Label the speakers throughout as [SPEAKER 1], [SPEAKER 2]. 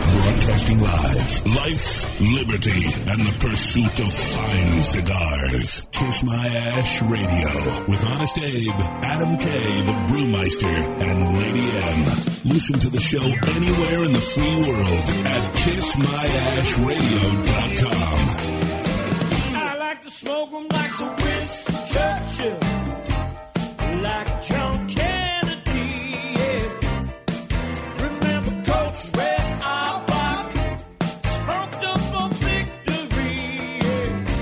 [SPEAKER 1] Broadcasting live. Life, liberty, and the pursuit of fine cigars. Kiss My Ash Radio with Honest Abe, Adam K, the Brewmeister, and Lady M. Listen to the show anywhere in the free world at kissmyashradio.com.
[SPEAKER 2] I like to smoke 'em like some Winston Churchill, like John Kennedy. Yeah. Remember Coach Red Auerbach, smoked up a victory. Yeah.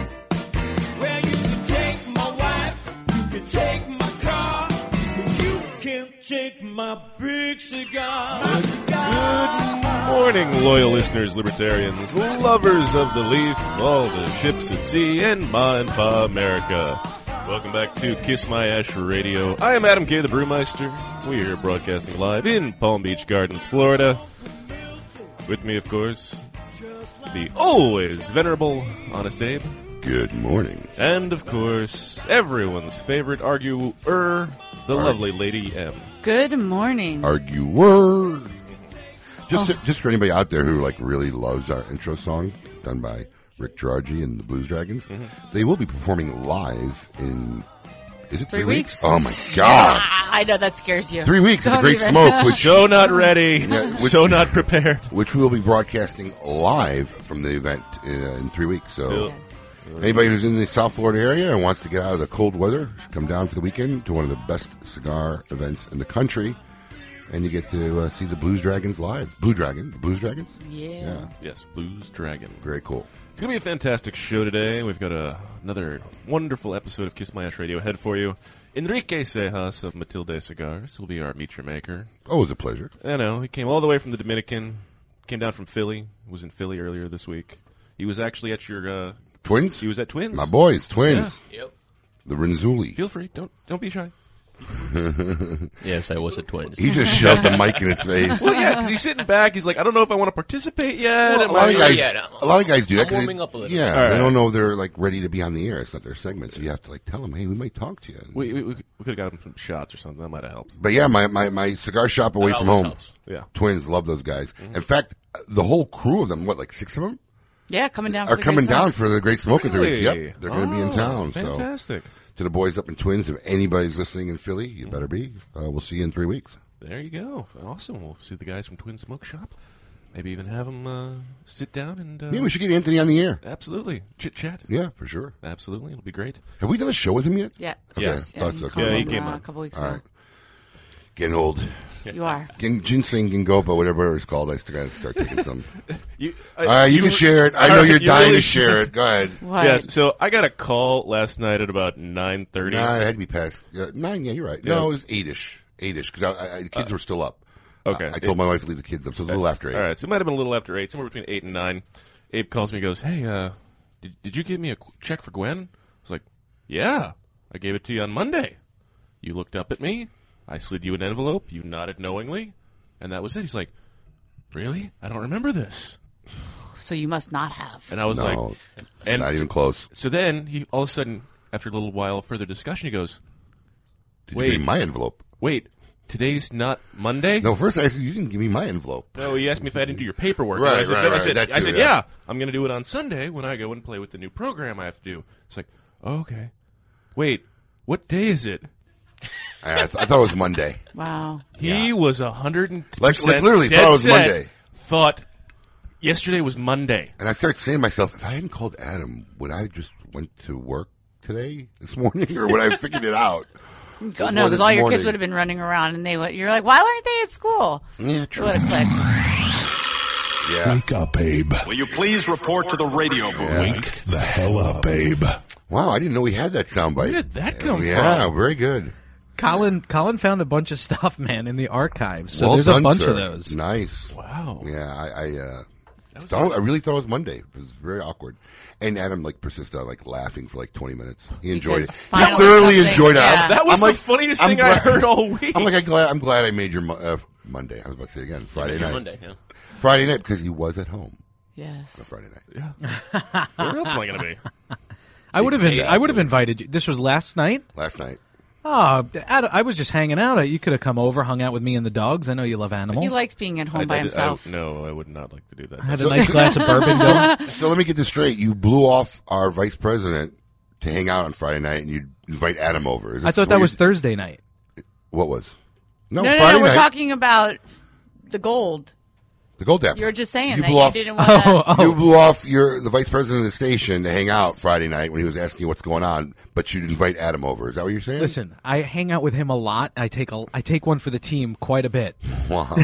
[SPEAKER 2] Well, you can take my wife, you can take my car, but you can't take my big cigar. My cigar.
[SPEAKER 3] Morning, loyal listeners, libertarians, lovers of the leaf, all the ships at sea, and Manpa America. Welcome back to Kiss My Ash Radio. I am Adam K. the Brewmeister. We are broadcasting live in Palm Beach Gardens, Florida. With me, of course, the always venerable Honest Abe.
[SPEAKER 4] Good morning.
[SPEAKER 3] And, of course, everyone's favorite arguer, the lovely Lady M.
[SPEAKER 5] Good morning.
[SPEAKER 4] Arguer. Just, just for anybody out there who like really loves our intro song done by Rick Georgi and the Blues Dragons, they will be performing live in. Is it three,
[SPEAKER 5] Three weeks.
[SPEAKER 4] Oh my god!
[SPEAKER 5] Ah, I know that scares you.
[SPEAKER 4] Three weeks at the
[SPEAKER 5] Don't
[SPEAKER 4] Great
[SPEAKER 5] even-
[SPEAKER 4] Smoke, which
[SPEAKER 3] So not ready,
[SPEAKER 4] Yeah, which-
[SPEAKER 3] so not prepared.
[SPEAKER 4] which we will be broadcasting live from the event in, in three weeks.
[SPEAKER 3] Yeah.
[SPEAKER 4] So
[SPEAKER 5] Yes.
[SPEAKER 4] anybody who's in the South Florida area and wants to get out of the cold weather, come down for the weekend to one of the best cigar events in the country, and you get to uh, see the Blues Dragons live. Blue Dragon, Blues Dragons.
[SPEAKER 5] Yeah.
[SPEAKER 4] Yeah.
[SPEAKER 3] Yes, Blues Dragon.
[SPEAKER 4] Very cool.
[SPEAKER 3] It's going to be a fantastic show today. We've got a, another wonderful episode of Kiss My Ash Radio ahead for you. Enrique Cejas of Matilde Cigars will be our meet your maker.
[SPEAKER 4] Always a pleasure.
[SPEAKER 3] I know, he came all the way from the Dominican, came down from Philly, was in Philly earlier this week. He was actually at your, uh,
[SPEAKER 4] Twins?
[SPEAKER 3] he was at Twins.
[SPEAKER 4] My boys, twins.
[SPEAKER 6] Yep.
[SPEAKER 4] The Renzulli.
[SPEAKER 3] Feel free, don't don't be shy.
[SPEAKER 6] Yes, I was a twins.
[SPEAKER 4] He just shoved the mic in his face.
[SPEAKER 3] Well, yeah, because he's sitting back, he's like, I don't know if I want to participate yet.
[SPEAKER 4] Well,
[SPEAKER 3] Am
[SPEAKER 4] a, lot
[SPEAKER 3] I-
[SPEAKER 4] of guys,
[SPEAKER 6] Yeah, no.
[SPEAKER 4] a lot of guys do that.
[SPEAKER 6] I'm
[SPEAKER 4] 'cause
[SPEAKER 6] warming
[SPEAKER 4] they,
[SPEAKER 6] up a little
[SPEAKER 4] Yeah,
[SPEAKER 3] bit. All
[SPEAKER 4] they
[SPEAKER 3] right.
[SPEAKER 4] don't know they're like ready to be on the air. It's not their segment, so you have to like tell them, "Hey, we might talk to you."
[SPEAKER 3] we, we, we could have got him some shots or something. That might have helped.
[SPEAKER 4] but yeah, my, my, my cigar shop away
[SPEAKER 6] That
[SPEAKER 4] from
[SPEAKER 6] always
[SPEAKER 4] home.
[SPEAKER 6] helps. Mm-hmm.
[SPEAKER 3] Yeah.
[SPEAKER 4] Twins love those guys. In fact, the whole crew of them, what like six of them,
[SPEAKER 5] Yeah, coming down. for
[SPEAKER 4] are
[SPEAKER 5] the
[SPEAKER 4] coming
[SPEAKER 5] Great Smoke.
[SPEAKER 4] down for the Great Smoke and
[SPEAKER 3] Really?
[SPEAKER 4] Yep, they're going to be in
[SPEAKER 3] Oh,
[SPEAKER 4] town. So
[SPEAKER 3] Fantastic.
[SPEAKER 4] to the boys up in Twins, if anybody's listening in Philly, you
[SPEAKER 6] Mm-hmm.
[SPEAKER 4] better be. Uh, we'll see you in three weeks.
[SPEAKER 3] There you go. Awesome. We'll see the guys from Twin Smoke Shop. Maybe even have them uh, sit down and. Uh,
[SPEAKER 4] Yeah, we should get Anthony on the air.
[SPEAKER 3] Absolutely. Chit chat.
[SPEAKER 4] Yeah, for sure.
[SPEAKER 3] Absolutely. It'll be great.
[SPEAKER 4] Have we done a show with him yet?
[SPEAKER 5] Yeah.
[SPEAKER 4] Okay,
[SPEAKER 3] Yes.
[SPEAKER 4] thought so.
[SPEAKER 5] you called
[SPEAKER 3] Yeah, he
[SPEAKER 5] him,
[SPEAKER 3] came
[SPEAKER 5] uh,
[SPEAKER 3] on.
[SPEAKER 5] a couple weeks
[SPEAKER 4] All
[SPEAKER 5] ago.
[SPEAKER 4] right. Getting old.
[SPEAKER 5] You are.
[SPEAKER 4] Gin- Ginseng, Gingopa, whatever it's called. I still got to start taking some.
[SPEAKER 3] Uh, You,
[SPEAKER 4] All right, Uh, you, can share it. I know you're dying to share it. Go ahead.
[SPEAKER 5] What?
[SPEAKER 3] Yes. So I got a call last night at about nine thirty.
[SPEAKER 4] Nah, it had to be past yeah, nine. Yeah, you're right.
[SPEAKER 3] Yeah. Uh,
[SPEAKER 4] No, it was eight-ish, eight-ish because I, I, the kids were still up.
[SPEAKER 3] okay.
[SPEAKER 4] I, I told my wife to leave the kids up, so it was a little after eight.
[SPEAKER 3] Uh, All right. So it might have been a little after eight, somewhere between eight and nine. Abe calls me. and Goes, hey, uh, did, did you give me a qu- check for Gwen? I was like, yeah, I gave it to you on Monday. You looked up at me. I slid you an envelope. You nodded knowingly, and that was it. He's like, really? I don't remember this.
[SPEAKER 5] So you must not have.
[SPEAKER 3] And I was
[SPEAKER 4] No,
[SPEAKER 3] like, and
[SPEAKER 4] not even close.
[SPEAKER 3] so then he all of a sudden, after a little while further discussion, he goes,
[SPEAKER 4] Did
[SPEAKER 3] Wait.
[SPEAKER 4] you give me my envelope?
[SPEAKER 3] wait, today's not Monday.
[SPEAKER 4] No, first I asked you, you didn't give me my envelope.
[SPEAKER 3] No, he asked me if I didn't do your paperwork.
[SPEAKER 4] Right,
[SPEAKER 3] And I said,
[SPEAKER 4] right,
[SPEAKER 3] no, I
[SPEAKER 4] right,
[SPEAKER 3] said,
[SPEAKER 4] that
[SPEAKER 3] I
[SPEAKER 4] too,
[SPEAKER 3] said,
[SPEAKER 4] yeah.
[SPEAKER 3] yeah. I'm going to do it on Sunday when I go and play with the new program I have to do. It's like, oh, okay. Wait, what day is it?
[SPEAKER 4] I, I, th- I thought it was Monday.
[SPEAKER 5] Wow.
[SPEAKER 3] He was a hundred and
[SPEAKER 4] Like- like literally
[SPEAKER 3] dead
[SPEAKER 4] thought it was
[SPEAKER 3] set,
[SPEAKER 4] Monday.
[SPEAKER 3] Thought yesterday was Monday.
[SPEAKER 4] And I started saying to myself, if I hadn't called Adam, would I just went to work today this morning, or would I have figured it out?
[SPEAKER 5] Go-
[SPEAKER 4] Before
[SPEAKER 5] No,
[SPEAKER 4] this
[SPEAKER 5] because all your
[SPEAKER 4] morning.
[SPEAKER 5] kids would have been running around, and they would. You're like, why weren't they at school?
[SPEAKER 4] Yeah,
[SPEAKER 5] It
[SPEAKER 4] true.
[SPEAKER 5] would have clicked.
[SPEAKER 4] Yeah.
[SPEAKER 1] Wake up, Abe.
[SPEAKER 7] Will you please report to the radio booth?
[SPEAKER 1] Wake the hell up, Abe.
[SPEAKER 4] Wow, I didn't know we had that soundbite. Where
[SPEAKER 3] did that come
[SPEAKER 4] Yeah,
[SPEAKER 3] from?
[SPEAKER 4] very good.
[SPEAKER 8] Colin Colin found a bunch of stuff, man, in the archives. So
[SPEAKER 4] well
[SPEAKER 8] there's
[SPEAKER 4] done,
[SPEAKER 8] a bunch
[SPEAKER 4] sir.
[SPEAKER 8] of those.
[SPEAKER 4] Nice.
[SPEAKER 3] Wow.
[SPEAKER 4] Yeah, I, I, uh, thought, I really thought it was Monday. It was very awkward. And Adam like persisted on like laughing for like 20 minutes. He enjoyed it.
[SPEAKER 5] Because
[SPEAKER 4] He
[SPEAKER 5] finally
[SPEAKER 4] thoroughly
[SPEAKER 5] something-
[SPEAKER 4] enjoyed it.
[SPEAKER 5] yeah.
[SPEAKER 3] That was
[SPEAKER 4] I'm
[SPEAKER 3] the
[SPEAKER 4] like-
[SPEAKER 3] funniest
[SPEAKER 4] I'm
[SPEAKER 3] thing I
[SPEAKER 4] glad-
[SPEAKER 3] heard all week.
[SPEAKER 4] I'm like, I'm glad, I'm glad I made your mo- uh, Monday. I was about to say again, Friday night.
[SPEAKER 6] Monday. Yeah.
[SPEAKER 4] Friday night because he was at home
[SPEAKER 5] Yes.
[SPEAKER 4] Friday night.
[SPEAKER 3] Where else am I going to be?
[SPEAKER 8] I would have I would have invited you. This was last night.
[SPEAKER 4] Last night.
[SPEAKER 8] Oh, Ad- I was just hanging out. You could have come over, hung out with me and the dogs. I know you love animals.
[SPEAKER 5] He likes being at home
[SPEAKER 3] I-
[SPEAKER 5] by
[SPEAKER 3] I- I-
[SPEAKER 5] himself.
[SPEAKER 3] no, I would not like to do that.
[SPEAKER 8] I had a nice glass of bourbon. Bill.
[SPEAKER 4] So let me get this straight. You blew off our vice president to hang out on Friday night, and you invite Adam over. Is
[SPEAKER 8] I
[SPEAKER 4] this
[SPEAKER 8] thought
[SPEAKER 4] what
[SPEAKER 8] that
[SPEAKER 4] you-
[SPEAKER 8] was Thursday night.
[SPEAKER 4] what was? No,
[SPEAKER 5] no, no,
[SPEAKER 4] Friday
[SPEAKER 5] no, we're
[SPEAKER 4] night.
[SPEAKER 5] talking about the gold.
[SPEAKER 4] the gold dapper.
[SPEAKER 5] You were just saying
[SPEAKER 4] you
[SPEAKER 5] that
[SPEAKER 4] blew
[SPEAKER 5] you
[SPEAKER 4] off.
[SPEAKER 5] didn't want to.
[SPEAKER 4] You blew off your the vice president of the station to hang out Friday night when he was asking what's going on, but you'd invite Adam over. Is that what you're saying?
[SPEAKER 8] Listen, I hang out with him a lot. I take a, I take one for the team quite a bit.
[SPEAKER 4] Wow. okay.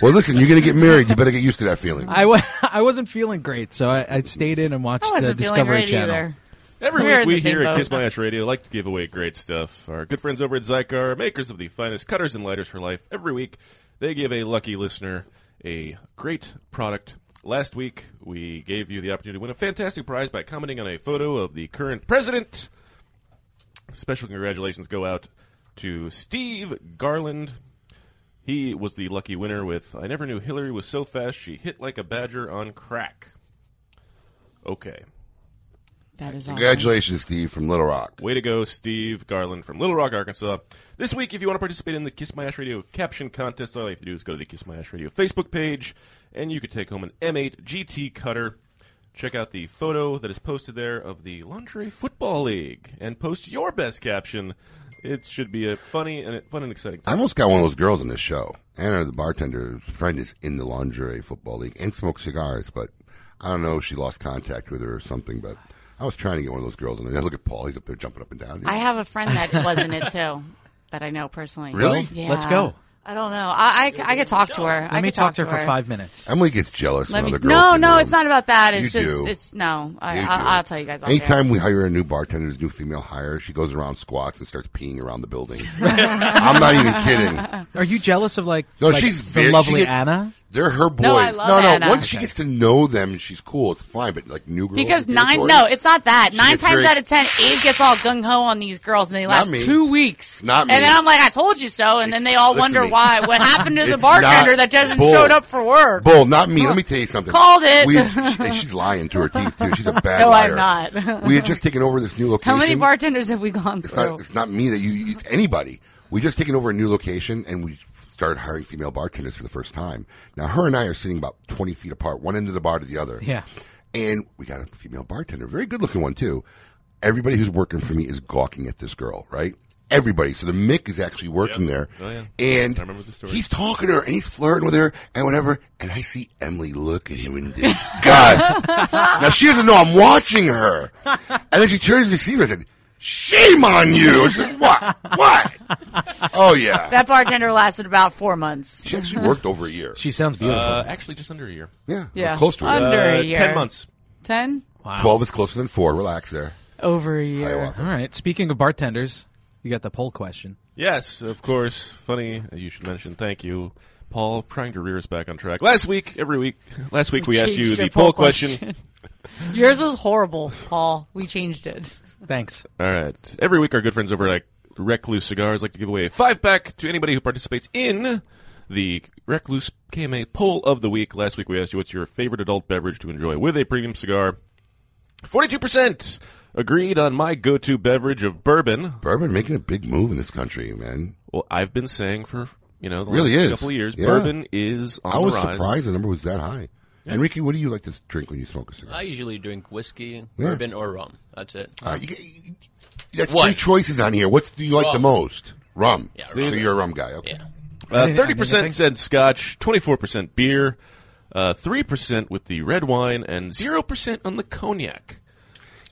[SPEAKER 4] well, listen, you're going to get married. You better get used to that feeling.
[SPEAKER 8] I, wa- I wasn't feeling great, so I, I stayed in and watched
[SPEAKER 5] I
[SPEAKER 8] the
[SPEAKER 5] wasn't feeling
[SPEAKER 8] Discovery
[SPEAKER 5] great
[SPEAKER 8] Channel.
[SPEAKER 5] either.
[SPEAKER 3] Every
[SPEAKER 5] We're
[SPEAKER 3] week
[SPEAKER 5] in
[SPEAKER 3] we
[SPEAKER 5] the same
[SPEAKER 3] here at
[SPEAKER 5] boat.
[SPEAKER 3] Kiss My Ash Radio like to give away great stuff. Our good friends over at Zycar, makers of the finest cutters and lighters for life, every week they give a lucky listener a great product. Last week we gave you the opportunity to win a fantastic prize by commenting on a photo of the current president. Special congratulations go out to Steve Garland. He was the lucky winner with I never knew Hillary was so fast she hit like a badger on crack. Okay.
[SPEAKER 5] That is awesome.
[SPEAKER 4] Congratulations, Steve from Little Rock.
[SPEAKER 3] Way to go, Steve Garland from Little Rock, Arkansas. This week, if you want to participate in the Kiss My Ash Radio caption contest, all you have to do is go to the Kiss My Ash Radio Facebook page, and you could take home an M8 GT cutter. Check out the photo that is posted there of the Lingerie Football League, and post your best caption. It should be a funny and fun and exciting
[SPEAKER 4] I
[SPEAKER 3] time.
[SPEAKER 4] almost got one of those girls in this show. Anna, the bartender's friend, is in the lingerie football league and smokes cigars, but I don't know if she lost contact with her or something. But I was trying to get one of those girls in there. Look at Paul; he's up there jumping up and down.
[SPEAKER 5] I have a friend that was in it too, that I know personally.
[SPEAKER 4] Really?
[SPEAKER 5] Yeah.
[SPEAKER 8] Let's go.
[SPEAKER 5] I don't know. I I, I could talk to her. I
[SPEAKER 8] Let me
[SPEAKER 5] could
[SPEAKER 8] talk to her for five minutes.
[SPEAKER 4] Emily gets jealous
[SPEAKER 5] Let
[SPEAKER 4] when
[SPEAKER 5] me.
[SPEAKER 4] other girls.
[SPEAKER 5] No,
[SPEAKER 4] in the
[SPEAKER 5] no,
[SPEAKER 4] room.
[SPEAKER 5] it's not about that. It's
[SPEAKER 4] You
[SPEAKER 5] just
[SPEAKER 4] do.
[SPEAKER 5] it's no. I,
[SPEAKER 4] You
[SPEAKER 5] I,
[SPEAKER 4] do.
[SPEAKER 5] I'll tell you guys. off air.
[SPEAKER 4] Anytime we hire a new bartender, this new female hire, she goes around squats and starts peeing around the building. I'm not even kidding.
[SPEAKER 8] Are you jealous of like,
[SPEAKER 4] No,
[SPEAKER 8] like
[SPEAKER 4] she's
[SPEAKER 8] the
[SPEAKER 4] very-
[SPEAKER 8] lovely
[SPEAKER 4] she gets-
[SPEAKER 8] Anna?
[SPEAKER 4] They're her boys.
[SPEAKER 5] No, I love
[SPEAKER 4] no, no.
[SPEAKER 5] Anna.
[SPEAKER 4] Once she gets to know them, she's cool. It's fine. But like new girls,
[SPEAKER 5] Because
[SPEAKER 4] in
[SPEAKER 5] nine,
[SPEAKER 4] territory,
[SPEAKER 5] no, it's not that.
[SPEAKER 4] She
[SPEAKER 5] nine
[SPEAKER 4] gets
[SPEAKER 5] times
[SPEAKER 4] very-
[SPEAKER 5] out of ten, Abe gets all gung ho on these girls, and they last
[SPEAKER 4] me.
[SPEAKER 5] two weeks.
[SPEAKER 4] Not me.
[SPEAKER 5] And then I'm like, I told you so. And
[SPEAKER 4] It's-
[SPEAKER 5] then they all
[SPEAKER 4] listen to
[SPEAKER 5] wonder
[SPEAKER 4] me.
[SPEAKER 5] why. What happened to the
[SPEAKER 4] It's not
[SPEAKER 5] bartender that doesn't
[SPEAKER 4] bull.
[SPEAKER 5] showed up for work?
[SPEAKER 4] Bull, not me. Let me tell you something.
[SPEAKER 5] Called it.
[SPEAKER 4] We, she- and she's lying to her teeth too. She's a bad
[SPEAKER 5] No,
[SPEAKER 4] liar.
[SPEAKER 5] I'm not.
[SPEAKER 4] we had just taken over this new location.
[SPEAKER 5] How many bartenders have we gone
[SPEAKER 4] It's
[SPEAKER 5] through?
[SPEAKER 4] not. It's not me that you. It's anybody. We just taken over a new location and we started hiring female bartenders for the first time. Now her and I are sitting about twenty feet apart, one end of the bar to the other.
[SPEAKER 8] Yeah.
[SPEAKER 4] And we got a female bartender, very good looking one too. Everybody who's working for me is gawking at this girl, right? Everybody. So the Mick is actually working there.
[SPEAKER 3] Oh, yeah.
[SPEAKER 4] And
[SPEAKER 3] I remember the story.
[SPEAKER 4] he's talking to her and he's flirting with her and whatever. And I see Emily look at him in disgust. now she doesn't know I'm watching her. And then she turns to see me and said, Shame on you. I said, What? What? Oh, yeah.
[SPEAKER 5] that bartender lasted about four months.
[SPEAKER 4] she actually worked over a year.
[SPEAKER 8] She sounds beautiful.
[SPEAKER 3] Uh, actually, just under a year.
[SPEAKER 4] yeah.
[SPEAKER 5] Yeah.
[SPEAKER 4] Close to it.
[SPEAKER 5] Under a
[SPEAKER 3] Uh,
[SPEAKER 5] year.
[SPEAKER 3] Ten months.
[SPEAKER 5] Ten?
[SPEAKER 4] 12 is closer than 4. Relax there.
[SPEAKER 5] Over a year.
[SPEAKER 4] Hiawatha.
[SPEAKER 8] All right. Speaking of bartenders, you got the poll question.
[SPEAKER 3] Yes, of course. Funny uh, you should mention. Thank you, Paul. Trying to rear us back on track. Last week, every week, last week we asked
[SPEAKER 5] Changed
[SPEAKER 3] you
[SPEAKER 5] your
[SPEAKER 3] the poll question.
[SPEAKER 5] Yours was horrible, Paul. We changed it.
[SPEAKER 8] Thanks.
[SPEAKER 3] All right. Every week, our good friends over at Recluse Cigars like to give away a five pack to anybody who participates in the Recluse KMA poll of the week. Last week, we asked you what's your favorite adult beverage to enjoy with a premium cigar. 42% agreed on my go to beverage of bourbon.
[SPEAKER 4] Bourbon making a big move in this country, man.
[SPEAKER 3] Well, I've been saying for, you know, the
[SPEAKER 4] Really
[SPEAKER 3] last
[SPEAKER 4] is.
[SPEAKER 3] couple of years,
[SPEAKER 4] Yeah.
[SPEAKER 3] bourbon is on
[SPEAKER 4] I was
[SPEAKER 3] the rise.
[SPEAKER 4] surprised the number was that high. Enrique, what do you like to drink when you smoke a cigar?
[SPEAKER 6] I usually drink whiskey,
[SPEAKER 4] Yeah.
[SPEAKER 6] bourbon, or rum. That's it.
[SPEAKER 4] Uh, you, you- that's
[SPEAKER 6] One.
[SPEAKER 4] three choices on here. What's do you like the
[SPEAKER 6] Rum.
[SPEAKER 4] most? Rum.
[SPEAKER 6] Yeah,
[SPEAKER 4] so
[SPEAKER 6] rum.
[SPEAKER 4] you're a rum guy. Okay.
[SPEAKER 6] Yeah.
[SPEAKER 3] Uh,
[SPEAKER 8] Anything-
[SPEAKER 3] 30%
[SPEAKER 8] anything?
[SPEAKER 3] said scotch, 24% beer, uh, 3% with the red wine, and 0% on the cognac.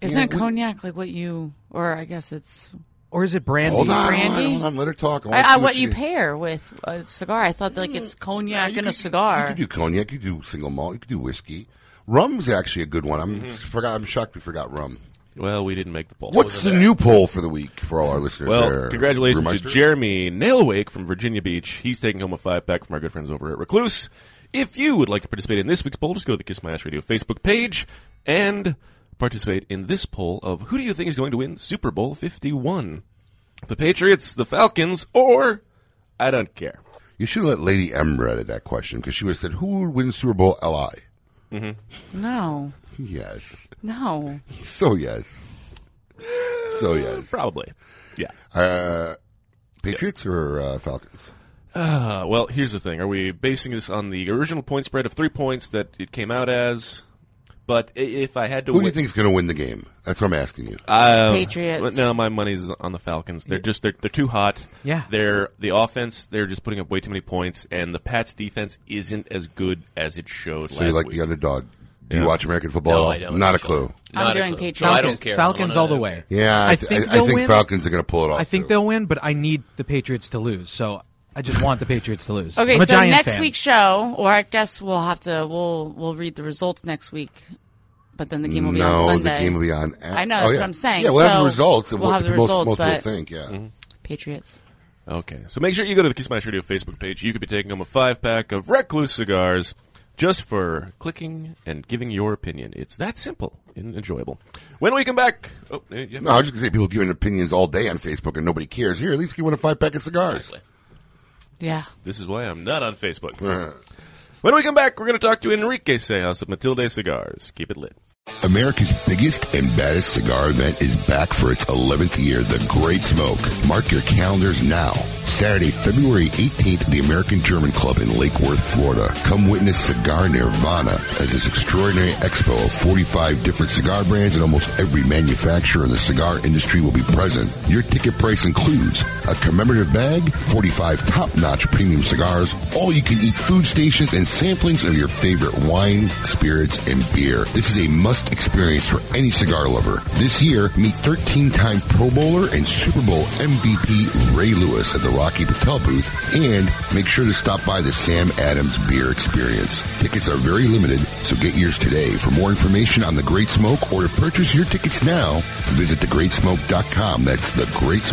[SPEAKER 5] Isn't cognac like what you, or I guess it's
[SPEAKER 8] Or is it brandy?
[SPEAKER 4] Hold on,
[SPEAKER 5] Brandy?
[SPEAKER 4] hold on, hold on, Let her talk. wanna
[SPEAKER 5] I, I,
[SPEAKER 4] see
[SPEAKER 5] what you
[SPEAKER 4] she- Mm.
[SPEAKER 5] pair with a cigar? I thought like it's
[SPEAKER 4] Yeah,
[SPEAKER 5] cognac
[SPEAKER 4] you
[SPEAKER 5] and
[SPEAKER 4] could-
[SPEAKER 5] a cigar.
[SPEAKER 4] You could do cognac. You could do single malt. You could do whiskey. Rum's actually a good one. I'm
[SPEAKER 3] Mm-hmm.
[SPEAKER 4] forgot. I'm shocked we forgot rum.
[SPEAKER 3] Well, we didn't make the poll.
[SPEAKER 4] What's the new poll for the week for all our listeners?
[SPEAKER 3] well,
[SPEAKER 4] there,
[SPEAKER 3] congratulations
[SPEAKER 4] Brewmeister?
[SPEAKER 3] to Jeremy Nailwake from Virginia Beach. He's taking home a five pack from our good friends over at Recluse. If you would like to participate in this week's poll, just go to the Kiss My Ash Radio Facebook page and participate in this poll of who do you think is going to win Super Bowl 51? The Patriots, the Falcons, or I don't care.
[SPEAKER 4] You should have let Lady M read that question because she would have said, "Who would win Super Bowl?" Li.
[SPEAKER 5] No,
[SPEAKER 4] Yes.
[SPEAKER 5] no.
[SPEAKER 4] So yes. So yes.
[SPEAKER 3] Probably. Yeah.
[SPEAKER 4] Uh, Patriots or uh, Falcons?
[SPEAKER 3] Uh, well, here's the thing. Are we basing this on the original point spread of three points that it came out as? But i- if I had to
[SPEAKER 4] Who do you
[SPEAKER 3] win-
[SPEAKER 4] think's going to win the game? That's what I'm asking you.
[SPEAKER 3] Uh,
[SPEAKER 5] Patriots.
[SPEAKER 3] No, my money's on the Falcons. They're just they're, they're too hot.
[SPEAKER 8] Yeah.
[SPEAKER 3] They're the offense. They're just putting up way too many points, and the Pats defense isn't as good as it showed
[SPEAKER 4] so
[SPEAKER 3] last
[SPEAKER 4] you like
[SPEAKER 3] week.
[SPEAKER 4] the underdog? Do you watch American football?
[SPEAKER 9] No,
[SPEAKER 4] at all?
[SPEAKER 9] I don't,
[SPEAKER 4] Not a
[SPEAKER 9] actually.
[SPEAKER 4] clue.
[SPEAKER 5] I'm
[SPEAKER 9] Not a
[SPEAKER 5] doing
[SPEAKER 9] clue.
[SPEAKER 5] Patriots.
[SPEAKER 9] No, I don't care.
[SPEAKER 8] Falcons
[SPEAKER 9] I'm
[SPEAKER 8] all the
[SPEAKER 9] on a-
[SPEAKER 8] way.
[SPEAKER 4] Yeah, I,
[SPEAKER 8] I
[SPEAKER 4] th-
[SPEAKER 8] think
[SPEAKER 4] I,
[SPEAKER 8] they'll
[SPEAKER 4] think
[SPEAKER 8] win.
[SPEAKER 4] Falcons are going to pull it off.
[SPEAKER 8] I think
[SPEAKER 4] too.
[SPEAKER 8] they'll win, but I need the Patriots to lose. So I just want the Patriots to lose.
[SPEAKER 5] Okay,
[SPEAKER 8] I'm a
[SPEAKER 5] so
[SPEAKER 8] Giant
[SPEAKER 5] next
[SPEAKER 8] fan.
[SPEAKER 5] week's show, or I guess we'll have to we'll we'll read the results next week. But then the game will be
[SPEAKER 4] no,
[SPEAKER 5] on
[SPEAKER 4] the
[SPEAKER 5] Sunday.
[SPEAKER 4] game will be on. a-
[SPEAKER 5] I know,
[SPEAKER 4] oh,
[SPEAKER 5] that's
[SPEAKER 4] yeah.
[SPEAKER 5] what I'm saying.
[SPEAKER 4] Yeah, we'll have
[SPEAKER 5] So
[SPEAKER 4] the results of
[SPEAKER 5] we'll
[SPEAKER 4] what
[SPEAKER 5] have the
[SPEAKER 4] most,
[SPEAKER 5] results,
[SPEAKER 4] most people
[SPEAKER 5] but-
[SPEAKER 4] think. Yeah,
[SPEAKER 5] Patriots.
[SPEAKER 3] Mm-hmm. Okay, so make sure you go to the Kiss My Ash Radio Facebook page. You could be taking home a five pack of Recluse cigars just for clicking and giving your opinion. It's that simple and enjoyable. When we come back, oh, uh, yeah.
[SPEAKER 4] no, I was just going to say people giving opinions all day on Facebook and nobody cares. Here, at least you want a five pack of cigars.
[SPEAKER 9] Exactly.
[SPEAKER 5] Yeah.
[SPEAKER 3] this is why I'm not on Facebook.
[SPEAKER 4] Uh,
[SPEAKER 3] When we come back, we're going to talk to Enrique Sejas of Matilde Cigars. Keep it lit.
[SPEAKER 10] America's biggest and baddest cigar event is back for its 11th year, The Great Smoke. Mark your calendars now. Saturday, February 18th, at the American German Club in Lake Worth, Florida. Come witness Cigar Nirvana as this extraordinary expo of 45 different cigar brands and almost every manufacturer in the cigar industry will be present. Your ticket price includes a commemorative bag, 45 top-notch premium cigars, all-you-can-eat food stations, and samplings of your favorite wine, spirits, and beer. This is a must experience for any cigar lover. This year, meet 13-time Pro Bowler and Super Bowl MVP Ray Lewis at the Rocky Patel booth, and make sure to stop by the Sam Adams Beer Experience. Tickets are very limited, so get yours today. For more information on The Great Smoke or to purchase your tickets now, visit thegreatsmoke.com. That's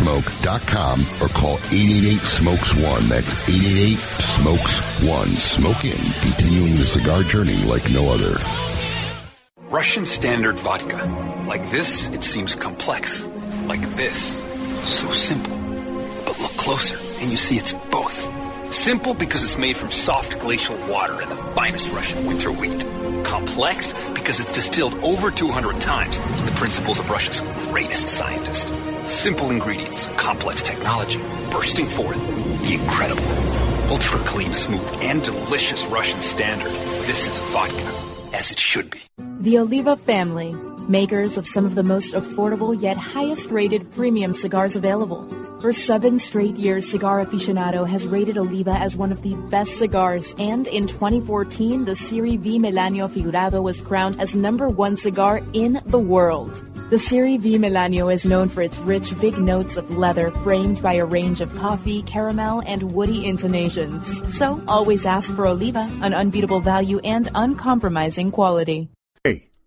[SPEAKER 10] thegreatsmoke.com or call 888-SMOKES-1. That's 888-SMOKES-1. Smoke in, continuing the cigar journey like no other.
[SPEAKER 7] Russian standard vodka. Like this, it seems complex. Like this, so simple. But look closer, and you see it's both. Simple because it's made from soft glacial water and the finest Russian winter wheat. Complex because it's distilled over 200 times with the principles of Russia's greatest scientist. Simple ingredients, complex technology, bursting forth the incredible. Ultra clean, smooth, and delicious Russian standard. This is vodka, as it should be.
[SPEAKER 11] The Oliva family, makers of some of the most affordable yet highest rated premium cigars available. For seven straight years, Cigar Aficionado has rated Oliva as one of the best cigars, and in 2014, the Siri V Melanio Figurado was crowned as number one cigar in the world. The Siri V Melanio is known for its rich, big notes of leather framed by a range of coffee, caramel, and woody intonations. So always ask for Oliva, an unbeatable value and uncompromising quality.
[SPEAKER 10] Hey,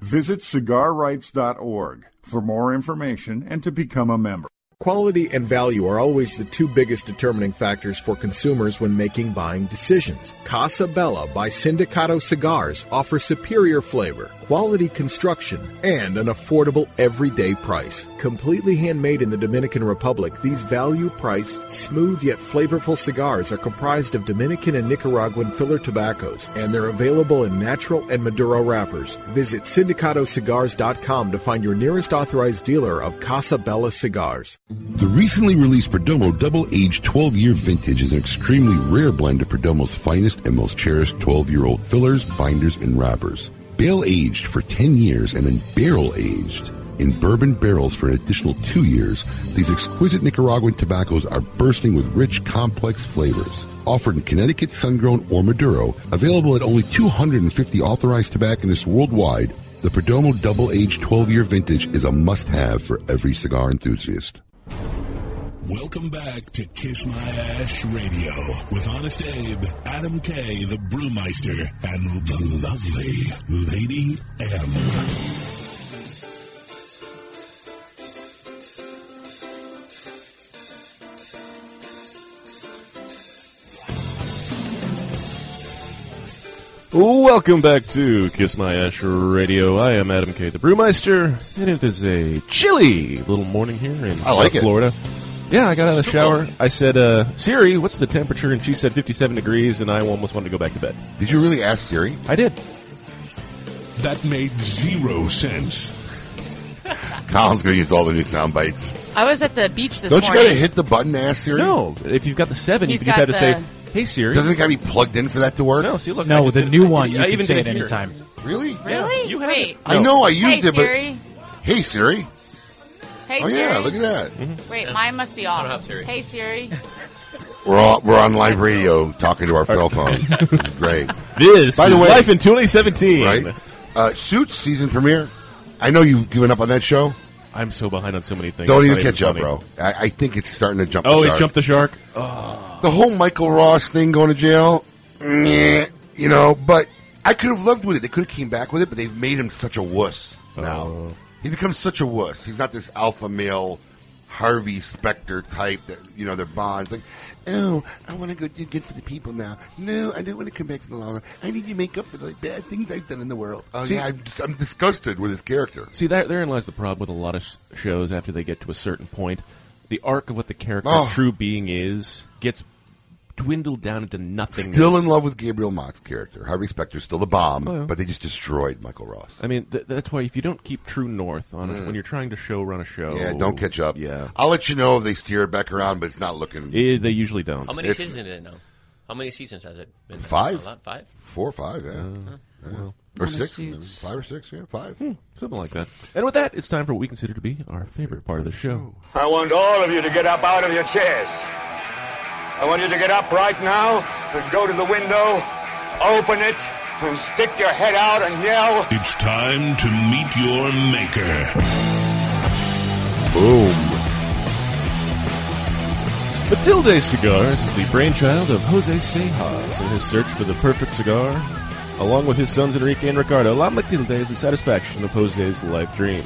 [SPEAKER 10] Visit cigarrights.org for more information and to become a member.
[SPEAKER 12] Quality and value are always the two biggest determining factors for consumers when making buying decisions. Casa Bella by Sindicato Cigars offer superior flavor, quality construction, and an affordable everyday price. Completely handmade in the Dominican Republic, these value priced, smooth yet flavorful cigars are comprised of Dominican and Nicaraguan filler tobaccos, and they're available in natural and Maduro wrappers. Visit syndicatocigars.com to find your nearest authorized dealer of Casa Bella cigars.
[SPEAKER 10] The recently released Perdomo Double Aged 12 Year Vintage is an extremely rare blend of Perdomo's finest and most cherished 12 year old fillers, binders, and wrappers. Bale aged for 10 years and then barrel aged.
[SPEAKER 4] in bourbon barrels for an additional two years, these exquisite Nicaraguan tobaccos are bursting with rich, complex flavors. Offered in Connecticut, Sun-Grown, or Maduro, available at only 250 authorized tobacconists worldwide, the Perdomo Double Age 12-year vintage is a must-have for every cigar enthusiast.
[SPEAKER 1] Welcome back to Kiss My Ash Radio with Honest Abe, Adam K, the Brewmeister, and the lovely Lady M.
[SPEAKER 3] Welcome back to Kiss My Ash Radio. I am Adam K. the Brewmeister, and it is a chilly little morning here in
[SPEAKER 4] I like
[SPEAKER 3] South
[SPEAKER 4] it.
[SPEAKER 3] Florida. Yeah, I got out of the shower. I said, uh, Siri, what's the temperature? And she said 57 degrees, and I almost wanted to go back to bed.
[SPEAKER 4] Did you really ask Siri?
[SPEAKER 3] I did.
[SPEAKER 1] That made zero sense.
[SPEAKER 4] Colin's going to use all the new sound bites.
[SPEAKER 5] I was at the beach this
[SPEAKER 4] Don't you
[SPEAKER 5] morning.
[SPEAKER 4] got to hit the button to ask Siri?
[SPEAKER 3] No, if you've got the seven,
[SPEAKER 5] He's
[SPEAKER 3] you just
[SPEAKER 5] got
[SPEAKER 3] have to say,
[SPEAKER 5] the-
[SPEAKER 3] "Hey Siri."
[SPEAKER 4] Doesn't it got to be plugged in for that to work?
[SPEAKER 3] No, see, look.
[SPEAKER 8] No,
[SPEAKER 3] I just
[SPEAKER 8] the
[SPEAKER 3] did
[SPEAKER 8] new
[SPEAKER 3] it.
[SPEAKER 8] one, you
[SPEAKER 3] I
[SPEAKER 8] can
[SPEAKER 3] even
[SPEAKER 8] say
[SPEAKER 3] did
[SPEAKER 8] it
[SPEAKER 3] here.
[SPEAKER 8] anytime.
[SPEAKER 4] Really?
[SPEAKER 5] Really?
[SPEAKER 3] you have
[SPEAKER 5] Wait.
[SPEAKER 4] I know I used
[SPEAKER 5] hey,
[SPEAKER 4] it, but
[SPEAKER 5] Siri.
[SPEAKER 4] hey Siri.
[SPEAKER 5] Hey,
[SPEAKER 4] oh
[SPEAKER 5] Siri.
[SPEAKER 4] yeah, look at that.
[SPEAKER 5] Wait, mine must be off.
[SPEAKER 6] don't have Siri.
[SPEAKER 5] Hey, Siri.
[SPEAKER 4] We're all, we're on live radio talking to our cell phones. It's great,
[SPEAKER 3] This
[SPEAKER 4] By the
[SPEAKER 3] is
[SPEAKER 4] way-
[SPEAKER 3] life in 2017.
[SPEAKER 4] right? Uh, Suits season premiere. I know you've given up on that show.
[SPEAKER 3] I'm so behind on so many things.
[SPEAKER 4] Don't
[SPEAKER 3] It's
[SPEAKER 4] even
[SPEAKER 3] not
[SPEAKER 4] catch up,
[SPEAKER 3] funny.
[SPEAKER 4] bro. I, I think it's starting to jump.
[SPEAKER 3] Oh,
[SPEAKER 4] the
[SPEAKER 3] it
[SPEAKER 4] shark.
[SPEAKER 3] jumped the shark.
[SPEAKER 4] Ah. the whole Michael Ross thing going to jail. meh, You know, but I could have lived with it. They could have came back with it, but they've made him such a wuss now.
[SPEAKER 3] Oh.
[SPEAKER 4] He becomes such a wuss. He's not this alpha male Harvey Specter type that you know their bonds like. Oh, I want to go do good for the people now. No, I don't want to come back to the law. I need to make up for the bad things I've done in the world. Oh
[SPEAKER 3] See-
[SPEAKER 4] yeah, I'm, dis- I'm disgusted with his character.
[SPEAKER 3] See, that, therein lies the problem with a lot of s- shows. After they get to a certain point, the arc of what the character's
[SPEAKER 4] Oh.
[SPEAKER 3] true being is gets dwindled down into nothing.
[SPEAKER 4] Still in love with Gabriel Mock's character. Harvey Specter's still the bomb,
[SPEAKER 3] Oh,
[SPEAKER 4] but they just destroyed Michael Ross.
[SPEAKER 3] I mean, th- that's why if you don't keep true north on when you're trying to show run a show,
[SPEAKER 4] Hmm. Yeah, don't catch up.
[SPEAKER 3] Oh, Yeah,
[SPEAKER 4] I'll let you know if they steer it back around, but it's not looking
[SPEAKER 3] Eh, they usually don't.
[SPEAKER 6] How many
[SPEAKER 4] It's-
[SPEAKER 6] seasons did it now? How many seasons has it been?
[SPEAKER 4] Five.
[SPEAKER 6] A lot, five.
[SPEAKER 4] four or five,
[SPEAKER 3] Uh,
[SPEAKER 4] yeah. Yeah. Or
[SPEAKER 5] Kinda
[SPEAKER 4] six,
[SPEAKER 5] suits.
[SPEAKER 4] maybe. five or six, yeah, five.
[SPEAKER 3] Hmm, Something like that. And with that, it's time for what we consider to be our favorite part of the show.
[SPEAKER 7] I want all of you to get up out of your chairs. I want you to get up right now and go to the window, open it, and stick your head out and yell.
[SPEAKER 1] It's time to meet your maker.
[SPEAKER 4] Boom.
[SPEAKER 3] Matilde Cigars is the brainchild of Jose Sejas in his search for the perfect cigar. Along with his sons Enrique and Ricardo, La Matilde is the satisfaction of Jose's life dream.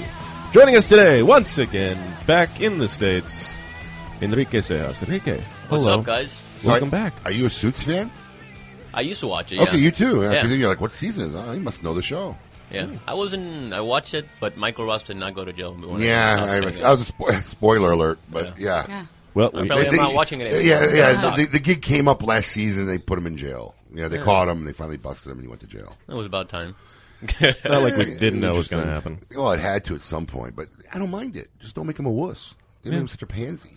[SPEAKER 3] Joining us today, once again, back in the States, Enrique Sejas. Enrique,
[SPEAKER 6] What's
[SPEAKER 3] hello.
[SPEAKER 6] up, guys?
[SPEAKER 4] So
[SPEAKER 3] Welcome
[SPEAKER 4] I-
[SPEAKER 3] back.
[SPEAKER 4] Are you a Suits fan?
[SPEAKER 6] I used to watch it. Yeah.
[SPEAKER 4] Okay, you too. Yeah,
[SPEAKER 6] Yeah.
[SPEAKER 4] 'cause You're like, what season is it? Oh, you must know the show.
[SPEAKER 6] Yeah. I wasn't. I watched it, but Michael Ross did not go to jail. when
[SPEAKER 4] yeah,
[SPEAKER 6] I,
[SPEAKER 4] I was, that was a spo- spoiler alert, but yeah.
[SPEAKER 5] Yeah.
[SPEAKER 3] Well,
[SPEAKER 6] I
[SPEAKER 3] we-
[SPEAKER 6] probably am
[SPEAKER 4] They-
[SPEAKER 6] not watching it anymore.
[SPEAKER 4] Yeah, yeah.
[SPEAKER 6] It
[SPEAKER 4] so
[SPEAKER 6] sucked.
[SPEAKER 4] The, the gig came up last season. They put him in jail. Yeah, they caught him. and They finally busted him, and he went to jail.
[SPEAKER 6] It was about time.
[SPEAKER 3] not like we didn't know it was
[SPEAKER 4] Interesting.
[SPEAKER 3] going to happen.
[SPEAKER 4] Well, it had to at some point, but I don't mind it. Just don't make him a wuss. They made him such a pansy.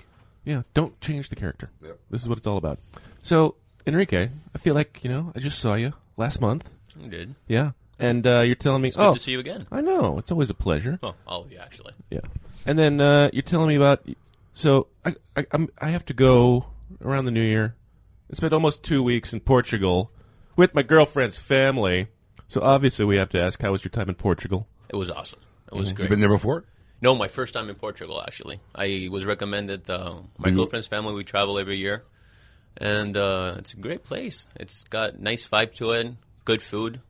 [SPEAKER 3] Yeah, don't change the character.
[SPEAKER 4] Yep.
[SPEAKER 3] This is what it's all about. So, Enrique, I feel like, you know, I just saw you last month.
[SPEAKER 6] You did.
[SPEAKER 3] Yeah. And uh, you're telling me,
[SPEAKER 6] It's good
[SPEAKER 3] oh,
[SPEAKER 6] to see you again.
[SPEAKER 3] I know. It's always a pleasure.
[SPEAKER 6] Oh, all of you actually.
[SPEAKER 3] Yeah. And then uh, you're telling me about. So I I, I'm, I have to go around the New Year and spend almost two weeks in Portugal with my girlfriend's family. So obviously we have to ask, how was your time in Portugal?
[SPEAKER 6] It was awesome. It was
[SPEAKER 4] You
[SPEAKER 6] great.
[SPEAKER 4] Mm-hmm. been there before?
[SPEAKER 6] No, my first time in Portugal actually. I was recommended. Uh, my
[SPEAKER 4] You-
[SPEAKER 6] girlfriend's family. We travel every year, and uh, it's a great place. It's got nice vibe to it. Good food.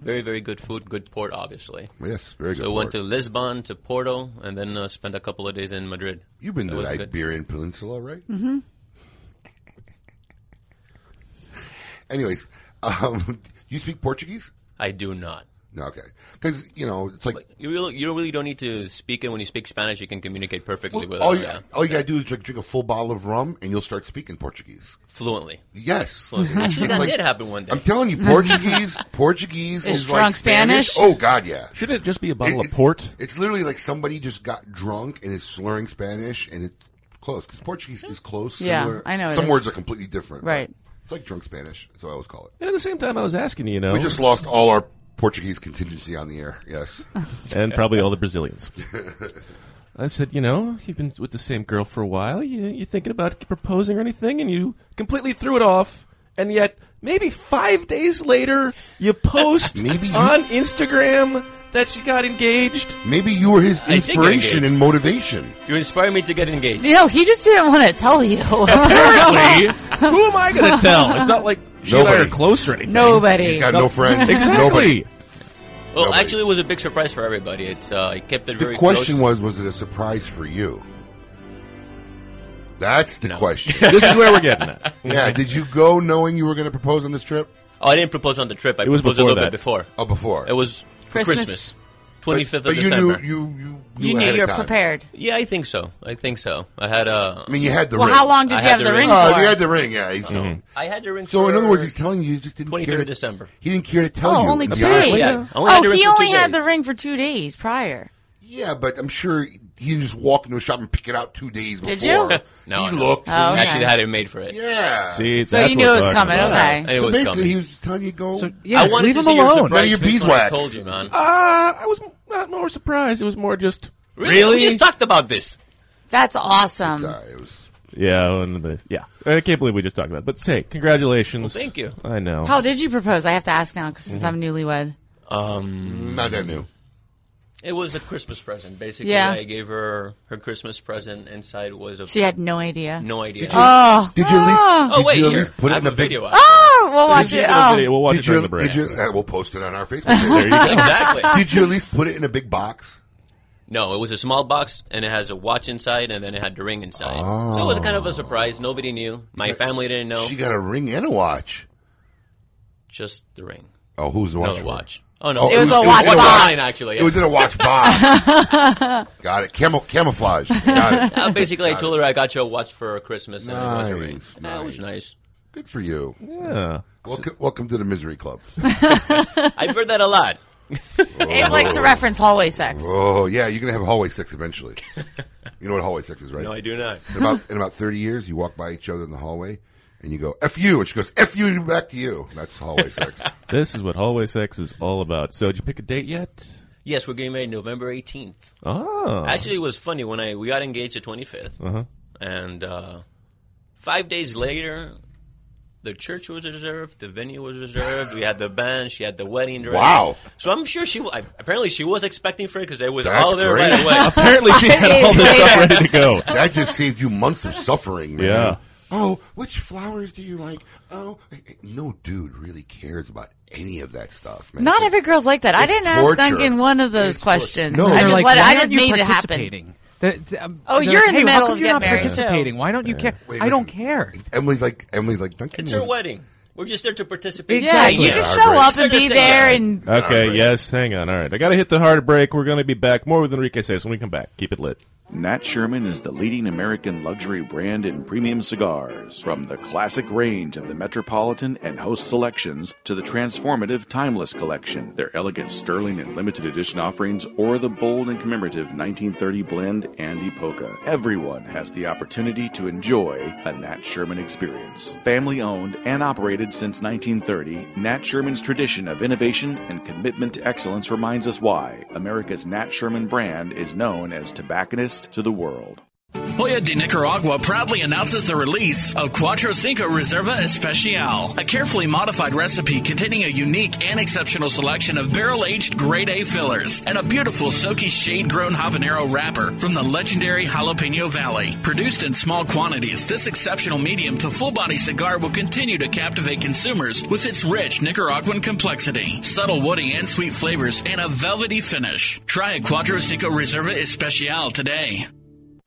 [SPEAKER 6] Very very good food. Good port, obviously.
[SPEAKER 4] Yes, very good.
[SPEAKER 6] So we went
[SPEAKER 4] port.
[SPEAKER 6] to Lisbon, to Porto, and then uh, spent a couple of days in Madrid.
[SPEAKER 4] You've been to
[SPEAKER 6] That
[SPEAKER 4] the
[SPEAKER 6] was good.
[SPEAKER 4] Iberian Peninsula, right? Mm-hmm. Anyways, um, you speak Portuguese?
[SPEAKER 6] I do not.
[SPEAKER 4] No, okay. Because you know, it's like
[SPEAKER 6] You really, you really don't need to speak it. When you speak Spanish, you can communicate perfectly with uh,
[SPEAKER 4] all
[SPEAKER 6] all
[SPEAKER 4] you, all you gotta do is drink, drink a full bottle of rum, and you'll start speaking Portuguese.
[SPEAKER 6] fluently.
[SPEAKER 4] Yes,
[SPEAKER 6] Actually,
[SPEAKER 4] It's
[SPEAKER 6] that
[SPEAKER 4] like-
[SPEAKER 6] did happen one day.
[SPEAKER 4] I'm telling you, Portuguese, Portuguese
[SPEAKER 5] Is
[SPEAKER 4] is like
[SPEAKER 5] drunk Spanish?
[SPEAKER 4] Oh God, yeah.
[SPEAKER 3] Shouldn't it just be a
[SPEAKER 4] It-
[SPEAKER 3] bottle of
[SPEAKER 4] it's-
[SPEAKER 3] port?
[SPEAKER 4] It's literally like somebody just got drunk and is slurring Spanish, and it's close because Portuguese is close.
[SPEAKER 5] Yeah,
[SPEAKER 4] similar.
[SPEAKER 5] I know it
[SPEAKER 4] Some
[SPEAKER 5] is.
[SPEAKER 4] words are completely different. but
[SPEAKER 5] Right.
[SPEAKER 4] It's like drunk Spanish, so I always call it.
[SPEAKER 3] And at the same time, I was asking you, you know,
[SPEAKER 4] We just lost all our Portuguese contingency on the air. Yes,
[SPEAKER 3] and probably all the Brazilians. I said, you know, you've been with the same girl for a while. You, you thinking about proposing or anything? And you completely threw it off. And yet, maybe five days later, you post on Instagram that you got engaged.
[SPEAKER 4] Maybe you were his
[SPEAKER 6] I did get
[SPEAKER 4] inspiration
[SPEAKER 6] engaged.
[SPEAKER 4] and motivation.
[SPEAKER 6] You inspired me to get engaged.
[SPEAKER 5] You know, he just didn't want to tell you.
[SPEAKER 6] Apparently, who am I going to tell? It's not like
[SPEAKER 3] She and I
[SPEAKER 6] Nobody.
[SPEAKER 3] are close or anything.
[SPEAKER 5] Nobody. He's got no
[SPEAKER 4] friends.
[SPEAKER 3] Exactly.
[SPEAKER 4] Nobody.
[SPEAKER 6] Well, actually, it was a big surprise for everybody. It's uh, I kept it
[SPEAKER 4] The
[SPEAKER 6] very
[SPEAKER 4] question
[SPEAKER 6] close.
[SPEAKER 4] was: Was it a surprise for you? That's the question.
[SPEAKER 6] This is where we're getting at.
[SPEAKER 4] yeah. Did you go knowing you were going to propose on this trip?
[SPEAKER 6] Oh, I didn't propose on the trip. I
[SPEAKER 4] It was
[SPEAKER 6] proposed a
[SPEAKER 4] before
[SPEAKER 6] little
[SPEAKER 4] that.
[SPEAKER 6] bit before.
[SPEAKER 4] Oh, before
[SPEAKER 6] it was for
[SPEAKER 5] Christmas.
[SPEAKER 6] Christmas, twenty fifth
[SPEAKER 4] But- but
[SPEAKER 6] of
[SPEAKER 4] you
[SPEAKER 6] December.
[SPEAKER 4] knew- you- you You knew knew ahead of you were time. prepared.
[SPEAKER 6] Yeah, I think so. I think so. I had a. I
[SPEAKER 4] mean, you had the
[SPEAKER 5] Well, ring. how long did
[SPEAKER 6] I
[SPEAKER 5] you
[SPEAKER 6] had
[SPEAKER 5] have the ring
[SPEAKER 4] Oh,
[SPEAKER 5] for?
[SPEAKER 4] you had the ring. Yeah, he's known.
[SPEAKER 6] I had the ring.
[SPEAKER 4] So in
[SPEAKER 6] for
[SPEAKER 4] other words, he's telling you you just didn't.
[SPEAKER 6] 23rd
[SPEAKER 4] care
[SPEAKER 6] of
[SPEAKER 4] to-
[SPEAKER 6] December.
[SPEAKER 4] He didn't care to tell
[SPEAKER 5] oh,
[SPEAKER 4] you.
[SPEAKER 5] only
[SPEAKER 4] to
[SPEAKER 5] two
[SPEAKER 4] be honest
[SPEAKER 5] days.
[SPEAKER 4] with you.
[SPEAKER 5] oh, he only had the ring for two days prior.
[SPEAKER 4] Yeah, but I'm sure he didn't just walk into a shop and pick it out two days before.
[SPEAKER 5] Did you?
[SPEAKER 6] No,
[SPEAKER 4] he
[SPEAKER 6] no.
[SPEAKER 4] looked.
[SPEAKER 5] Oh, okay.
[SPEAKER 6] Actually, had it made for it.
[SPEAKER 4] Yeah.
[SPEAKER 3] See,
[SPEAKER 5] So that's you knew what it was we're talking coming, about. okay.
[SPEAKER 6] It
[SPEAKER 4] so
[SPEAKER 6] was
[SPEAKER 4] basically,
[SPEAKER 6] coming.
[SPEAKER 4] he was just telling you to go.
[SPEAKER 3] yeah, I wanted leave to him see your alone. surprise
[SPEAKER 4] None of your
[SPEAKER 3] face when I
[SPEAKER 4] beeswax.
[SPEAKER 6] told you, man.
[SPEAKER 3] Ah, I was not more surprised. It was more just
[SPEAKER 6] Really? We just talked about this.
[SPEAKER 5] That's awesome.
[SPEAKER 3] Yeah, and the, yeah. I can't believe we just talked about it. But say, congratulations.
[SPEAKER 5] Well, thank you.
[SPEAKER 3] I know.
[SPEAKER 5] How did you propose? I have to ask now 'cause since I'm newlywed.
[SPEAKER 6] Um,
[SPEAKER 4] not that new.
[SPEAKER 6] It was a Christmas present, basically.
[SPEAKER 5] Yeah.
[SPEAKER 6] I gave her her Christmas present. Inside was a.
[SPEAKER 5] She had no idea.
[SPEAKER 6] No idea.
[SPEAKER 5] Did you- Oh.
[SPEAKER 4] Did you at least?
[SPEAKER 5] Oh.
[SPEAKER 4] did
[SPEAKER 5] Oh, wait,
[SPEAKER 4] you at
[SPEAKER 5] here.
[SPEAKER 4] least put it
[SPEAKER 6] I have
[SPEAKER 4] in a
[SPEAKER 6] a
[SPEAKER 4] big-
[SPEAKER 6] video out.
[SPEAKER 5] Oh, we'll watch
[SPEAKER 4] Did you-
[SPEAKER 5] it. Oh.
[SPEAKER 3] We'll watch
[SPEAKER 4] did
[SPEAKER 3] it during
[SPEAKER 4] you,
[SPEAKER 3] the break.
[SPEAKER 4] Did you, uh, we'll post it on our Facebook.
[SPEAKER 6] There you go. Exactly.
[SPEAKER 4] Did you at least put it in a big box?
[SPEAKER 6] No, it was a small box, and it has a watch inside, and then it had the ring inside. So it was kind of a surprise. Nobody knew. My family didn't know.
[SPEAKER 4] She got a ring and a watch.
[SPEAKER 6] just the ring.
[SPEAKER 4] Oh, who's the
[SPEAKER 6] No,
[SPEAKER 4] watch?
[SPEAKER 6] the
[SPEAKER 4] for?
[SPEAKER 6] watch. Oh, no.
[SPEAKER 5] It was a
[SPEAKER 4] in
[SPEAKER 5] watch box.
[SPEAKER 6] Mine, actually, yeah.
[SPEAKER 4] It was in a watch box. Got it. Camo- camouflage. Got it.
[SPEAKER 6] Uh, basically, I
[SPEAKER 4] Got
[SPEAKER 6] told her I got you a watch for Christmas, and it was a ring.
[SPEAKER 4] Nice,
[SPEAKER 6] And That was nice.
[SPEAKER 4] Good for you.
[SPEAKER 3] Yeah.
[SPEAKER 4] Welcome, welcome to the misery club.
[SPEAKER 6] I've heard that a lot.
[SPEAKER 5] Abe likes to reference hallway sex.
[SPEAKER 4] Oh yeah, you're gonna have hallway sex eventually. you know what hallway sex is, right?
[SPEAKER 6] No, I do not.
[SPEAKER 4] In about in about thirty years, you walk by each other in the hallway, and you go "f you," and she goes "f you" back to you. That's hallway sex.
[SPEAKER 3] This is what hallway sex is all about. So, did you pick a date yet?
[SPEAKER 6] Yes, we're getting married November 18th.
[SPEAKER 3] Oh.
[SPEAKER 6] Actually, it was funny when I we got engaged the 25th,
[SPEAKER 3] Uh-huh.
[SPEAKER 6] and uh, five days later, the church was reserved, the venue was reserved. we had the band, she had the wedding dress.
[SPEAKER 4] Wow.
[SPEAKER 6] So I'm sure she wa- I, apparently she was expecting for it because it was
[SPEAKER 4] That's
[SPEAKER 6] all there
[SPEAKER 4] great.
[SPEAKER 6] right away.
[SPEAKER 3] Apparently, she had all this stuff ready to go.
[SPEAKER 4] That just saved you months of suffering, man.
[SPEAKER 3] Yeah.
[SPEAKER 4] Oh, which flowers do you like? Oh, no, dude really cares about any of that stuff, man.
[SPEAKER 5] Not every girl's like that. I
[SPEAKER 4] It's
[SPEAKER 5] didn't
[SPEAKER 4] torture.
[SPEAKER 5] ask Duncan one of those questions.
[SPEAKER 4] No.
[SPEAKER 5] I
[SPEAKER 4] They're
[SPEAKER 5] just
[SPEAKER 4] like,
[SPEAKER 5] let it,
[SPEAKER 4] "Why
[SPEAKER 5] I
[SPEAKER 4] aren't
[SPEAKER 5] just
[SPEAKER 4] you
[SPEAKER 5] made it happen.
[SPEAKER 8] participating? The- um,
[SPEAKER 5] Oh,
[SPEAKER 8] they're
[SPEAKER 5] you're
[SPEAKER 8] like,
[SPEAKER 5] in the
[SPEAKER 8] "Hey,
[SPEAKER 5] middle
[SPEAKER 8] how come
[SPEAKER 5] of
[SPEAKER 8] you're
[SPEAKER 5] getting
[SPEAKER 8] not
[SPEAKER 5] married, too."
[SPEAKER 8] participating? Why don't you care?
[SPEAKER 4] Wait,
[SPEAKER 8] I don't
[SPEAKER 4] listen.
[SPEAKER 8] care.
[SPEAKER 4] Emily's like Emily's like Duncan.
[SPEAKER 6] It's
[SPEAKER 4] was-
[SPEAKER 6] her wedding. We're just there to participate.
[SPEAKER 5] Yeah, Exactly. you just show up and be there and-
[SPEAKER 3] Okay, yes, hang on. All right. I got to hit the hard break. We're going to be back. More with Enrique says when we come back. Keep it lit.
[SPEAKER 13] Nat Sherman is the leading American luxury brand in premium cigars, from the classic range of the Metropolitan and Host selections to the transformative Timeless collection, their elegant Sterling and limited edition offerings, or the bold and commemorative 1930 blend Andy Polka. Everyone has the opportunity to enjoy a Nat Sherman experience. Family owned and operated since 1930, Nat Sherman's tradition of innovation and commitment to excellence reminds us why America's Nat Sherman brand is known as tobacconist to the world.
[SPEAKER 14] Hoya de Nicaragua proudly announces the release of Cuatro Cinco Reserva Especial, a carefully modified recipe containing a unique and exceptional selection of barrel aged grade A fillers and a beautiful silky shade grown habanero wrapper from the legendary Jalapeno Valley. Produced in small quantities, this exceptional medium to full body cigar will continue to captivate consumers with its rich Nicaraguan complexity, subtle woody and sweet flavors, and a velvety finish. Try a Cuatro Cinco Reserva Especial today.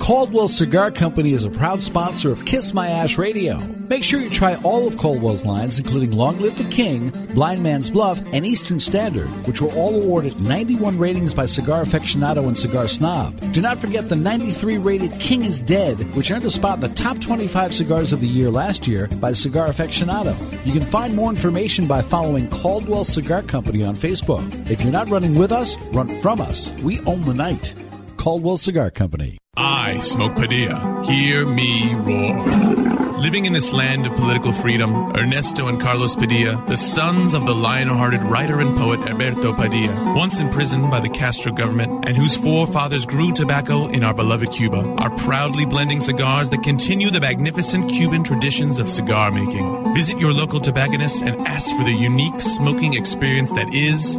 [SPEAKER 15] Caldwell Cigar Company is a proud sponsor of Kiss My Ash Radio. Make sure you try all of Caldwell's lines, including Long Live the King, Blind Man's Bluff, and Eastern Standard, which were all awarded 91 ratings by Cigar Aficionado and Cigar Snob. Do not forget the 93 rated King is Dead, which earned a spot in the top 25 cigars of the year last year by Cigar Aficionado. You can find more information by following Caldwell Cigar Company on Facebook. If you're not running with us, run from us. We own the night. Caldwell Cigar Company.
[SPEAKER 16] I, Smoke Padilla, hear me roar. Living in this land of political freedom, Ernesto and Carlos Padilla, the sons of the lion-hearted writer and poet Alberto Padilla, once imprisoned by the Castro government and whose forefathers grew tobacco in our beloved Cuba, are proudly blending cigars that continue the magnificent Cuban traditions of cigar making. Visit your local tobacconist and ask for the unique smoking experience that is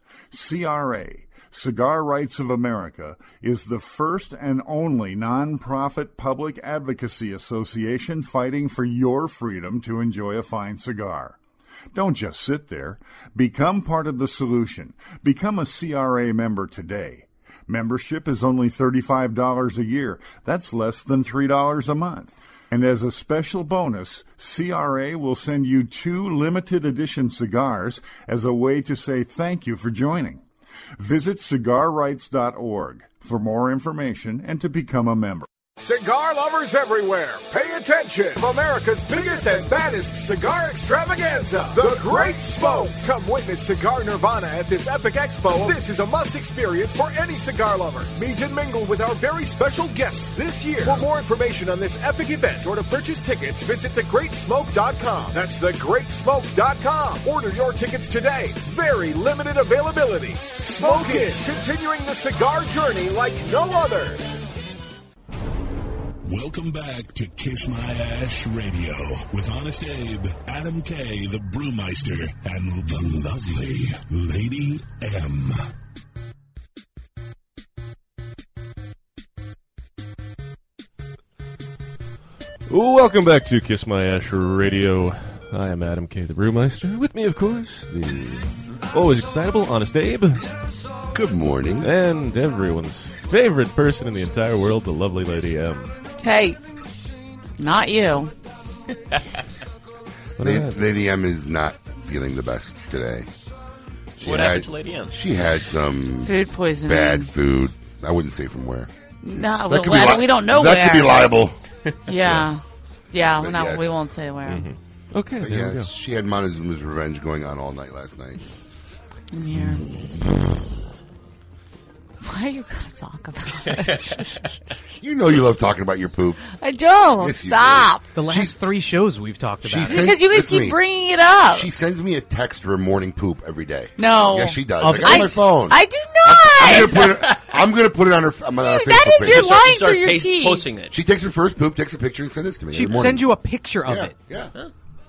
[SPEAKER 10] CRA, Cigar Rights of America, is the first and only nonprofit public advocacy association fighting for your freedom to enjoy a fine cigar. Don't just sit there. Become part of the solution. Become a CRA member today. Membership is only $35 a year. That's less than $3 a month. And as a special bonus, CRA will send you two limited edition cigars as a way to say thank you for joining. Visit cigarrights.org for more information and to become a member.
[SPEAKER 17] Cigar lovers everywhere, pay attention. America's biggest and baddest cigar extravaganza, The Great Smoke. Come witness Cigar Nirvana at this epic expo. This is a must experience for any cigar lover. Meet and mingle with our very special guests this year. For more information on this epic event or to purchase tickets, visit thegreatsmoke.com. That's thegreatsmoke.com. Order your tickets today. Very limited availability. Smoke it, continuing the cigar journey like no other.
[SPEAKER 1] Welcome back to Kiss My Ash Radio with Honest Abe, Adam K, the Brewmeister, and the lovely Lady M.
[SPEAKER 3] Welcome back to Kiss My Ash Radio. I am Adam K. the Brewmeister. With me, of course, the always excitable Honest Abe.
[SPEAKER 4] Good morning.
[SPEAKER 3] And everyone's favorite person in the entire world, the lovely Lady M.
[SPEAKER 5] Hey, not you.
[SPEAKER 4] Lady, Lady M is not feeling the best today. She
[SPEAKER 5] What happened to Lady M?
[SPEAKER 4] She had some
[SPEAKER 5] Food poisoning.
[SPEAKER 4] Bad food. I wouldn't say from where.
[SPEAKER 5] No,
[SPEAKER 4] That
[SPEAKER 5] well,
[SPEAKER 4] could be
[SPEAKER 5] I-
[SPEAKER 4] li-
[SPEAKER 5] we don't know
[SPEAKER 4] That could
[SPEAKER 5] where.
[SPEAKER 4] be liable.
[SPEAKER 5] Yeah. Yeah, we're
[SPEAKER 4] But
[SPEAKER 5] not,
[SPEAKER 4] yes. Mm-hmm.
[SPEAKER 5] we won't say where.
[SPEAKER 3] Okay,
[SPEAKER 4] But
[SPEAKER 3] there we
[SPEAKER 4] yes,
[SPEAKER 3] go.
[SPEAKER 4] she had Montezuma's revenge going on all night last night.
[SPEAKER 5] Yeah. Why are you going to talk about it?
[SPEAKER 4] You know you love talking about your poop.
[SPEAKER 5] I don't.
[SPEAKER 4] Yes, you do.
[SPEAKER 5] Stop.
[SPEAKER 8] The last three shows we've talked
[SPEAKER 4] She
[SPEAKER 8] about.
[SPEAKER 4] sends-
[SPEAKER 5] Because you guys
[SPEAKER 4] listen to
[SPEAKER 5] keep
[SPEAKER 4] me.
[SPEAKER 5] bringing it up.
[SPEAKER 4] She sends me a text of her morning poop every day.
[SPEAKER 5] No.
[SPEAKER 4] Yes, she does.
[SPEAKER 5] Of-
[SPEAKER 4] I got it on
[SPEAKER 5] I-
[SPEAKER 4] my phone.
[SPEAKER 5] I do
[SPEAKER 4] I'm gonna put it, I'm gonna put it on her. I'm on her
[SPEAKER 5] Dude, that
[SPEAKER 4] Facebook
[SPEAKER 5] is
[SPEAKER 4] page.
[SPEAKER 5] your Just start- line start for your paste- tea. posting
[SPEAKER 4] it. She takes her first poop, takes a picture, and sends it to me.
[SPEAKER 8] She
[SPEAKER 4] every morning.
[SPEAKER 8] sends you a picture of
[SPEAKER 4] Yeah,
[SPEAKER 8] it.
[SPEAKER 4] Yeah.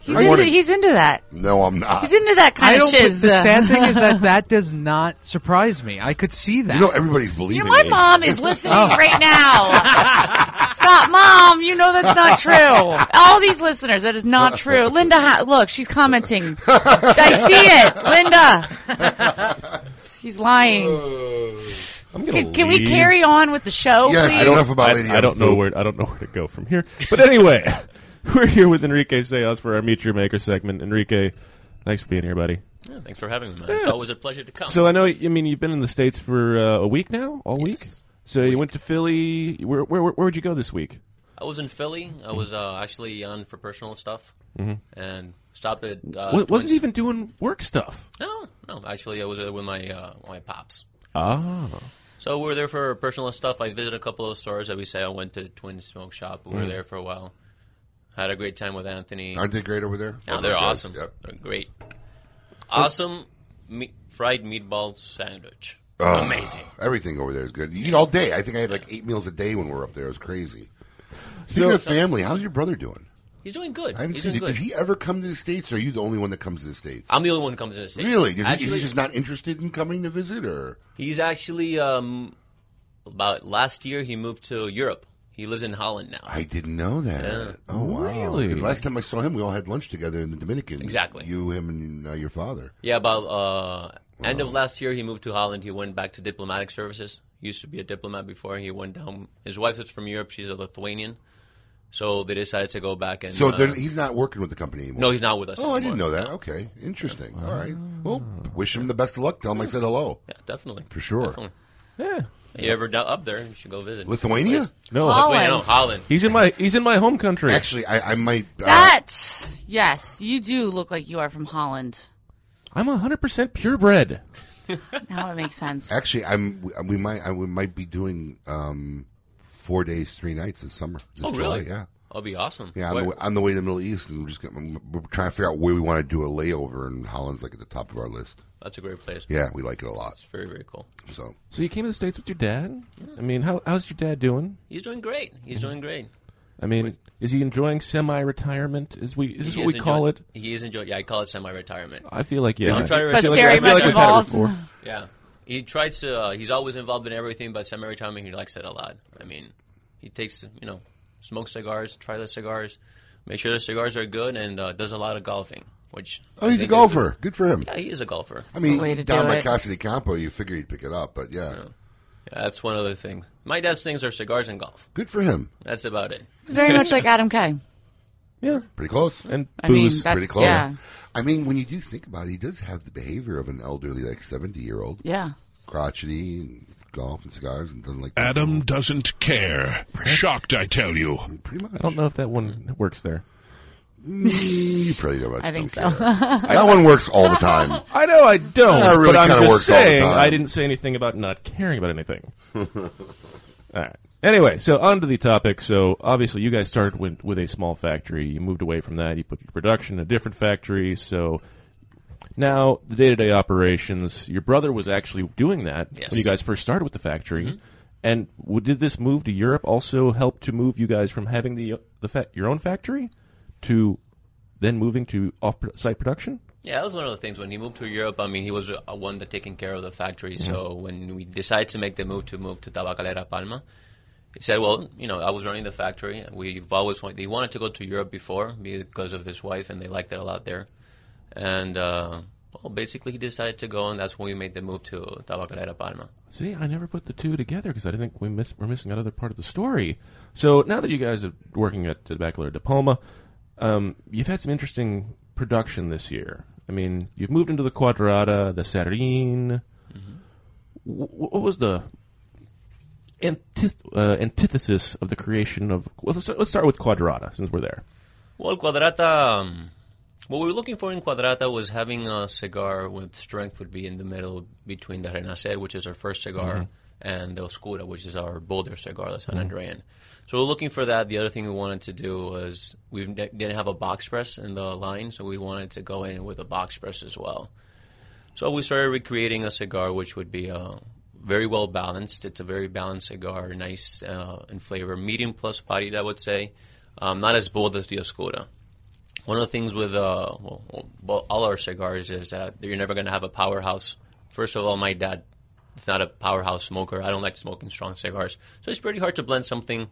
[SPEAKER 5] He's
[SPEAKER 4] Every
[SPEAKER 5] into,
[SPEAKER 4] morning.
[SPEAKER 5] he's into that.
[SPEAKER 4] No, I'm not.
[SPEAKER 5] He's into that kind
[SPEAKER 8] I
[SPEAKER 5] of
[SPEAKER 8] don't,
[SPEAKER 5] shiz. uh.
[SPEAKER 8] The sad thing is that that does not surprise me. I could see that. You
[SPEAKER 4] know, everybody's believing.
[SPEAKER 5] My mom is listening
[SPEAKER 8] Oh.
[SPEAKER 5] right now. Stop, mom. You know that's not true. All these listeners, that is not true. Linda, ha- look, she's commenting. I see it, Linda. He's lying. Can, can we
[SPEAKER 3] Uh, leave.
[SPEAKER 5] carry on with the show, please?
[SPEAKER 3] I don't, I, I don't know where I don't know where to go from here. But anyway, we're here with Enrique Seos for our Meet Your Maker segment. Enrique, thanks for being here, buddy.
[SPEAKER 6] Yeah, thanks for having me, man. It's always a pleasure to come.
[SPEAKER 3] So I know. I mean, you've been in the states for uh, a week now, all week. So you went to Philly. Where where where would you go this week?
[SPEAKER 6] I was in Philly. I was uh, actually on for personal stuff
[SPEAKER 3] Mhm.
[SPEAKER 6] and stopped at. Uh,
[SPEAKER 3] Wa- wasn't
[SPEAKER 6] Twins-
[SPEAKER 3] even doing work stuff.
[SPEAKER 6] No, no. Actually, I was uh, with my uh, my pops.
[SPEAKER 4] Ah.
[SPEAKER 3] Oh,
[SPEAKER 6] So we were there for personal stuff. I visited a couple of stores. That we say I went to Twin Smoke Shop. We were
[SPEAKER 3] Mm-hmm.
[SPEAKER 4] Mm.
[SPEAKER 6] there for a while. Had a great time with Anthony.
[SPEAKER 4] Aren't they great over there?
[SPEAKER 6] Yeah,
[SPEAKER 4] Oh,
[SPEAKER 6] they're
[SPEAKER 4] my God,
[SPEAKER 6] awesome.
[SPEAKER 4] yep.
[SPEAKER 6] They're great. Awesome me- fried meatball sandwich.
[SPEAKER 4] Oh,
[SPEAKER 6] Amazing.
[SPEAKER 4] Everything over there is good. You eat all day. I think I had like eight meals a day when we were up there. It was crazy. Speaking
[SPEAKER 6] So-
[SPEAKER 4] of family, how's your brother doing?
[SPEAKER 6] He's doing good.
[SPEAKER 4] I haven't
[SPEAKER 6] He's
[SPEAKER 4] seen.
[SPEAKER 6] doing
[SPEAKER 4] Does
[SPEAKER 6] good.
[SPEAKER 4] he ever come to the states? or Are you the only one that comes to the states?
[SPEAKER 6] I'm the only one who comes to the States.
[SPEAKER 4] Really? Is he- is he
[SPEAKER 6] Actually-
[SPEAKER 4] just not interested in coming to visit, or
[SPEAKER 6] He's actually um, about last year he moved to Europe. He lives in Holland now.
[SPEAKER 4] I didn't know that.
[SPEAKER 6] Yeah.
[SPEAKER 4] Oh wow!
[SPEAKER 6] Really?
[SPEAKER 4] 'Cause last time I saw him, we all had lunch together in the Dominican.
[SPEAKER 6] Exactly.
[SPEAKER 4] You, him, and uh, your father.
[SPEAKER 6] Yeah, about uh, end of last year he moved to Holland. He went back to diplomatic services. He used to be a diplomat before. He went down. His wife is from Europe. She's a Lithuanian, so they decided to go back and.
[SPEAKER 4] So
[SPEAKER 6] uh,
[SPEAKER 4] then he's not working with the company anymore.
[SPEAKER 6] No, he's not with us
[SPEAKER 4] Oh, I didn't know
[SPEAKER 6] anymore.
[SPEAKER 4] that. Okay, interesting. All right.
[SPEAKER 3] Ah.
[SPEAKER 4] Well, wish him the best of luck. Tell him I said hello.
[SPEAKER 6] Yeah, definitely.
[SPEAKER 4] For sure.
[SPEAKER 6] Definitely. Yeah. You uh, ever do- up there? You should go visit
[SPEAKER 4] Lithuania?
[SPEAKER 3] No,
[SPEAKER 6] Lithuania, no, Holland.
[SPEAKER 3] He's in my he's in my home country.
[SPEAKER 4] Actually, I, I might. uh,
[SPEAKER 5] That yes, you do look like you are from Holland.
[SPEAKER 3] I'm 100 percent purebred.
[SPEAKER 5] Now it makes sense.
[SPEAKER 4] Actually, I'm. we- We might. I, we might be doing um, four days, three nights this summer. This
[SPEAKER 6] Oh, really?
[SPEAKER 4] July, yeah.
[SPEAKER 6] That'll be awesome.
[SPEAKER 4] Yeah, on the,
[SPEAKER 6] Where-
[SPEAKER 4] way, on the way to the Middle East, and we're just gonna, we're trying to figure out where we want to do a layover, and Holland's like at the top of our list.
[SPEAKER 6] That's a great place.
[SPEAKER 4] Yeah, we like it a lot.
[SPEAKER 6] It's very very cool.
[SPEAKER 4] So
[SPEAKER 3] So you came to the states with your dad. I mean, how, how's your dad doing?
[SPEAKER 6] He's doing great. He's doing great.
[SPEAKER 3] I mean, is he enjoying semi-retirement? Is we is this
[SPEAKER 6] He
[SPEAKER 3] what we call it?
[SPEAKER 6] enjoying- He is enjoying. Yeah, I call it semi-retirement.
[SPEAKER 3] I feel like, yeah.
[SPEAKER 6] I'm trying to
[SPEAKER 3] But
[SPEAKER 6] retire-
[SPEAKER 3] very I feel like much we've had it involved. before.
[SPEAKER 6] Yeah, he tries to. Uh, he's always involved in everything, but semi-retirement he likes it a lot. I mean, he takes you know, smokes cigars, try the cigars, make sure the cigars are good, and uh, does a lot of golfing. Which
[SPEAKER 4] Oh,
[SPEAKER 6] I
[SPEAKER 4] he's a
[SPEAKER 6] think is
[SPEAKER 4] golfer. Good for him.
[SPEAKER 6] Yeah, he is a golfer.
[SPEAKER 4] I mean, down by Casa de Campo, you figure he'd pick it up, but yeah,
[SPEAKER 6] Yeah, that's one of the things. My dad's things are cigars and golf.
[SPEAKER 4] Good for him.
[SPEAKER 6] That's about it.
[SPEAKER 5] It's very much like Adam K.
[SPEAKER 3] Yeah,
[SPEAKER 4] pretty close.
[SPEAKER 3] And
[SPEAKER 5] I mean, booze. that's-
[SPEAKER 4] pretty close.
[SPEAKER 5] yeah.
[SPEAKER 4] I mean, when you do think about it, he does have the behavior of an elderly, like seventy-year-old.
[SPEAKER 5] Yeah.
[SPEAKER 4] crotchety and golf and cigars, and doesn't like.
[SPEAKER 1] Adam doesn't care. Shocked, I tell you.
[SPEAKER 4] Pretty much.
[SPEAKER 3] I don't know if that one works there.
[SPEAKER 4] Mm, you probably don't.
[SPEAKER 5] I think so.
[SPEAKER 4] don't care. that one works all the time.
[SPEAKER 3] I know I don't,
[SPEAKER 4] That really
[SPEAKER 3] but I'm
[SPEAKER 4] kinda
[SPEAKER 3] just
[SPEAKER 4] works all the
[SPEAKER 3] saying
[SPEAKER 4] time.
[SPEAKER 3] I didn't say anything about not caring about anything. all right. Anyway, so on to the topic. So obviously, you guys started with, with a small factory. You moved away from that. You put your production in a different factory. So now the day to day operations. Your brother was actually doing that
[SPEAKER 6] Yes.
[SPEAKER 3] when you guys first started with the factory.
[SPEAKER 4] Mm-hmm.
[SPEAKER 3] And w- did this move to Europe also help to move you guys from having the the fa- your own factory to then moving to off site production?
[SPEAKER 6] Yeah, that was one of the things. When he moved to Europe, I mean, he was uh, one that taking care of the factory. So when we decided to make the move to move to Tabacalera Palma, he said, "Well, you know, I was running the factory. We've always wanted. He wanted to go to Europe before because of his wife, and they liked it a lot there. And uh, well, basically, he decided to go, and that's when we made the move to Tabacalera Palma.
[SPEAKER 3] See, I never put the two together because I didn't think we miss, we're missing another part of the story. So now that you guys are working at the Bachelor de Palma, um, you've had some interesting production this year. I mean, you've moved into the Quadrata, the Sardine. Wh- wh- what was the antith- uh, antithesis of the creation of? Well, let's, let's start with Quadrata since we're there.
[SPEAKER 6] Well, Quadrata. Um, what we were looking for in Quadrata was having a cigar with strength would be in the middle between the Renacer, which is our first cigar,
[SPEAKER 3] Mhm.
[SPEAKER 6] and the Oscura, which is our bolder cigar, the San
[SPEAKER 3] Mhm.
[SPEAKER 6] Andrean. So we're looking for that. The other thing we wanted to do was we ne- didn't have a box press in the line, so we wanted to go in with a box press as well. So we started recreating a cigar which would be uh, very well balanced. It's a very balanced cigar, nice uh, in flavor, medium plus bodied, I would say. Um, not as bold as the Oscura. One of the things with uh, well, well, all our cigars is that you're never going to have a powerhouse. First of all, my dad is not a powerhouse smoker. I don't like smoking strong cigars, so it's pretty hard to blend something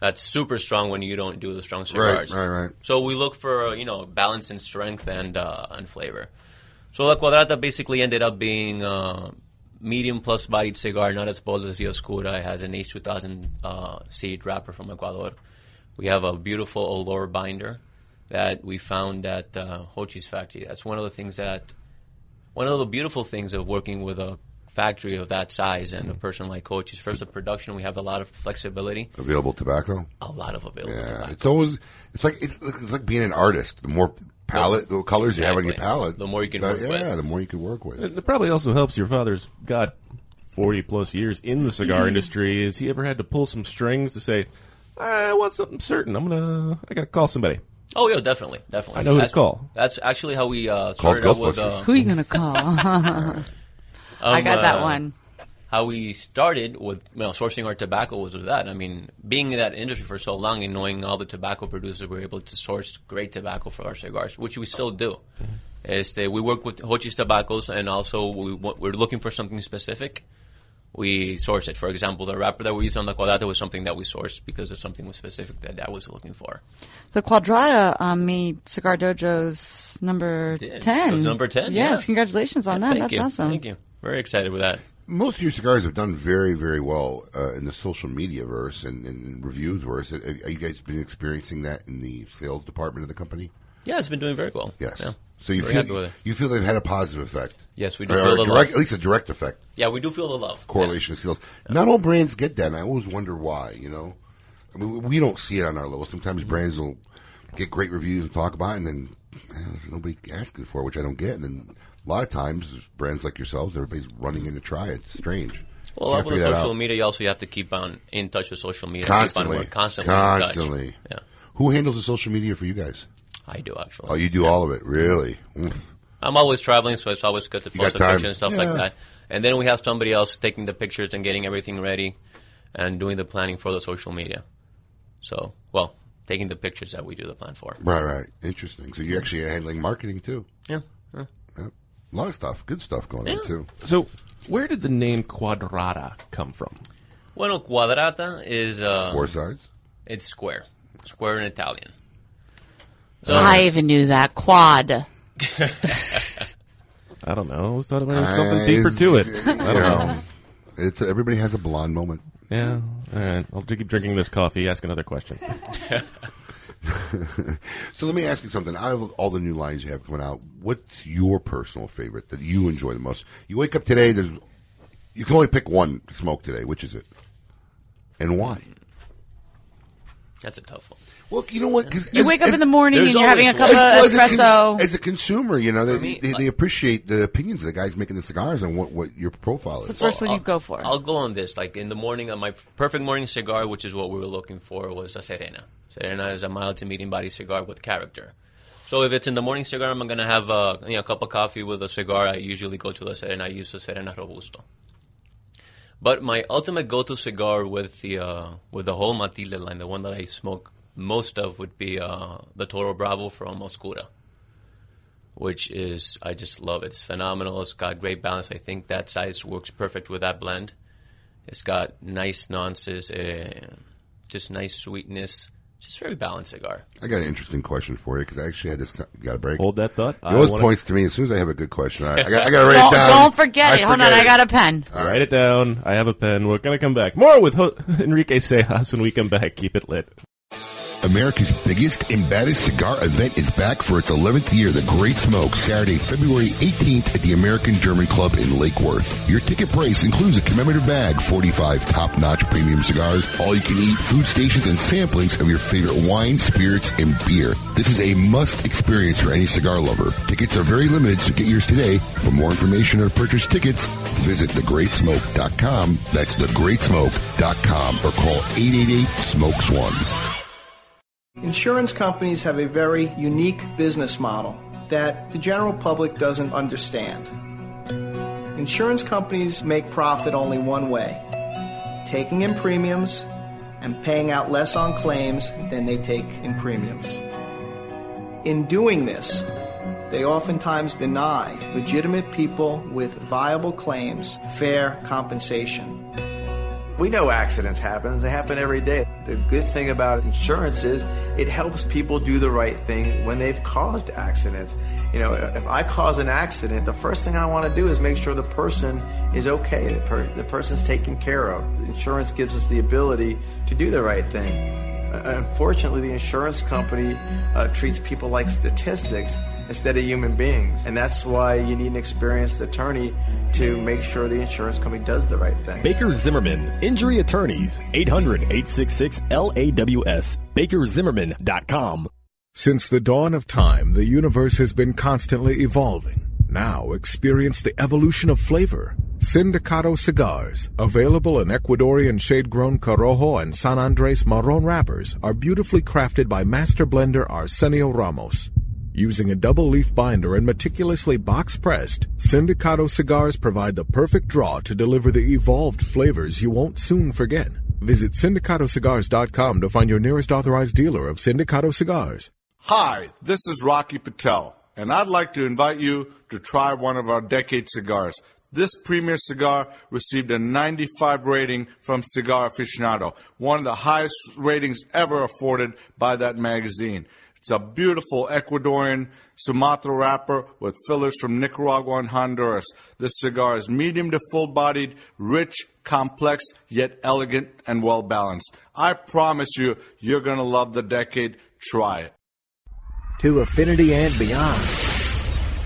[SPEAKER 6] that's super strong when you don't do the strong cigars.
[SPEAKER 4] right, right.
[SPEAKER 6] So we look for uh, you know balance and strength and uh, and flavor. So La Quadrata basically ended up being uh, medium plus bodied cigar, not as bold as the Oscura. It has an H2000 uh, seed wrapper from Ecuador. We have a beautiful Olor binder that we found at uh, Ho Chi's factory. That's one of the things that, one of the beautiful things of working with a factory of that size and a
[SPEAKER 4] Mm-hmm.
[SPEAKER 6] person like Ho Chi's. First, the production, we have a lot of flexibility.
[SPEAKER 4] Available tobacco.
[SPEAKER 6] A lot of available
[SPEAKER 4] Yeah, it's always it's like it's, it's like being an artist. The more palette, the colors you have on your palette, the more you
[SPEAKER 6] can
[SPEAKER 4] that,
[SPEAKER 6] work
[SPEAKER 4] yeah,
[SPEAKER 6] with.
[SPEAKER 4] the more you can work with.
[SPEAKER 3] It, it probably also helps your father's got forty plus years in the cigar industry. Has he ever had to pull some strings to say, "I want something certain. I'm gonna, I gotta call somebody."
[SPEAKER 6] Oh, yeah, definitely. Definitely.
[SPEAKER 3] I know who to
[SPEAKER 6] that's,
[SPEAKER 3] call.
[SPEAKER 6] That's actually how we uh,
[SPEAKER 3] Call
[SPEAKER 6] started out with.
[SPEAKER 3] Ghostbusters.
[SPEAKER 6] Uh,
[SPEAKER 5] Who are you gonna call? I
[SPEAKER 6] Um,
[SPEAKER 5] got that
[SPEAKER 6] uh,
[SPEAKER 5] one.
[SPEAKER 6] how we started with you know, sourcing our tobacco was with that. I mean, being in that industry for so long and knowing all the tobacco producers, we were able to source great tobacco for our cigars, which we still do. Este, we work with Hochi's Tobaccos, and also we, wa- we're looking for something specific. We source it. For example, the wrapper that we used on the Cuadrata was something that we sourced because of something specific that I was looking for.
[SPEAKER 11] The Quadrata um, made Cigar Dojo's number
[SPEAKER 6] Yeah,
[SPEAKER 11] 10.
[SPEAKER 6] it was number 10,
[SPEAKER 11] Yes,
[SPEAKER 6] yeah.
[SPEAKER 11] congratulations on
[SPEAKER 6] Yeah,
[SPEAKER 11] that.
[SPEAKER 6] thank
[SPEAKER 11] That's
[SPEAKER 6] you.
[SPEAKER 11] awesome.
[SPEAKER 6] Thank you. Very excited with that.
[SPEAKER 4] Most of your cigars have done very, very well uh, in the social media verse and, and reviews verse. Have have you guys been experiencing that in the sales department of the company?
[SPEAKER 6] Yeah, it's been doing very well.
[SPEAKER 4] Yes.
[SPEAKER 6] Yeah.
[SPEAKER 4] So you
[SPEAKER 6] Very happy
[SPEAKER 4] feel
[SPEAKER 6] with it.
[SPEAKER 4] you feel they've had a positive effect.
[SPEAKER 6] Yes, we do
[SPEAKER 4] Or-
[SPEAKER 6] feel
[SPEAKER 4] or
[SPEAKER 6] the
[SPEAKER 4] direct,
[SPEAKER 6] love.
[SPEAKER 4] at least a direct effect.
[SPEAKER 6] Yeah, we do feel the love.
[SPEAKER 4] correlation of sales. Not all brands get that, and I always wonder why. You know, I mean, we don't see it on our level. Sometimes
[SPEAKER 6] Mm-hmm.
[SPEAKER 4] brands will get great reviews and talk about, it, and then eh, nobody asking for it, which I don't get. And then a lot of times, brands like yourselves, everybody's running in to try it. It's strange.
[SPEAKER 6] Well,
[SPEAKER 4] Can't
[SPEAKER 6] with
[SPEAKER 4] figure that
[SPEAKER 6] social
[SPEAKER 4] out.
[SPEAKER 6] media, you also have to keep on in touch with social media.
[SPEAKER 4] constantly,
[SPEAKER 6] Keep on, constantly. in touch.
[SPEAKER 4] constantly. Who handles the social media for you guys?
[SPEAKER 6] I do, actually.
[SPEAKER 4] Oh, you do all of it, really? Mm.
[SPEAKER 6] I'm always traveling, so it's always good to
[SPEAKER 4] You
[SPEAKER 6] post a
[SPEAKER 4] got time.
[SPEAKER 6] picture and stuff
[SPEAKER 4] Yeah.
[SPEAKER 6] like that. And then we have somebody else taking the pictures and getting everything ready and doing the planning for the social media. So, well, taking the pictures that we do the plan for.
[SPEAKER 4] Right, right. Interesting. So you're actually handling marketing too.
[SPEAKER 6] Yeah. yeah.
[SPEAKER 4] Yep. A lot of stuff, good stuff going on too.
[SPEAKER 3] So, where did the name Quadrata come from?
[SPEAKER 6] Bueno, cuadrata is uh,
[SPEAKER 4] Four sides.
[SPEAKER 6] It's square, square in Italian.
[SPEAKER 5] I even knew that quad.
[SPEAKER 3] I don't know. I always thought there was
[SPEAKER 4] Uh,
[SPEAKER 3] something deeper
[SPEAKER 4] it's-
[SPEAKER 3] to it.
[SPEAKER 4] you
[SPEAKER 3] I don't know.
[SPEAKER 4] It's everybody has a blonde moment.
[SPEAKER 3] Yeah. All right. I'll keep drinking this coffee. Ask another question.
[SPEAKER 4] so let me ask you something. Out of all the new lines you have coming out, what's your personal favorite that you enjoy the most? You wake up today, there's you can only pick one to smoke today. Which is it, and why?
[SPEAKER 6] That's a tough one.
[SPEAKER 4] Well, you know what? Cause
[SPEAKER 5] You wake up in the morning and
[SPEAKER 6] There's
[SPEAKER 5] you're having a cup
[SPEAKER 6] always
[SPEAKER 5] of
[SPEAKER 4] As- well, as a
[SPEAKER 5] espresso.
[SPEAKER 4] con- as a consumer, you know they,
[SPEAKER 6] me,
[SPEAKER 4] they, they appreciate the opinions of the guys making the cigars and what, what your profile is.
[SPEAKER 6] Well, I'll- I'll go on this. Like in the morning, uh, my perfect morning cigar, which is what we were looking for, was a Serena. Serena is a mild to medium body cigar with character. So if it's in the morning cigar, I'm gonna have a you know, a cup of coffee with a cigar. I usually go to the Serena. I use the Serena Robusto. But my ultimate go-to cigar with the uh, with the whole Matilde line, the one that I smoke most of, would be uh, the Toro Bravo from Oscura, which is I just love it. It's phenomenal. It's got great balance. I think that size works perfect with that blend. It's got nice nuances, uh, just nice sweetness. Just very balanced cigar.
[SPEAKER 4] I got an interesting question for you because I actually had this. co- Got a break.
[SPEAKER 3] Hold that thought.
[SPEAKER 4] It
[SPEAKER 3] I
[SPEAKER 4] always
[SPEAKER 3] wanna-
[SPEAKER 4] points to me as soon as I have a good question. I, I got, I got to write
[SPEAKER 5] Don't-
[SPEAKER 4] it down.
[SPEAKER 5] don't forget it. Hold on,
[SPEAKER 4] forget
[SPEAKER 5] I got a pen.
[SPEAKER 4] All right.
[SPEAKER 3] Write it down. I have a pen. We're going to come back. More with Ho- Enrique Sejas when we come back. Keep it lit.
[SPEAKER 1] America's biggest and baddest cigar event is back for its 11th year, The Great Smoke, Saturday, February 18th at the American German Club in Lake Worth. Your ticket price includes a commemorative bag, 45 top-notch premium cigars, all-you-can-eat food stations, and samplings of your favorite wine, spirits, and beer. This is a must experience for any cigar lover. Tickets are very limited, so get yours today. For more information or to purchase tickets, visit thegreatsmoke.com. That's thegreatsmoke.com or call 888-SMOKES1.
[SPEAKER 18] Insurance companies have a very unique business model that the general public doesn't understand. Insurance companies make profit only one way taking in premiums and paying out less on claims than they take in premiums. In doing this, they oftentimes deny legitimate people with viable claims fair compensation.
[SPEAKER 19] We know accidents happen, they happen every day. The good thing about insurance is it helps people do the right thing when they've caused accidents. You know, if I cause an accident, the first thing I want to do is make sure the person is okay, the, per- the person's taken care of. Insurance gives us the ability to do the right thing. Uh, Unfortunately, the insurance company uh, treats people like statistics instead of human beings. And that's why you need an experienced attorney to make sure the insurance company does the right thing.
[SPEAKER 20] Baker Zimmerman, Injury Attorneys, 800 866 LAWS, bakerzimmerman.com.
[SPEAKER 12] Since the dawn of time, the universe has been constantly evolving. Now experience the evolution of flavor. Sindicato cigars, available in Ecuadorian shade-grown Corojo and San Andres Marron wrappers, are beautifully crafted by master blender Arsenio Ramos. Using a double leaf binder and meticulously box pressed, Sindicato cigars provide the perfect draw to deliver the evolved flavors you won't soon forget. Visit syndicatocigars.com to find your nearest authorized dealer of Sindicato cigars.
[SPEAKER 21] Hi, this is Rocky Patel, and I'd like to invite you to try one of our decade cigars. This premier cigar received a 95 rating from Cigar Aficionado, one of the highest ratings ever afforded by that magazine. It's a beautiful Ecuadorian Sumatra wrapper with fillers from Nicaragua and Honduras. This cigar is medium to full bodied, rich, complex, yet elegant and well balanced. I promise you, you're going to love the decade. Try it.
[SPEAKER 22] to affinity and beyond.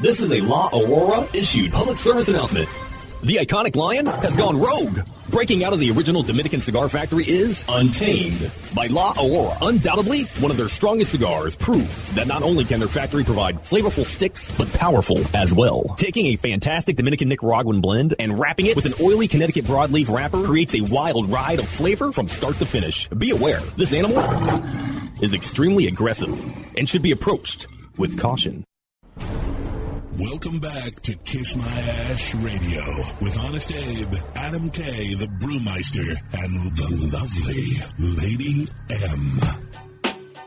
[SPEAKER 20] This is a La Aurora issued public service announcement. The iconic lion has gone rogue. Breaking out of the original Dominican cigar factory is Untamed. By La Aurora, undoubtedly, one of their strongest cigars proves that not only can their factory provide flavorful sticks, but powerful as well. Taking a fantastic Dominican Nicaraguan blend and wrapping it with an oily Connecticut broadleaf wrapper creates a wild ride of flavor from start to finish. Be aware, this animal is extremely aggressive and should be approached with caution.
[SPEAKER 1] Welcome back to Kiss My Ash Radio with Honest Abe, Adam K, the Brewmeister, and the lovely Lady M.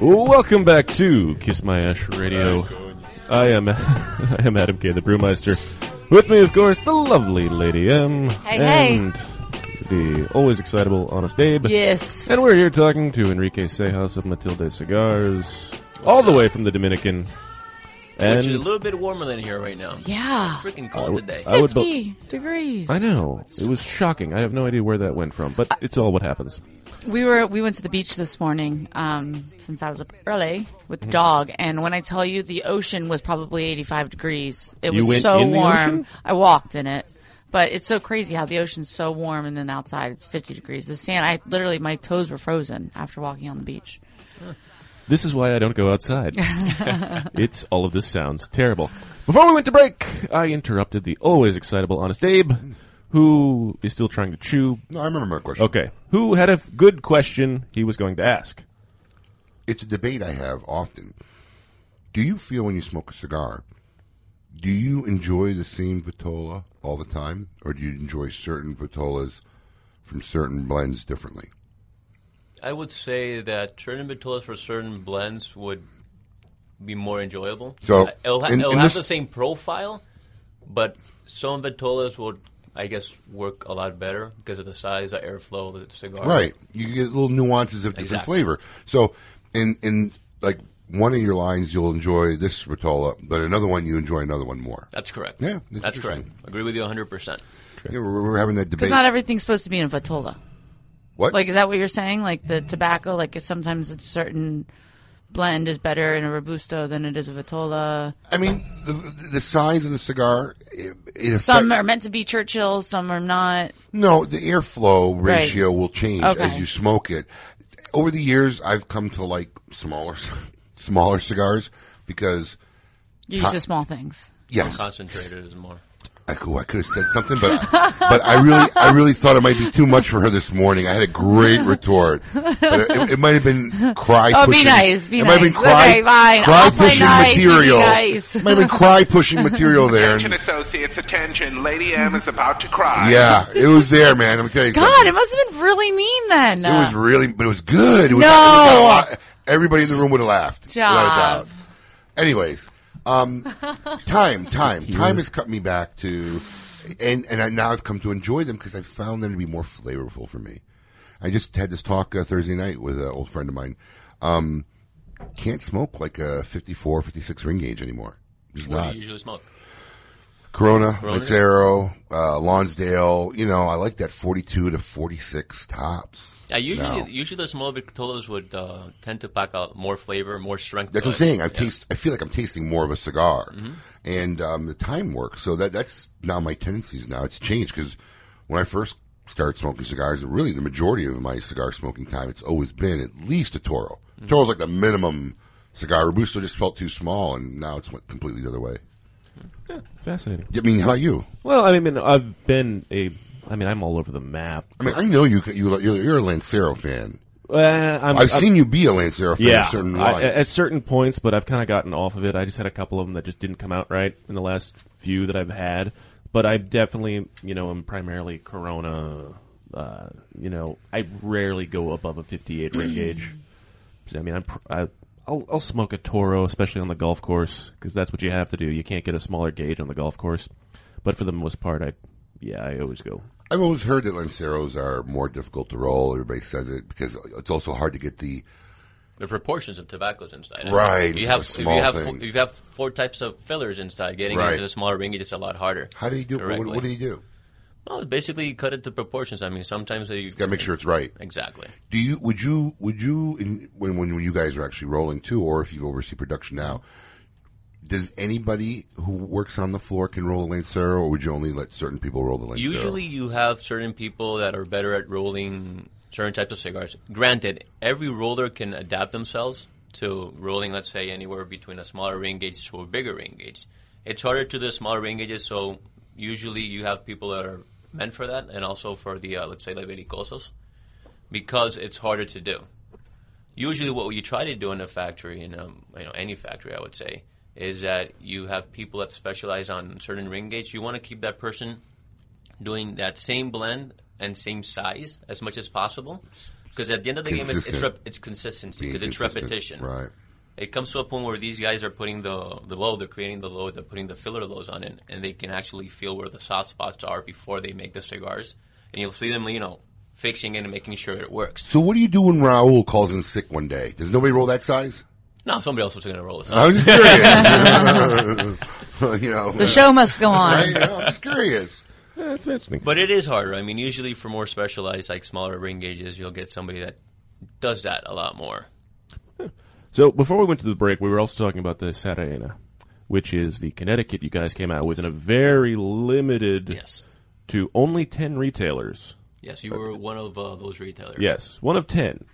[SPEAKER 3] Welcome back to Kiss My Ash Radio. I am I am Adam K, the Brewmeister. With me, of course, the lovely Lady M.
[SPEAKER 5] Hey, hey.
[SPEAKER 3] and the always excitable Honest Abe.
[SPEAKER 5] Yes.
[SPEAKER 3] And we're here talking to Enrique Sejas of Matilde Cigars, all the way from the Dominican. And
[SPEAKER 6] Which is a little bit warmer than here right now.
[SPEAKER 5] Yeah.
[SPEAKER 6] It's freaking cold
[SPEAKER 3] I-
[SPEAKER 6] today.
[SPEAKER 3] I would be-
[SPEAKER 5] 50 degrees.
[SPEAKER 3] I know. It was shocking. I have no idea where that went from, but it's all what happens.
[SPEAKER 5] We were we went to the beach this morning um, since I was up early with
[SPEAKER 3] Mm-hmm.
[SPEAKER 5] the dog, and when I tell you the ocean was probably 85 degrees, it
[SPEAKER 3] You
[SPEAKER 5] was
[SPEAKER 3] went
[SPEAKER 5] so
[SPEAKER 3] in the
[SPEAKER 5] warm.
[SPEAKER 3] ocean?
[SPEAKER 5] I walked in it, but it's so crazy how the ocean's so warm, and then outside it's 50 degrees. The sand, I literally my toes were frozen after walking on the beach.
[SPEAKER 3] This is why I don't go outside. it's all of this sounds terrible. Before we went to break, I interrupted the always excitable Honest Abe, who is still trying to chew.
[SPEAKER 4] No, I remember my question.
[SPEAKER 3] Okay. Who had a f- good question he was going to ask?
[SPEAKER 4] It's a debate I have often. Do you feel when you smoke a cigar, do you enjoy the same vitola all the time, or do you enjoy certain vitolas from certain blends differently?
[SPEAKER 6] I would say that certain vitolas for certain blends would be more enjoyable.
[SPEAKER 4] So,
[SPEAKER 6] Uh, it'll, ha-
[SPEAKER 4] in-
[SPEAKER 6] it'll
[SPEAKER 4] in
[SPEAKER 6] have
[SPEAKER 4] this-
[SPEAKER 6] the same profile, but some vitolas would, I guess, work a lot better because of the size, the airflow, of the cigar.
[SPEAKER 4] Right. You get little nuances of different
[SPEAKER 6] Exactly.
[SPEAKER 4] flavor. So, in in like one of your lines, you'll enjoy this vitola, but another one you enjoy another one more.
[SPEAKER 6] That's correct.
[SPEAKER 4] Yeah, that's
[SPEAKER 6] that's correct. Agree with you 100. percent
[SPEAKER 4] Yeah, we're, we're having that
[SPEAKER 5] Because
[SPEAKER 4] debate.
[SPEAKER 5] not everything's supposed to be in a vitola.
[SPEAKER 4] What?
[SPEAKER 5] Like, is that what you're saying? Like the tobacco, like sometimes it's certain blend is better in a robusto than it is a vitola.
[SPEAKER 4] I mean, the, the size of the cigar. It, it
[SPEAKER 5] some
[SPEAKER 4] affect-
[SPEAKER 5] are meant to be Churchill, some are not.
[SPEAKER 4] No, the airflow
[SPEAKER 5] Right.
[SPEAKER 4] ratio will change
[SPEAKER 5] Okay.
[SPEAKER 4] as you smoke it. Over the years, I've come to like smaller, smaller cigars because
[SPEAKER 5] You use
[SPEAKER 4] Huh.
[SPEAKER 5] the small things.
[SPEAKER 4] Yes.
[SPEAKER 6] Concentrated is more.
[SPEAKER 4] echo. I could have said something, but but I really I really thought it might be too much for her this morning. I had a great retort, but it, it, it might have been cry.
[SPEAKER 5] Oh,
[SPEAKER 4] pushing.
[SPEAKER 5] be nice. Be
[SPEAKER 4] it
[SPEAKER 5] nice.
[SPEAKER 4] might have been cry,
[SPEAKER 5] okay, fine.
[SPEAKER 4] cry
[SPEAKER 5] I'll play
[SPEAKER 4] pushing
[SPEAKER 5] nice, you be
[SPEAKER 4] material.
[SPEAKER 5] nice.
[SPEAKER 4] might have been cry pushing material there.
[SPEAKER 2] Attention,
[SPEAKER 4] And,
[SPEAKER 2] associates, attention. Lady M is about to cry.
[SPEAKER 4] yeah, it was there, man. I'm telling you.
[SPEAKER 5] God, it must have been really mean then.
[SPEAKER 4] It was really, but it was good. It was,
[SPEAKER 5] uh, No.
[SPEAKER 4] it was a lot- everybody in the room would have laughed. Without a
[SPEAKER 5] Job.
[SPEAKER 4] doubt. Anyways, um, time, time, time has cut me back to, and and I, now I've come to enjoy them because I found them to be more flavorful for me. I just had this talk uh, Thursday night with an old friend of mine. Um, can't smoke like a 54, 56 ring gauge anymore. Just
[SPEAKER 6] What
[SPEAKER 4] not.
[SPEAKER 6] do you usually smoke?
[SPEAKER 4] Corona,
[SPEAKER 6] Corona?
[SPEAKER 4] Lancero, uh, Lonsdale. You know, I like that 42 to 46 tops.
[SPEAKER 6] I usually
[SPEAKER 4] now.
[SPEAKER 6] usually the small Victolas would uh, tend to pack out more flavor, more strength.
[SPEAKER 4] That's
[SPEAKER 6] to
[SPEAKER 4] what I'm
[SPEAKER 6] it.
[SPEAKER 4] saying. I'm taste. I feel like I'm tasting more of a cigar,
[SPEAKER 6] Mm-hmm.
[SPEAKER 4] and um, the time works. So that that's now my tendencies. Now it's changed because when I first started smoking cigars, really the majority of my cigar smoking time, it's always been at least a Toro.
[SPEAKER 6] Mm-hmm.
[SPEAKER 4] Toro's like the minimum cigar. Robusto just felt too small, and now it's went completely the other way.
[SPEAKER 3] Fascinating.
[SPEAKER 4] I mean, how about you?
[SPEAKER 3] Well, I mean, I've been a. I mean, I'm all over the map.
[SPEAKER 4] I mean, I know you. you you're, you're a Lancero fan.
[SPEAKER 3] Uh, I'm,
[SPEAKER 4] have
[SPEAKER 3] I'm-
[SPEAKER 4] seen you be a Lancero fan.
[SPEAKER 3] yeah,
[SPEAKER 4] of certain
[SPEAKER 3] I-
[SPEAKER 4] lines.
[SPEAKER 3] at certain points, but I've kind of gotten off of it. I just had a couple of them that just didn't come out right in the last few that I've had. But I definitely, you know, am primarily Corona. Uh, you know, I rarely go above a 58 ring gauge. So, I mean, I'm pr- I, I'll, I'll smoke a Toro, especially on the golf course, because that's what you have to do. You can't get a smaller gauge on the golf course. But for the most part, I yeah, I always go
[SPEAKER 4] I've always heard that Lanceros are more difficult to roll. Everybody says it because it's also hard to get the
[SPEAKER 6] The proportions of tobaccos inside.
[SPEAKER 4] Right,
[SPEAKER 6] If
[SPEAKER 4] it's
[SPEAKER 6] you
[SPEAKER 4] a
[SPEAKER 6] have
[SPEAKER 4] small
[SPEAKER 6] if you have
[SPEAKER 4] thing.
[SPEAKER 6] Four, if you have four types of fillers inside, getting
[SPEAKER 4] Right.
[SPEAKER 6] into the smaller ring it's a lot harder.
[SPEAKER 4] How do you do- what- what
[SPEAKER 6] directly.
[SPEAKER 4] do you do?
[SPEAKER 6] Well, basically you cut it to proportions. I mean, sometimes you
[SPEAKER 4] got to make sure it's right.
[SPEAKER 6] Exactly.
[SPEAKER 4] Do you would you would you in, when when you guys are actually rolling too, or if you oversee production now? Does anybody who works on the floor can roll a lancero, or would you only let certain people roll the lancero?
[SPEAKER 6] Usually, you have certain people that are better at rolling certain types of cigars. Granted, every roller can adapt themselves to rolling, let's say, anywhere between a smaller ring gauge to a bigger ring gauge. It's harder to the smaller ring gauges, so usually you have people that are meant for that, and also for the, uh, let's say, la belicosos, because it's harder to do. Usually, what you try to do in a factory, in um, you know any factory, I would say, is that you have people that specialize on certain ring gauge. You want to keep that person doing that same blend and same size as much as possible. Because at the end of the game, it's, it's,
[SPEAKER 4] Consistent.
[SPEAKER 6] rep- it's consistency
[SPEAKER 4] Being
[SPEAKER 6] because it's
[SPEAKER 4] consistent,
[SPEAKER 6] repetition.
[SPEAKER 4] right.
[SPEAKER 6] It comes to a point where these guys are putting the the load, they're creating the load, they're putting the filler loads on it, and they can actually feel where the soft spots are before they make the cigars. And you'll see them, you know, fixing it and making sure it works.
[SPEAKER 4] So what do you do when Raul calls in sick one day? Does nobody roll that size?
[SPEAKER 6] Now somebody else was going to roll this.
[SPEAKER 4] I was just curious. you know,
[SPEAKER 5] The show must go on.
[SPEAKER 4] Right? You know, I'm just curious.
[SPEAKER 3] that's interesting.
[SPEAKER 6] But it is harder. I mean, usually for more specialized, like smaller ring gauges, you'll get somebody that does that a lot more.
[SPEAKER 3] So before we went to the break, we were also talking about the Saraena, which is the Connecticut you guys came out with in a very limited,
[SPEAKER 6] yes,
[SPEAKER 3] to only ten retailers.
[SPEAKER 6] Yes, you were one of uh, those retailers.
[SPEAKER 3] Yes, one of ten.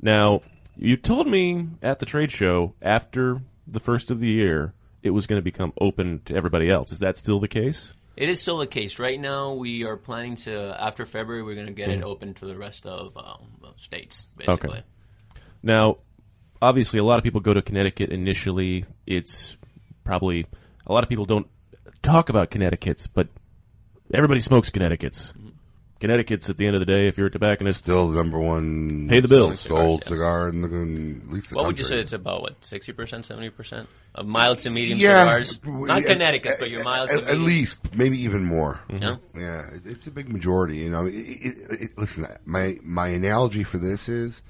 [SPEAKER 3] Now you told me at the trade show after the first of the year it was going to become open to everybody else. Is that still the case?
[SPEAKER 6] It is still the case. Right now, we are planning to, after February, we're going to get it
[SPEAKER 3] Mhm.
[SPEAKER 6] open to the rest of um, states, basically.
[SPEAKER 3] Okay. Now, obviously, a lot of people go to Connecticut initially. It's probably a lot of people don't talk about Connecticut's, but everybody smokes Connecticut's. Connecticut's at the end of the day, if you're a tobacconist,
[SPEAKER 4] still the number one.
[SPEAKER 3] Pay the bills.
[SPEAKER 4] Sold cigar in the in at least the
[SPEAKER 6] What would
[SPEAKER 4] country.
[SPEAKER 6] you say it's about, what, 60%, 70% of mild to medium
[SPEAKER 4] Yeah.
[SPEAKER 6] cigars? Not
[SPEAKER 4] Yeah.
[SPEAKER 6] Connecticut, but your mild to
[SPEAKER 4] at, at
[SPEAKER 6] medium.
[SPEAKER 4] least maybe even more
[SPEAKER 6] Yeah.
[SPEAKER 4] Mm-hmm. yeah it- it's a big majority you know it, it, it, listen my my analogy for this is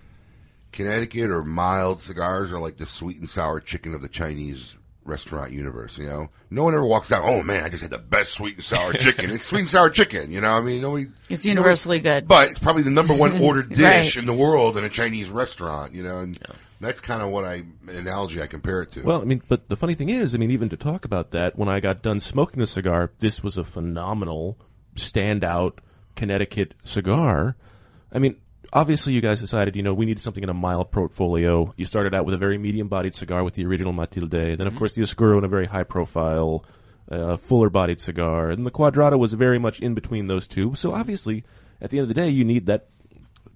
[SPEAKER 4] connecticut or mild cigars are like the sweet and sour chicken of the chinese restaurant universe you know no one ever walks out oh man i just had the best sweet and sour chicken it's sweet and sour chicken you know i mean nobody
[SPEAKER 5] It's universally good.
[SPEAKER 4] but it's probably the number one ordered dish
[SPEAKER 5] Right.
[SPEAKER 4] in the world in a chinese restaurant you know and that's kind of what i an analogy i compare it to
[SPEAKER 3] Well, I mean, but the funny thing is, I mean, even to talk about that, when I got done smoking the cigar, this was a phenomenal standout Connecticut cigar. I mean, obviously, you guys decided, you know, we needed something in a mild portfolio. You
[SPEAKER 4] Mm-hmm.
[SPEAKER 3] started out with a very medium bodied cigar with the original Matilde, then, of course, the Oscuro in a very high profile. a fuller bodied cigar, and the Quadrado was very much in between those two. So obviously, at the end of the day, you need that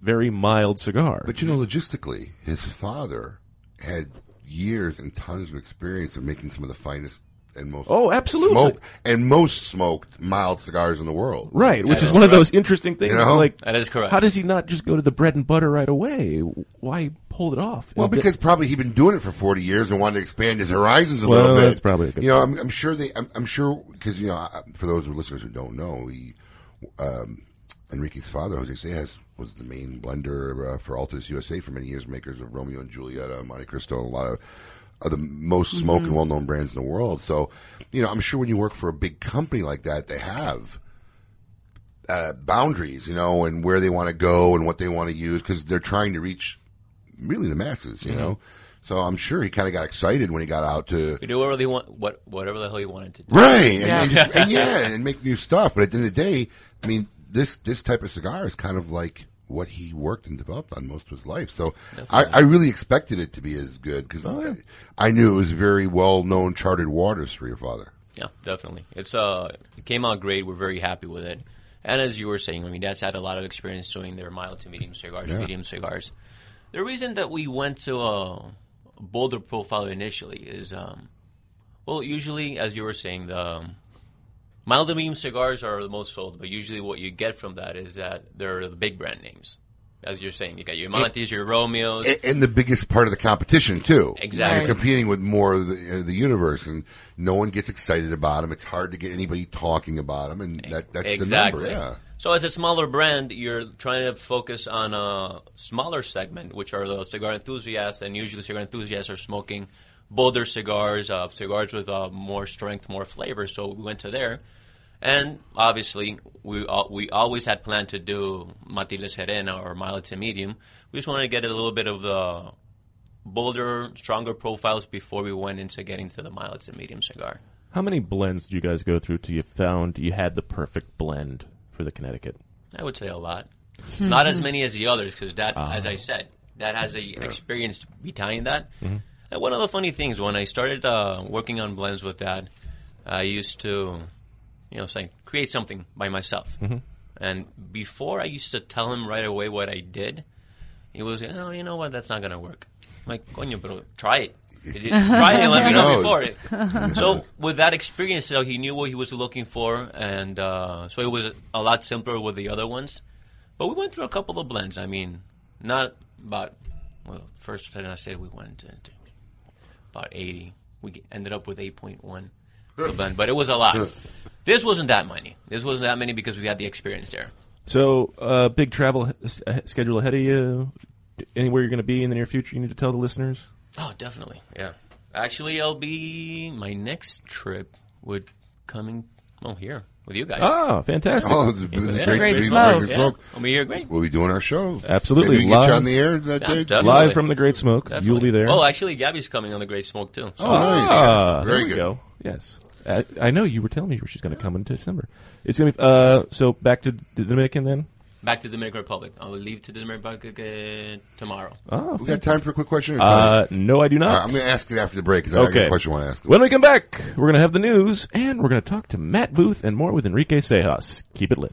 [SPEAKER 3] very mild cigar.
[SPEAKER 4] But you know, logistically, his father had years and tons of experience of making some of the finest and most
[SPEAKER 3] Oh, absolutely.
[SPEAKER 4] smoked- and most smoked mild cigars in the world.
[SPEAKER 3] Right, which is one of those interesting things.
[SPEAKER 4] You know?
[SPEAKER 3] Like How does he not just go to the bread and butter right away? Why pull it off?
[SPEAKER 4] Well,
[SPEAKER 3] And the-
[SPEAKER 4] because probably he'd been doing it for forty years and wanted to expand his horizons a
[SPEAKER 3] Well,
[SPEAKER 4] little bit.
[SPEAKER 3] that's probably a good
[SPEAKER 4] you know. I'm, I'm sure they. I'm, I'm sure because you know, I- for those listeners who don't know, he, um, Enrique's father, Jose Sejas, was the main blender uh, for Altus USA for many years, makers of Romeo and Juliet, uh, Monte Cristo, and a lot of of the most smoke
[SPEAKER 7] Mhm.
[SPEAKER 4] and well known brands in the world. So, you know, I'm sure when you work for a big company like that, they have uh, boundaries, you know, and where they want to go and what they want to use because they're trying to reach really the masses, you
[SPEAKER 6] Mhm.
[SPEAKER 4] know. So I'm sure he kind of got excited when he got out to
[SPEAKER 6] You do whatever they want, what whatever the hell you wanted to do.
[SPEAKER 4] right and, and, just, and yeah and make new stuff. But at the end of the day, I mean, this this type of cigar is kind of like what he worked and developed on most of his life. So I,
[SPEAKER 6] Definitely. Oh,
[SPEAKER 4] I really expected it to be as good because I, I knew it was very well known charted waters for your father.
[SPEAKER 6] Yeah, definitely. It's uh, it came out great. We're very happy with it. And as you were saying, I mean, Dad's had a lot of experience doing their mild to medium cigars,
[SPEAKER 23] Yeah.
[SPEAKER 6] medium cigars. The reason that we went to a bolder profile initially is, um, well, usually, as you were saying, the um, mild to medium cigars are the most sold. But usually, what you get from that is that they're the big brand names. As you're saying, you got your Montes, your Romeos,
[SPEAKER 4] A- and the biggest part of the competition too.
[SPEAKER 6] Exactly.
[SPEAKER 4] You're competing with more of the, uh, the universe, and no one gets excited about them. It's hard to get anybody talking about them, and that, that's the number. Yeah.
[SPEAKER 6] So as a smaller brand, you're trying to focus on a smaller segment, which are the cigar enthusiasts, and usually cigar enthusiasts are smoking bolder cigars, uh, cigars with uh, more strength, more flavor. So we went to there, and obviously we al- we always had planned to do Matiles Herena or mild to medium. We just wanted to get a little bit of the bolder, stronger profiles before we went into getting to the mild to medium cigar.
[SPEAKER 3] how many blends did you guys go through till you found you had the perfect blend for the Connecticut?
[SPEAKER 6] I would say a lot. Not as many as the others, because that, as I said, that has a experience behind that.
[SPEAKER 23] Mhm.
[SPEAKER 6] And one of the funny things when I started uh, working on blends with that, I used to, you know, say create something by myself.
[SPEAKER 23] Mhm.
[SPEAKER 6] And before I used to tell him right away what I did, he was, oh, you know what, that's not gonna work. I'm like, coño, pero try it. Try it and let me know
[SPEAKER 23] He
[SPEAKER 6] before
[SPEAKER 23] knows.
[SPEAKER 6] it. So with that experience, though, he knew what he was looking for, and uh, so it was a lot simpler with the other ones. But we went through a couple of blends. I mean, not about well, first time I said we went to, to about eighty. We g- ended up with eight point one blend, but it was a lot. This wasn't that many. This wasn't that many because we had the experience there.
[SPEAKER 3] So, uh, big travel h- s- uh, schedule ahead of you. Anywhere you're going to be in the near future, you need to tell the listeners.
[SPEAKER 6] Oh, definitely. Yeah. Actually, I'll be my next trip would coming oh here with you guys.
[SPEAKER 3] Ah, fantastic.
[SPEAKER 4] Oh, the, the,
[SPEAKER 6] Yeah.
[SPEAKER 4] great,
[SPEAKER 6] Great
[SPEAKER 4] the
[SPEAKER 6] smoke.
[SPEAKER 4] great
[SPEAKER 6] Yeah.
[SPEAKER 4] smoke.
[SPEAKER 6] I'll be here, great.
[SPEAKER 4] We'll be doing our show.
[SPEAKER 3] Absolutely,
[SPEAKER 4] Maybe we can get
[SPEAKER 3] live
[SPEAKER 4] you on the air that
[SPEAKER 6] Yeah,
[SPEAKER 4] day.
[SPEAKER 6] definitely.
[SPEAKER 3] Live from the Great Smoke. You'll be there.
[SPEAKER 6] Oh, actually, Gabby's coming on the Great Smoke too. So-
[SPEAKER 3] Ah,
[SPEAKER 4] Oh, Very
[SPEAKER 3] there we
[SPEAKER 4] good.
[SPEAKER 3] go. Yes. I, I know you were telling me she's going to come in December. It's going to be uh, so back to the Dominican then.
[SPEAKER 6] Back to the Dominican Republic. I will leave to the Dominican Republic uh, tomorrow.
[SPEAKER 3] Oh,
[SPEAKER 4] We got time for a quick question? or
[SPEAKER 3] Uh,
[SPEAKER 4] time?
[SPEAKER 3] no, I do not.
[SPEAKER 4] All right, I'm going to ask it after the break because I got a question I want to ask.
[SPEAKER 3] When we come back, we're going to have the news and we're going to talk to Matt Booth and more with Enrique Sejas. Keep it lit.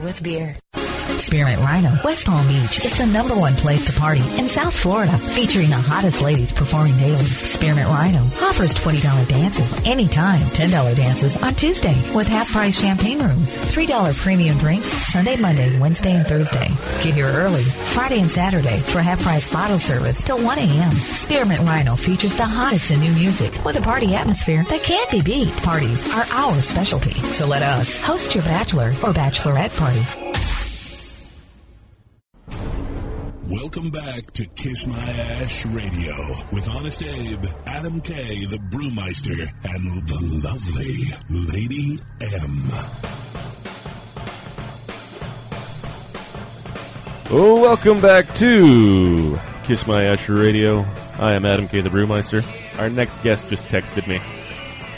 [SPEAKER 24] with beer.
[SPEAKER 25] Spirit Rhino, West Palm Beach is the number one place to party in South Florida, featuring the hottest ladies performing daily. Spearmint Rhino offers $20 dances anytime, $10 dances on Tuesday with half price champagne rooms, $3 premium drinks Sunday, Monday, Wednesday, and Thursday. Get here early Friday and Saturday for half price bottle service till 1 a.m. Spearmint Rhino features the hottest in new music with a party atmosphere that can't be beat. Parties are our specialty, so let us host your bachelor or bachelorette party.
[SPEAKER 1] Welcome back to Kiss My Ash Radio with Honest Abe, Adam K, the Brewmeister, and the lovely Lady M.
[SPEAKER 3] Oh, welcome back to Kiss My Ash Radio. I am Adam K. the Brewmeister. Our next guest just texted me.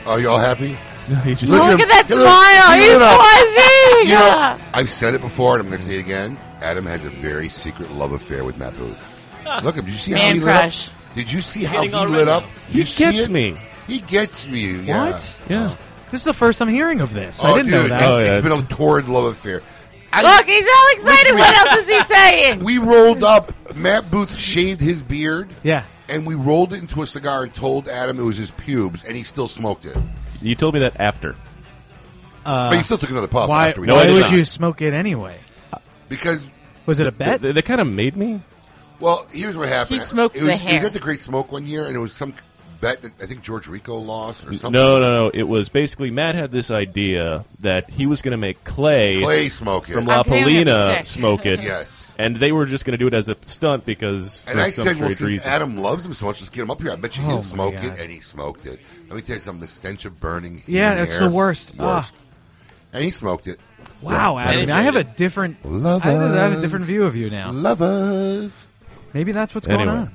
[SPEAKER 4] Are y'all happy?
[SPEAKER 3] No, he just
[SPEAKER 5] Look at that
[SPEAKER 4] look,
[SPEAKER 5] smile.
[SPEAKER 4] you know-
[SPEAKER 5] He's blushing.
[SPEAKER 4] you know, I've said it before, and I'm going to say it again. Adam has a very secret love affair with Matt Booth. Look, did you see how
[SPEAKER 5] Man
[SPEAKER 4] he
[SPEAKER 5] crush.
[SPEAKER 4] lit up? Did you see
[SPEAKER 5] You're
[SPEAKER 4] how he
[SPEAKER 5] getting all
[SPEAKER 4] lit
[SPEAKER 5] red
[SPEAKER 4] up?
[SPEAKER 5] now.
[SPEAKER 4] You
[SPEAKER 8] He
[SPEAKER 4] see
[SPEAKER 8] gets
[SPEAKER 4] it?
[SPEAKER 8] me.
[SPEAKER 4] He gets you. Yeah.
[SPEAKER 8] What? Yeah. This is the first I'm hearing of this.
[SPEAKER 4] Oh,
[SPEAKER 8] I didn't know
[SPEAKER 4] dude,
[SPEAKER 8] that.
[SPEAKER 4] it's- it's been a torrid love affair.
[SPEAKER 5] Look, he's all excited.
[SPEAKER 4] Listen,
[SPEAKER 5] What else is he saying?
[SPEAKER 4] We rolled up. Matt Booth shaved his beard.
[SPEAKER 8] Yeah.
[SPEAKER 4] And we rolled it into a cigar and told Adam it was his pubes, and he still smoked it.
[SPEAKER 3] You told me that after.
[SPEAKER 8] Uh,
[SPEAKER 4] but you still took another puff
[SPEAKER 8] Why,
[SPEAKER 4] after we
[SPEAKER 8] why
[SPEAKER 4] did it.
[SPEAKER 8] would you smoke it anyway?
[SPEAKER 4] Because
[SPEAKER 8] was it a bet?
[SPEAKER 3] They, they kind of made me.
[SPEAKER 4] Well, here's what happened.
[SPEAKER 8] He smoked
[SPEAKER 4] it was,
[SPEAKER 8] the
[SPEAKER 4] It
[SPEAKER 8] hair.
[SPEAKER 4] was at the Great Smoke one year, and it was some bet that I think George Rico lost or something.
[SPEAKER 3] No, no, no. It was basically Matt had this idea that he was going to make Clay
[SPEAKER 4] Clay smoke it.
[SPEAKER 3] from La
[SPEAKER 4] I think I'm gonna be
[SPEAKER 3] Polina
[SPEAKER 4] sick.
[SPEAKER 3] smoke it.
[SPEAKER 4] Yes.
[SPEAKER 3] and they were just going to do it as a stunt because
[SPEAKER 4] And
[SPEAKER 3] for
[SPEAKER 4] I
[SPEAKER 3] some
[SPEAKER 4] said, well,
[SPEAKER 3] strange
[SPEAKER 4] since
[SPEAKER 3] reason.
[SPEAKER 4] Adam loves him so much, let's get him up here. I bet you
[SPEAKER 8] Oh,
[SPEAKER 4] he'll
[SPEAKER 8] my
[SPEAKER 4] smoke
[SPEAKER 8] God.
[SPEAKER 4] it, and he smoked it. Let me tell you something. The stench of burning.
[SPEAKER 8] Yeah,
[SPEAKER 4] human
[SPEAKER 8] it's
[SPEAKER 4] hair,
[SPEAKER 8] the worst. Ah.
[SPEAKER 4] Worst. And he smoked it.
[SPEAKER 8] Wow,
[SPEAKER 4] Yeah.
[SPEAKER 8] Adam, I have a different I have a- I have a different
[SPEAKER 4] Lovers.
[SPEAKER 8] view of you now.
[SPEAKER 4] Lovers.
[SPEAKER 8] Maybe that's what's going
[SPEAKER 3] anyway,
[SPEAKER 8] on.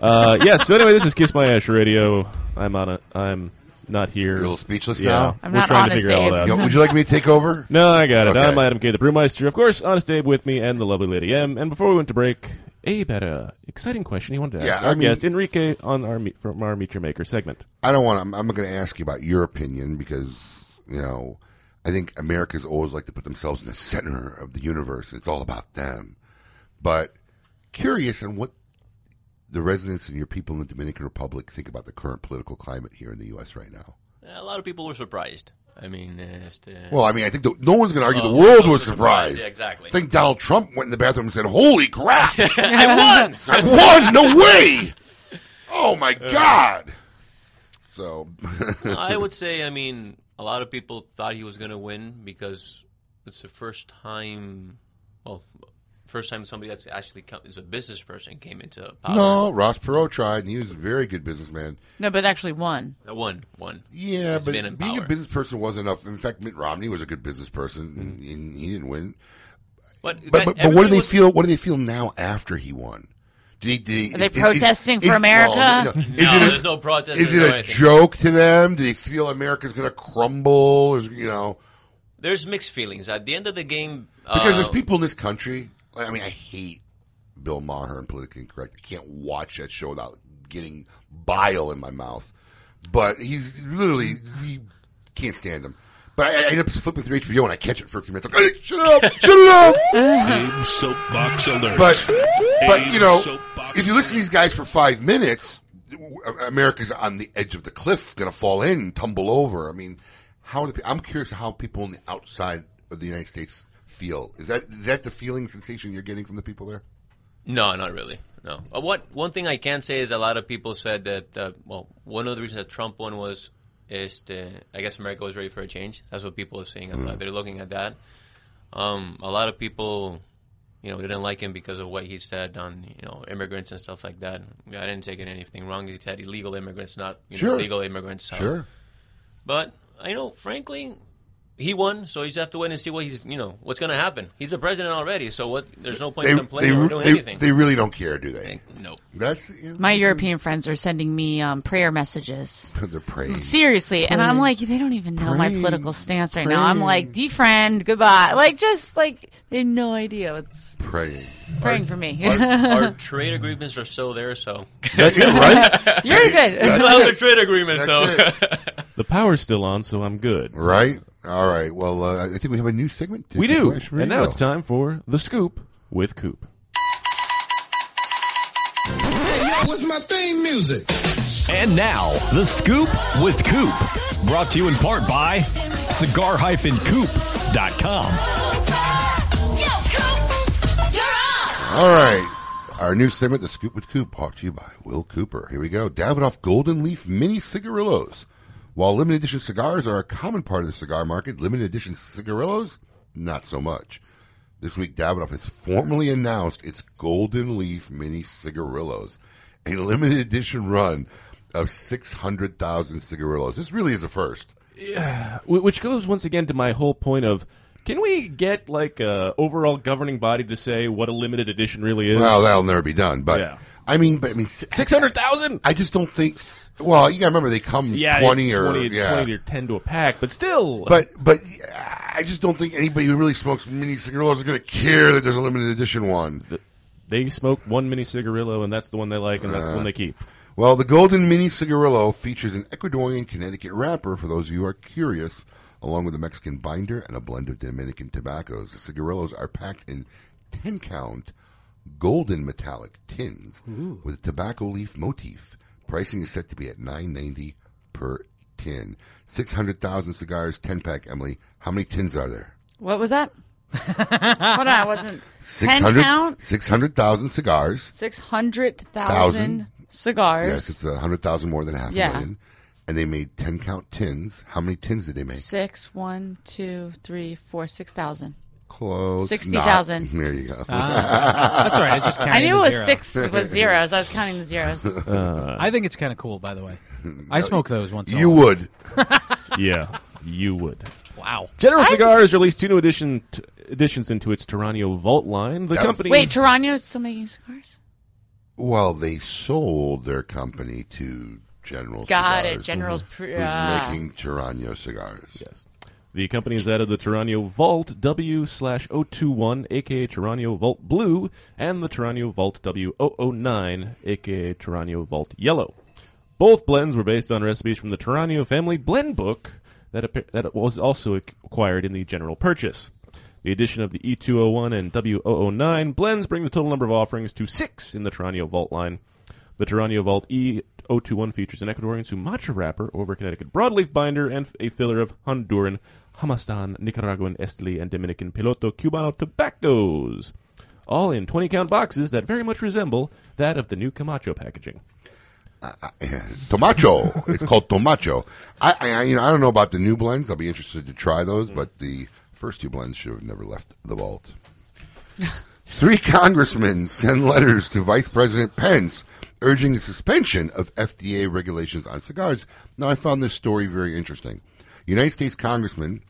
[SPEAKER 3] uh, yeah. So anyway, this is Kiss My Ash Radio. I'm on a. I'm not here. You're a little
[SPEAKER 4] speechless
[SPEAKER 3] yeah,
[SPEAKER 4] now? I'm
[SPEAKER 3] We're
[SPEAKER 4] not
[SPEAKER 3] trying to
[SPEAKER 4] honest,
[SPEAKER 3] figure all
[SPEAKER 4] Abe.
[SPEAKER 3] that.
[SPEAKER 4] Yo,
[SPEAKER 3] out.
[SPEAKER 4] would you like me to take over?
[SPEAKER 3] No, I got it.
[SPEAKER 4] Okay.
[SPEAKER 3] I'm Adam K, the Brewmeister. Of course, Honest Abe with me and the lovely Lady M. And before we went to break, Abe had a exciting question he wanted to
[SPEAKER 4] Yeah,
[SPEAKER 3] ask
[SPEAKER 4] I
[SPEAKER 3] our
[SPEAKER 4] mean-
[SPEAKER 3] guest Enrique on our meet, from our Meet Your Maker segment.
[SPEAKER 4] I don't want. I'm, I'm going to ask you about your opinion because you know I think Americans always like to put themselves in the center of the universe. It's all about them. But curious on what the residents and your people in the Dominican Republic think about the current political climate here in the U.S. right now.
[SPEAKER 6] A lot of people were surprised. I mean, uh, just, uh,
[SPEAKER 4] Well, I mean, I think the, no one's going to argue
[SPEAKER 6] Oh,
[SPEAKER 4] the world
[SPEAKER 6] no
[SPEAKER 4] was
[SPEAKER 6] surprise.
[SPEAKER 4] surprised.
[SPEAKER 6] Yeah, exactly.
[SPEAKER 4] I think Donald Trump went in the bathroom and said, "Holy crap!
[SPEAKER 6] I won! Uh.
[SPEAKER 4] I won! No way! Oh my god!" So
[SPEAKER 6] I would say, I mean, a lot of people thought he was going to win because it's the first time, well, first time somebody that's actually come, is a business person came into power.
[SPEAKER 4] No, Ross Perot tried, and he was a very good businessman.
[SPEAKER 5] No, but actually one.
[SPEAKER 6] Uh, One, one.
[SPEAKER 4] Yeah,
[SPEAKER 6] He's
[SPEAKER 4] but
[SPEAKER 6] been in
[SPEAKER 4] being
[SPEAKER 6] power.
[SPEAKER 4] a business person wasn't enough. In fact, Mitt Romney was a good business person, and- and he didn't win.
[SPEAKER 6] Mm-hmm. But
[SPEAKER 4] But, but,
[SPEAKER 6] that-
[SPEAKER 4] but what do
[SPEAKER 6] everybody
[SPEAKER 4] they
[SPEAKER 6] was-
[SPEAKER 4] feel? What do they feel now after he won? Do they, do they-
[SPEAKER 5] Are they
[SPEAKER 4] is- is-
[SPEAKER 5] protesting for
[SPEAKER 4] no,
[SPEAKER 5] America?
[SPEAKER 6] No,
[SPEAKER 4] it a-
[SPEAKER 6] there's no protest,
[SPEAKER 4] Is
[SPEAKER 6] there's
[SPEAKER 4] it
[SPEAKER 6] no
[SPEAKER 4] a
[SPEAKER 6] anything.
[SPEAKER 4] joke to them? Do they feel America's going to crumble? Is you know
[SPEAKER 6] There's mixed feelings. At the end of the game.
[SPEAKER 4] because
[SPEAKER 6] uh,
[SPEAKER 4] there's people in this country. I mean, I hate Bill Maher and Politically Incorrect. I can't watch that show without getting bile in my mouth. But he's literally he can't stand him. But I, I end up flipping through HBO and I catch it for a few minutes. Like, "Hey, shut up! Shut up!
[SPEAKER 1] Abe Soapbox Alert.
[SPEAKER 4] But but
[SPEAKER 1] Abe
[SPEAKER 4] you know,
[SPEAKER 1] Soapbox
[SPEAKER 4] if you listen to these guys for five minutes, America's on the edge of the cliff, going to fall in, and tumble over. I mean, how the, I'm curious how people on the outside of the United States feel. Is that is that the feeling sensation you're getting from the people there?
[SPEAKER 6] No, not really. No. Uh, What one thing I can say is a lot of people said that. Uh, well, one of the reasons that Trump won was is the, I guess America was ready for a change. That's what people are saying.
[SPEAKER 7] Mm.
[SPEAKER 6] They're looking at that. Um, a lot of people, you know, didn't like him because of what he said on you know immigrants and stuff like that. I didn't take it anything wrong. He said illegal immigrants, not you know,
[SPEAKER 4] Sure.
[SPEAKER 6] legal immigrants. So.
[SPEAKER 4] Sure.
[SPEAKER 6] But you know, frankly, he won, so you just have to wait and see what he's you know what's going to happen. He's the president already, so what? There's no point in complaining or doing
[SPEAKER 4] they,
[SPEAKER 6] anything.
[SPEAKER 4] they really don't care, do they?
[SPEAKER 6] No.
[SPEAKER 4] That's
[SPEAKER 5] My European friends are sending me um, prayer messages.
[SPEAKER 4] They're praying.
[SPEAKER 5] Seriously, and I'm like, they don't even know my
[SPEAKER 4] Praying.
[SPEAKER 5] political stance right now. I'm
[SPEAKER 4] Praying.
[SPEAKER 5] like, defriend, goodbye. Like, just like they have no idea what's
[SPEAKER 4] praying.
[SPEAKER 5] praying for me.
[SPEAKER 6] Our, our trade agreements are still there, so
[SPEAKER 4] That's it, right?
[SPEAKER 5] You're good.
[SPEAKER 6] That's another trade agreement, so
[SPEAKER 3] The power's still on, so I'm good.
[SPEAKER 4] Right. All right. Well, uh, I think we have a new segment. to
[SPEAKER 3] We
[SPEAKER 4] Kiss
[SPEAKER 3] do.
[SPEAKER 4] My Ash
[SPEAKER 3] And now
[SPEAKER 4] Radio.
[SPEAKER 3] it's time for The Scoop with Coop.
[SPEAKER 23] What's my theme music?
[SPEAKER 20] And now, The Scoop with Coop. Brought to you in part by cigar-coop.com.
[SPEAKER 4] All right. Our new segment, The Scoop with Coop, brought to you by Will Cooper. Here we go. Davidoff Golden Leaf Mini Cigarillos. While limited edition cigars are a common part of the cigar market, limited edition cigarillos, not so much. This week, Davidoff has formally announced its Golden Leaf Mini Cigarillos, a limited edition run of 600,000 cigarillos. This really is a first.
[SPEAKER 3] Yeah, wh- which goes once again to my whole point of can we get like a overall governing body to say what a limited edition really is?
[SPEAKER 4] Well, that'll never be done. But
[SPEAKER 3] Yeah.
[SPEAKER 4] I mean, but I mean,
[SPEAKER 3] six hundred thousand.
[SPEAKER 4] I just don't think. Well, you got to remember they come
[SPEAKER 3] yeah,
[SPEAKER 4] twenty
[SPEAKER 3] it's
[SPEAKER 4] or
[SPEAKER 3] 20, it's
[SPEAKER 4] yeah.
[SPEAKER 3] 20 or ten to a pack, but still,
[SPEAKER 4] But but I just don't think anybody who really smokes mini cigarillos is going to care that there's a limited edition one.
[SPEAKER 3] they smoke one mini cigarillo, and that's the one they like, and that's the one they keep.
[SPEAKER 4] Well, the Golden Mini Cigarillo features an Ecuadorian Connecticut wrapper, for those of you who are curious, along with a Mexican binder and a blend of Dominican tobaccos. The cigarillos are packed in 10 count golden metallic tins with a tobacco leaf motif. Pricing is set to be at nine ninety per tin. 600,000 cigars, 10 pack, Emily. How many tins are there?
[SPEAKER 5] What was that? Hold on, I wasn't. 10 count?
[SPEAKER 4] 600,000 cigars.
[SPEAKER 5] 600,000 cigars.
[SPEAKER 4] Yes, it's a uh, hundred thousand more than half
[SPEAKER 5] Yeah.
[SPEAKER 4] a million. And they made ten count tins. How many tins did they make?
[SPEAKER 5] Six, one, two, three, four, six thousand.
[SPEAKER 4] Close.
[SPEAKER 5] 60,000.
[SPEAKER 4] Not- There you go.
[SPEAKER 8] Ah, that's all right, it's just
[SPEAKER 5] I
[SPEAKER 8] Counting
[SPEAKER 5] knew it
[SPEAKER 8] the
[SPEAKER 5] was
[SPEAKER 8] zero.
[SPEAKER 5] six with zeros. I was counting the zeros.
[SPEAKER 4] uh,
[SPEAKER 3] Uh,
[SPEAKER 8] I think it's kind of cool, by the way. I smoke those once. in a
[SPEAKER 3] you
[SPEAKER 8] while.
[SPEAKER 4] would.
[SPEAKER 3] yeah, you would.
[SPEAKER 8] Wow.
[SPEAKER 3] General Cigars released two new edition t- additions into its Toronto Vault line. The company
[SPEAKER 5] Wait, Toronto's still making cigars?
[SPEAKER 4] Well, they sold their company to General. Cigars,
[SPEAKER 5] Got
[SPEAKER 4] Mm-hmm.
[SPEAKER 5] it, General's
[SPEAKER 4] who's-
[SPEAKER 5] pr-
[SPEAKER 4] who's
[SPEAKER 5] ah.
[SPEAKER 4] making Tirano cigars?
[SPEAKER 3] Yes. The company is out of the Toronto Vault W slash 021, aka Toronto Vault Blue, and the Toronto Vault W009, aka Toronto Vault Yellow. Both blends were based on recipes from the Toronto Family Blend Book that, appa- that was also ac- acquired in the general purchase. The addition of the E E201 and W009 blends bring the total number of offerings to six in the Toronto Vault line. The Toronto Vault E021 features an Ecuadorian Sumatra wrapper over Connecticut broadleaf binder and a filler of Honduran, Hamastan, Nicaraguan, Esteli, and Dominican Piloto Cubano tobaccos, all in 20 count boxes that very much resemble that of the new Camacho packaging.
[SPEAKER 4] Tomacho. it's called Tomacho. I, I, I- you know, I don't know about the new blends. I'll be interested to try those, but the first two blends should have never left the vault. Three congressmen send letters to Vice President Pence urging the suspension of FDA regulations on cigars. Now, I found this story very interesting. United States congressmen,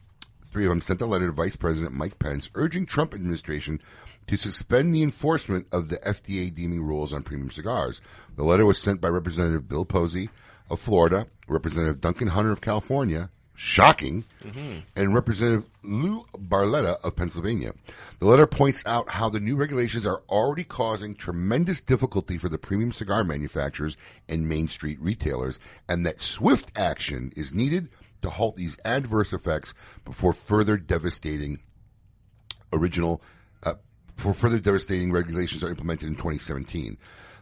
[SPEAKER 4] three of them, sent a letter to Vice President Mike Pence urging Trump administration to suspend the enforcement of the FDA deeming rules on premium cigars. The letter was sent by Representative Bill Posey of Florida, Representative Duncan Hunter of California, shocking,
[SPEAKER 1] Mhm.
[SPEAKER 4] and Representative Lou Barletta of Pennsylvania. The letter points out how the new regulations are already causing tremendous difficulty for the premium cigar manufacturers and Main Street retailers, and that swift action is needed to halt these adverse effects before further devastating original uh, for further devastating regulations are implemented in 2017.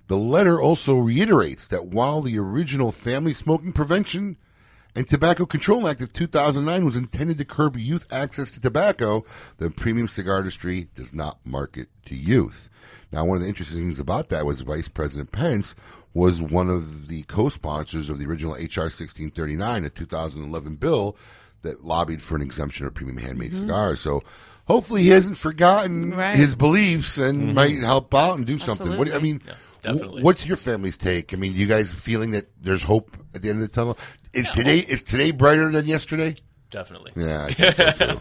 [SPEAKER 4] The letter also reiterates that while the original Family Smoking Prevention and Tobacco Control Act of 2009 was intended to curb youth access to tobacco, the premium cigar industry does not market to youth. Now, one of the interesting things about that was Vice President Pence was one of the co-sponsors of the original HR 1639, a 2011 bill that lobbied for an exemption of premium handmade
[SPEAKER 1] Mhm.
[SPEAKER 4] cigars. So, hopefully, he hasn't forgotten
[SPEAKER 1] Right.
[SPEAKER 4] his beliefs and might help out and do something. What do you- I
[SPEAKER 1] Absolutely.
[SPEAKER 4] mean,
[SPEAKER 1] Yeah,
[SPEAKER 4] wh- what's your family's take? I mean, you guys feeling that there's hope at the end of the tunnel? Is today is today brighter than yesterday?
[SPEAKER 6] Definitely.
[SPEAKER 4] Yeah. I think so, too.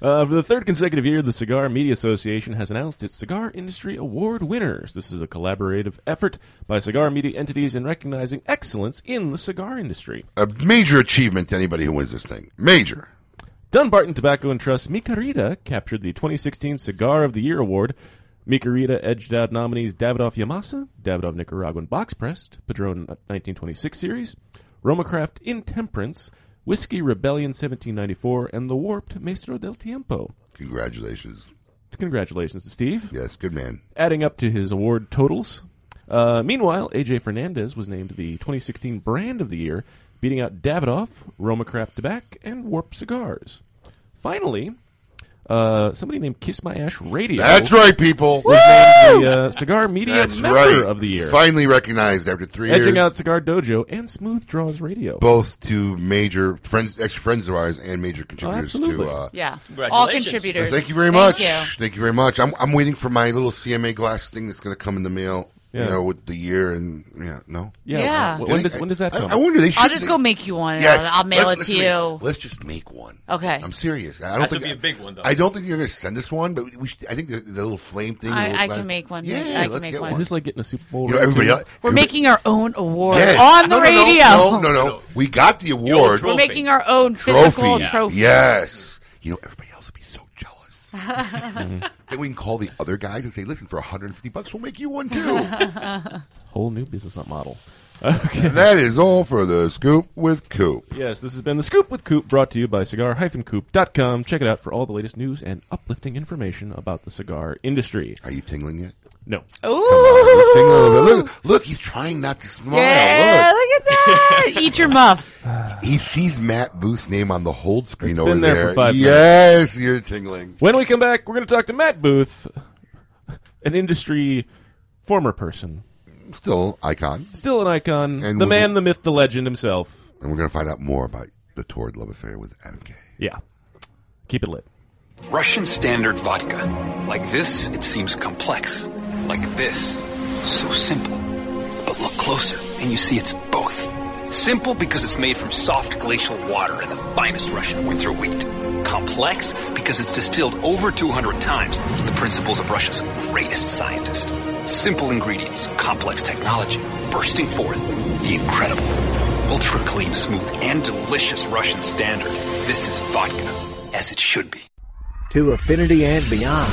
[SPEAKER 3] Uh, for the third consecutive year, the Cigar Media Association has announced its Cigar Industry Award winners. This is a collaborative effort by cigar media entities in recognizing excellence in the cigar industry.
[SPEAKER 4] a major achievement to anybody who wins this thing. Major.
[SPEAKER 3] Dunbarton Tobacco and Trust Micarita captured the 2016 Cigar of the Year award. Micarita edged out nominees Davidoff Yamasa, Davidoff Nicaraguan Box Pressed, Padron 1926 Series, Romacraft Intemperance, Whiskey Rebellion 1794, and The Warped Maestro del Tiempo.
[SPEAKER 4] Congratulations.
[SPEAKER 3] Congratulations to Steve.
[SPEAKER 4] Yes, good man.
[SPEAKER 3] Adding up to his award totals. Uh, meanwhile, AJ Fernandez was named the 2016 Brand of the Year, beating out Davidoff, Romacraft Tobacco, and Warp Cigars. Finally, uh, somebody named Kiss My Ash Radio.
[SPEAKER 4] That's right, people.
[SPEAKER 3] was named the, uh, Cigar Media
[SPEAKER 4] That's
[SPEAKER 3] Member
[SPEAKER 4] right.
[SPEAKER 3] of the Year.
[SPEAKER 4] Finally recognized after three
[SPEAKER 3] Edging
[SPEAKER 4] years.
[SPEAKER 3] out Cigar Dojo and Smooth Draws Radio.
[SPEAKER 4] both to major friends, ex friends of ours, and major contributors
[SPEAKER 3] Oh, absolutely.
[SPEAKER 4] to. Uh,
[SPEAKER 5] Yeah. All
[SPEAKER 6] Congratulations.
[SPEAKER 5] contributors.
[SPEAKER 4] Thank you very
[SPEAKER 5] Thank
[SPEAKER 4] much.
[SPEAKER 5] you.
[SPEAKER 4] Thank you very much. I'm, I'm waiting for my little CMA glass thing that's going to come in the mail.
[SPEAKER 3] Yeah.
[SPEAKER 4] You know, with the year and yeah, no.
[SPEAKER 5] Yeah. Yeah.
[SPEAKER 3] When does- when does that
[SPEAKER 4] I-
[SPEAKER 3] come?
[SPEAKER 4] I, wonder. They
[SPEAKER 5] I'll
[SPEAKER 4] should
[SPEAKER 5] just
[SPEAKER 4] make-
[SPEAKER 5] go make you one. and
[SPEAKER 4] Yes.
[SPEAKER 5] I'll, I'll mail
[SPEAKER 4] Let-
[SPEAKER 5] it to
[SPEAKER 4] listen me.
[SPEAKER 5] you.
[SPEAKER 4] Let's just make one.
[SPEAKER 5] Okay.
[SPEAKER 4] I'm serious. I don't
[SPEAKER 5] That's
[SPEAKER 4] think
[SPEAKER 5] gonna be a big one, though.
[SPEAKER 4] I don't think you're going to send us one, but we should, I think the, the little flame thing.
[SPEAKER 5] I-
[SPEAKER 4] the little
[SPEAKER 5] I
[SPEAKER 4] glass-
[SPEAKER 5] can make one.
[SPEAKER 4] Yeah,
[SPEAKER 5] I can
[SPEAKER 4] let's
[SPEAKER 5] make
[SPEAKER 4] get
[SPEAKER 5] one.
[SPEAKER 4] one.
[SPEAKER 5] Is this
[SPEAKER 3] like getting a Super Bowl?
[SPEAKER 4] You know, everybody else,
[SPEAKER 5] We're making our own award
[SPEAKER 4] Yes.
[SPEAKER 5] on the
[SPEAKER 4] No, no, no,
[SPEAKER 5] radio.
[SPEAKER 4] No, no, no, We got the award.
[SPEAKER 5] We're making our own physical trophy.
[SPEAKER 4] Yes. You know, everybody else would be so jealous. then we can call the other guys and say, listen, for 150 bucks, we'll make you one too.
[SPEAKER 3] Whole new business model.
[SPEAKER 4] And that is all for the scoop with Coop.
[SPEAKER 3] Yes, this has been The Scoop with Coop, brought to you by cigar-coop.com. Check it out for all the latest news and uplifting information about the cigar industry.
[SPEAKER 4] Are you tingling yet?
[SPEAKER 3] No.
[SPEAKER 4] Look,
[SPEAKER 5] Ooh.
[SPEAKER 4] look, look, he's trying not to smile.
[SPEAKER 5] Yeah,
[SPEAKER 4] Look.
[SPEAKER 5] look at that. Eat your muff.
[SPEAKER 4] He sees Matt Booth's name on the hold screen
[SPEAKER 3] It's
[SPEAKER 4] over
[SPEAKER 3] been there for five
[SPEAKER 4] yes, you're tingling.
[SPEAKER 3] When we come back, we're going to talk to Matt Booth, an industry former person,
[SPEAKER 4] Still icon.
[SPEAKER 3] still an icon,
[SPEAKER 4] And
[SPEAKER 3] the
[SPEAKER 4] we'll-
[SPEAKER 3] man, the myth, the legend himself.
[SPEAKER 4] And we're going to find out more about the Torrid Love Affair with Adam K.
[SPEAKER 3] Yeah. Keep it lit.
[SPEAKER 7] Russian standard vodka. Like this, it seems complex. Like this, so simple. But look closer, and you see it's both. Simple because it's made from soft glacial water and the finest Russian winter wheat. Complex because it's distilled over 200 times with the principles of Russia's greatest scientist. Simple ingredients, complex technology, bursting forth the incredible. Ultra clean, smooth, and delicious Russian standard. This is vodka, as it should be.
[SPEAKER 22] to affinity and beyond.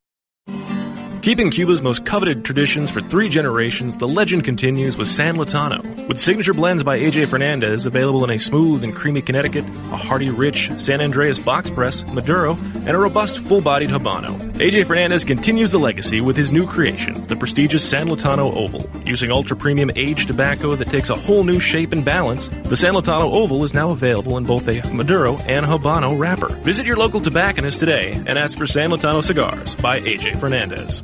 [SPEAKER 14] Keeping Cuba's most coveted traditions for three generations, the legend continues with San Latano. With signature blends by AJ Fernandez available in a smooth and creamy Connecticut, a hearty, rich San Andreas box press, Maduro, and a robust full bodied Habano. AJ Fernandez continues the legacy with his new creation, the prestigious San Latano Oval. Using ultra premium aged tobacco that takes a whole new shape and balance, the San Latano Oval is now available in both a Maduro and Habano wrapper. Visit your local tobacconist today and ask for San Latano Cigars by AJ Fernandez.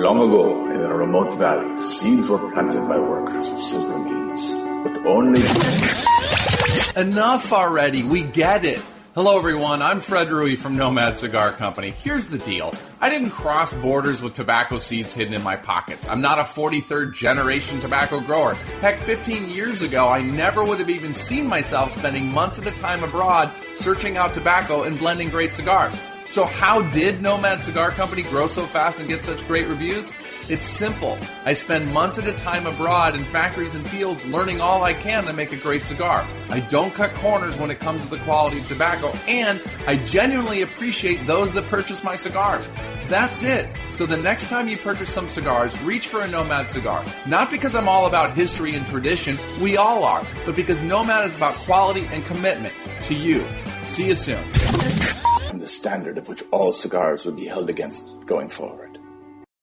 [SPEAKER 15] Long ago, in a remote valley, seeds were planted by workers of silver means, with only.
[SPEAKER 26] Enough already. We get it. Hello, everyone. I'm Fred Rui from Nomad Cigar Company. Here's the deal I didn't cross borders with tobacco seeds hidden in my pockets. I'm not a 43rd generation tobacco grower. Heck, 15 years ago, I never would have even seen myself spending months at a time abroad searching out tobacco and blending great cigars. So, how did Nomad Cigar Company grow so fast and get such great reviews? It's simple. I spend months at a time abroad in factories and fields learning all I can to make a great cigar. I don't cut corners when it comes to the quality of tobacco, and I genuinely appreciate those that purchase my cigars. That's it. So the next time you purchase some cigars, reach for a Nomad cigar. Not because I'm all about history and tradition, we all are, but because Nomad is about quality and commitment to you. See you soon.
[SPEAKER 27] and the standard of which all cigars would be held against going forward.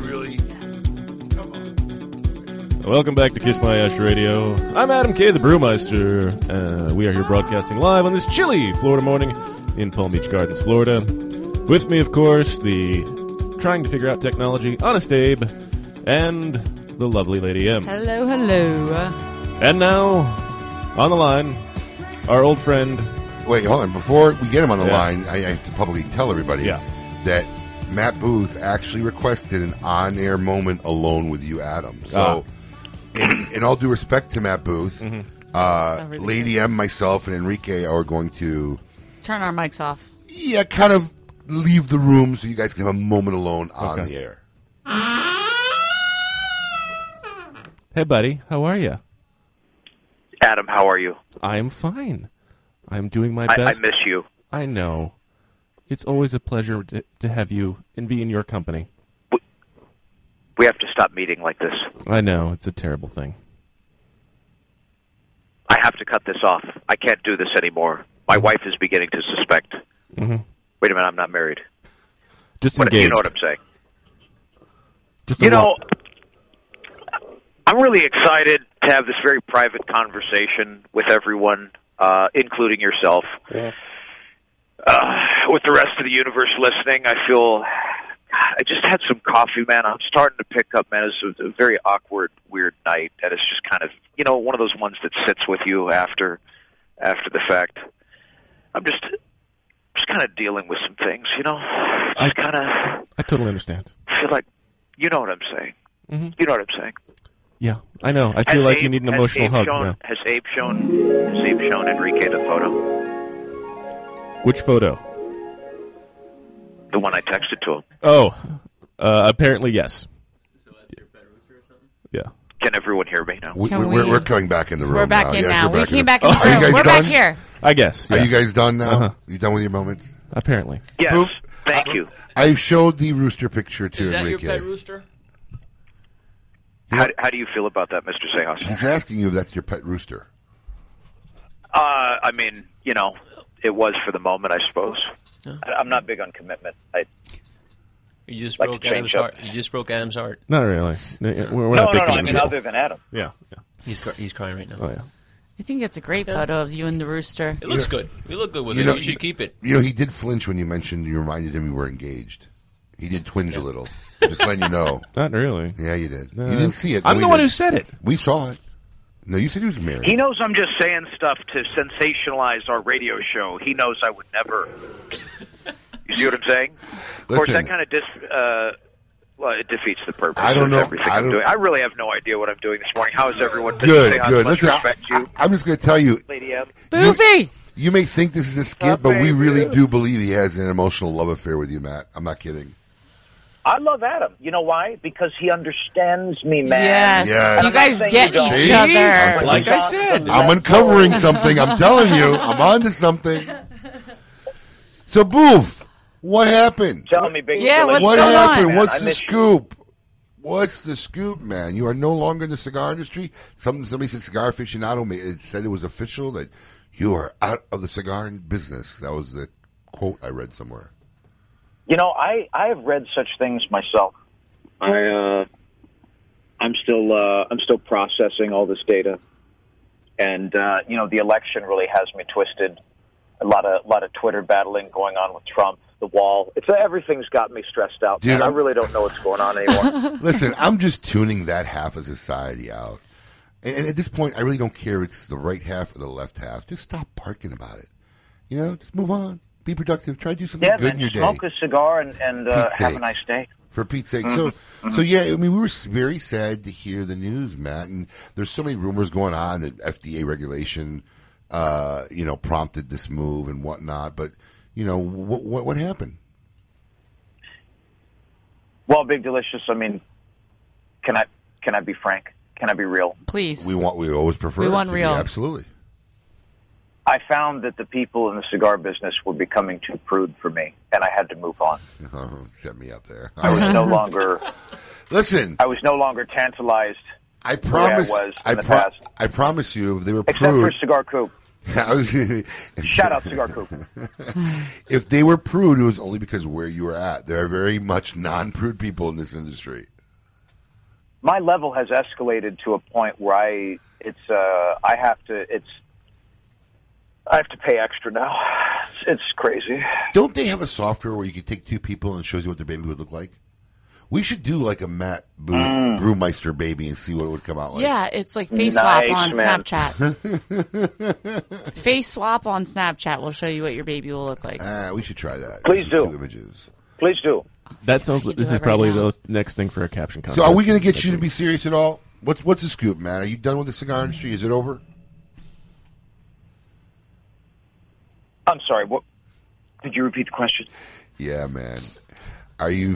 [SPEAKER 4] really?
[SPEAKER 3] Welcome back to Kiss My Ash Radio. I'm Adam K, the Brewmeister. Uh, we are here broadcasting live on this chilly Florida morning in Palm Beach Gardens, Florida. With me, of course, the trying to figure out technology, Honest Abe, and the lovely Lady M.
[SPEAKER 5] Hello, hello.
[SPEAKER 3] And now, on the line, our old friend.
[SPEAKER 4] Wait, hold on. Before we get him on the
[SPEAKER 3] Yeah.
[SPEAKER 4] line, I I have to publicly tell everybody that Matt Booth actually requested an on air moment alone with you, Adam. So,
[SPEAKER 3] Ah.
[SPEAKER 4] in, in all due respect to Matt Booth,
[SPEAKER 3] Mm-hmm.
[SPEAKER 4] uh,
[SPEAKER 5] Not really
[SPEAKER 4] Lady M, myself, and Enrique are going to
[SPEAKER 5] Turn our mics off.
[SPEAKER 4] Yeah, kind of leave the room so you guys can have a moment alone on
[SPEAKER 3] Okay.
[SPEAKER 4] the air.
[SPEAKER 3] Hey, buddy, how are you?
[SPEAKER 21] Adam, how are you?
[SPEAKER 3] I'm fine. I'm doing my
[SPEAKER 21] I- I
[SPEAKER 3] best.
[SPEAKER 21] miss you.
[SPEAKER 3] I know. It's always a pleasure to, to have you and be in your company.
[SPEAKER 21] We have to stop meeting like this.
[SPEAKER 3] I know it's a terrible thing.
[SPEAKER 21] I have to cut this off. I can't do this anymore. My wife is beginning to suspect.
[SPEAKER 3] Mhm.
[SPEAKER 21] Wait a minute, I'm not married.
[SPEAKER 3] Just
[SPEAKER 21] What- You
[SPEAKER 3] engaged.
[SPEAKER 21] know what I'm saying?
[SPEAKER 3] Just
[SPEAKER 21] you
[SPEAKER 3] a
[SPEAKER 21] know, I'm really excited to have this very private conversation with everyone, uh, including yourself, uh, with the rest of the universe listening. I feel I just had some coffee, man. I'm starting to pick up, man. It's a, a very awkward, weird night that is just kind of you know one of those ones that sits with you after after the fact. I'm just just kind of dealing with some things, you know. Just kind of
[SPEAKER 3] I totally understand.
[SPEAKER 21] feel like you know what I'm saying. You know what I'm saying.
[SPEAKER 3] Yeah, I know. Mm-hmm. I
[SPEAKER 21] Has
[SPEAKER 3] feel like
[SPEAKER 21] Abe-
[SPEAKER 3] you need an
[SPEAKER 21] has
[SPEAKER 3] emotional
[SPEAKER 21] Abe
[SPEAKER 3] hug.
[SPEAKER 21] Shown,
[SPEAKER 3] now.
[SPEAKER 21] Has Abe shown? Has Abe shown Enrique the photo?
[SPEAKER 3] Which photo?
[SPEAKER 21] The one I texted to him.
[SPEAKER 3] Oh, uh, apparently yes. Yeah.
[SPEAKER 21] Can everyone hear me now?
[SPEAKER 4] We, are we're coming back in the room.
[SPEAKER 21] We're back in
[SPEAKER 4] Yes,
[SPEAKER 21] now.
[SPEAKER 4] we're
[SPEAKER 21] We
[SPEAKER 4] back
[SPEAKER 21] came
[SPEAKER 4] in
[SPEAKER 21] back in the
[SPEAKER 4] Oh, Are you
[SPEAKER 21] room.
[SPEAKER 4] guys
[SPEAKER 21] We're back
[SPEAKER 4] done?
[SPEAKER 21] here.
[SPEAKER 3] I guess, yeah.
[SPEAKER 4] Are you guys done now?
[SPEAKER 3] Uh-huh.
[SPEAKER 4] You done with your moment?
[SPEAKER 3] Apparently.
[SPEAKER 21] Yes.
[SPEAKER 4] Thank you. I showed the rooster picture to
[SPEAKER 21] Is that your
[SPEAKER 4] Enrique.
[SPEAKER 21] pet rooster? How, how do you feel about that, Mr. Sejas?
[SPEAKER 4] He's asking you if that's your pet rooster.
[SPEAKER 21] Uh, I mean, you know, it was for the moment, I suppose. I, I'm not big on commitment. I
[SPEAKER 6] You just
[SPEAKER 21] Like
[SPEAKER 6] broke
[SPEAKER 21] to change
[SPEAKER 6] Adam's
[SPEAKER 21] up.
[SPEAKER 6] heart. You just broke Adam's heart.
[SPEAKER 3] Not really. No, yeah, We're, we're
[SPEAKER 21] no,
[SPEAKER 3] not
[SPEAKER 21] no, no.
[SPEAKER 3] picking
[SPEAKER 21] I
[SPEAKER 3] on
[SPEAKER 21] mean,
[SPEAKER 3] people.
[SPEAKER 21] other than Adam.
[SPEAKER 3] Yeah, yeah.
[SPEAKER 6] He's cr- he's crying right now.
[SPEAKER 3] Oh yeah.
[SPEAKER 5] I think that's a great photo of you and the rooster.
[SPEAKER 6] It looks good. You look good with it. you should keep it.
[SPEAKER 4] You know, he did flinch when you mentioned you reminded him you were engaged. He did twinge a little. Just letting you know.
[SPEAKER 3] Not really.
[SPEAKER 4] Yeah, you did.
[SPEAKER 3] No.
[SPEAKER 4] you didn't see it.
[SPEAKER 3] I'm
[SPEAKER 4] We
[SPEAKER 3] the one
[SPEAKER 4] did.
[SPEAKER 3] who said it.
[SPEAKER 4] We saw it. No, you said he was married.
[SPEAKER 21] He knows I'm just saying stuff to sensationalize our radio show. He knows I would never. You see what I'm saying? of course,
[SPEAKER 4] Listen.
[SPEAKER 21] that kind of dis. Uh, well, it defeats the purpose.
[SPEAKER 4] I don't
[SPEAKER 21] of
[SPEAKER 4] know.
[SPEAKER 21] Everything
[SPEAKER 4] I
[SPEAKER 21] I am
[SPEAKER 4] don't-
[SPEAKER 21] doing. I really have no idea what I'm doing this morning. How is everyone? Mr.
[SPEAKER 4] Good,
[SPEAKER 21] Sejas,
[SPEAKER 4] good.
[SPEAKER 21] Much
[SPEAKER 4] Listen, I,
[SPEAKER 21] respect to you,
[SPEAKER 4] am just going to tell you,
[SPEAKER 21] Lady M.
[SPEAKER 4] Boofy. You may think this is a skit, but we really do believe he has an emotional love affair with you, Matt. I'm not kidding.
[SPEAKER 21] I love Adam. You know why? Because he understands me, man.
[SPEAKER 4] Yes. Yes.
[SPEAKER 21] And
[SPEAKER 4] You
[SPEAKER 21] I'm not
[SPEAKER 4] guys
[SPEAKER 21] saying
[SPEAKER 4] get
[SPEAKER 21] you don't.
[SPEAKER 4] each other. Like I
[SPEAKER 21] said,
[SPEAKER 4] I'm uncovering something. I'm telling you, I'm onto something. So, Boof, what happened?
[SPEAKER 21] Tell me, big.
[SPEAKER 4] Yeah,
[SPEAKER 21] Billy.
[SPEAKER 4] what's What going on? happened? What's
[SPEAKER 21] I
[SPEAKER 4] the
[SPEAKER 21] miss you.
[SPEAKER 4] scoop? What's the scoop, man? You are no longer in the cigar industry. Some somebody said cigar aficionado. ma- It said it was official that you are out of the cigar business. That was the quote I read somewhere.
[SPEAKER 21] You know, I I have read such things myself. I uh, I'm still uh, I'm still processing all this data, and uh, you know, the election really has me twisted. A lot of lot of Twitter battling going on with Trump.
[SPEAKER 28] the wall. It's everything's got me stressed out.
[SPEAKER 4] Dude,
[SPEAKER 28] man. I
[SPEAKER 4] I'm-
[SPEAKER 28] really don't know what's going on anymore.
[SPEAKER 4] Listen, I'm just tuning that half of society out. And, and at this point, I really don't care if it's the right half or the left half. Just stop barking about it. You know, just move on. Be productive. Try to do something
[SPEAKER 21] yeah,
[SPEAKER 4] good in
[SPEAKER 21] man,
[SPEAKER 4] your day.
[SPEAKER 21] smoke a cigar and, and uh,
[SPEAKER 4] Pete's
[SPEAKER 21] have a
[SPEAKER 4] sake.
[SPEAKER 21] nice day.
[SPEAKER 4] For Pete's sake.
[SPEAKER 21] Mhm,
[SPEAKER 4] So,
[SPEAKER 21] mhm.
[SPEAKER 4] so yeah, I mean, we were s- very sad to hear the news, Matt. And there's so many rumors going on that FDA regulation, uh, you know, prompted this move and whatnot. But, you know, what what, what happened?
[SPEAKER 21] Well, Big Delicious, I mean, can I can I be frank? Can I be real?
[SPEAKER 5] Please.
[SPEAKER 4] We want. We always prefer.
[SPEAKER 21] We
[SPEAKER 4] it
[SPEAKER 21] want
[SPEAKER 4] to be-
[SPEAKER 21] real.
[SPEAKER 4] absolutely.
[SPEAKER 21] I found that the people in the cigar business were becoming too prude for me, and I had to move on.
[SPEAKER 4] Oh, set me up there.
[SPEAKER 21] I was no longer.
[SPEAKER 4] Listen.
[SPEAKER 21] I was no longer tantalized.
[SPEAKER 4] I Promise.
[SPEAKER 21] The way I was in
[SPEAKER 4] I,
[SPEAKER 21] the
[SPEAKER 4] pro-
[SPEAKER 21] past,
[SPEAKER 4] I promise you, if they were
[SPEAKER 21] except
[SPEAKER 4] prude,
[SPEAKER 21] for Cigar Coop.
[SPEAKER 4] I was-
[SPEAKER 21] Shout out Cigar Coop.
[SPEAKER 4] if they were prude, it was only because where you were at. There are very much non-prude people in this industry.
[SPEAKER 21] my level has escalated to a point where I it's uh I have to it's I have to pay extra now. It's, it's crazy.
[SPEAKER 4] Don't they have a software where you can take two people and it shows you what their baby would look like? We should do like a Matt Booth
[SPEAKER 21] Mm.
[SPEAKER 4] Brewmeister baby and see what it would come out like.
[SPEAKER 5] Yeah, it's like face swap on Snapchat. face swap on Snapchat will show you what your baby will look like.
[SPEAKER 4] Ah, we should try that.
[SPEAKER 5] Please
[SPEAKER 4] do. Two images.
[SPEAKER 21] Please do.
[SPEAKER 3] That sounds.
[SPEAKER 5] You
[SPEAKER 3] This
[SPEAKER 5] do
[SPEAKER 3] is
[SPEAKER 5] it right
[SPEAKER 3] probably
[SPEAKER 5] now.
[SPEAKER 3] the next thing for a caption contest.
[SPEAKER 4] So, are we going to get you to be serious at all? What's what's the scoop, man? Are you done with the cigar industry? Is it over?
[SPEAKER 21] I'm sorry. What did you repeat the question?
[SPEAKER 4] Yeah, man. Are you?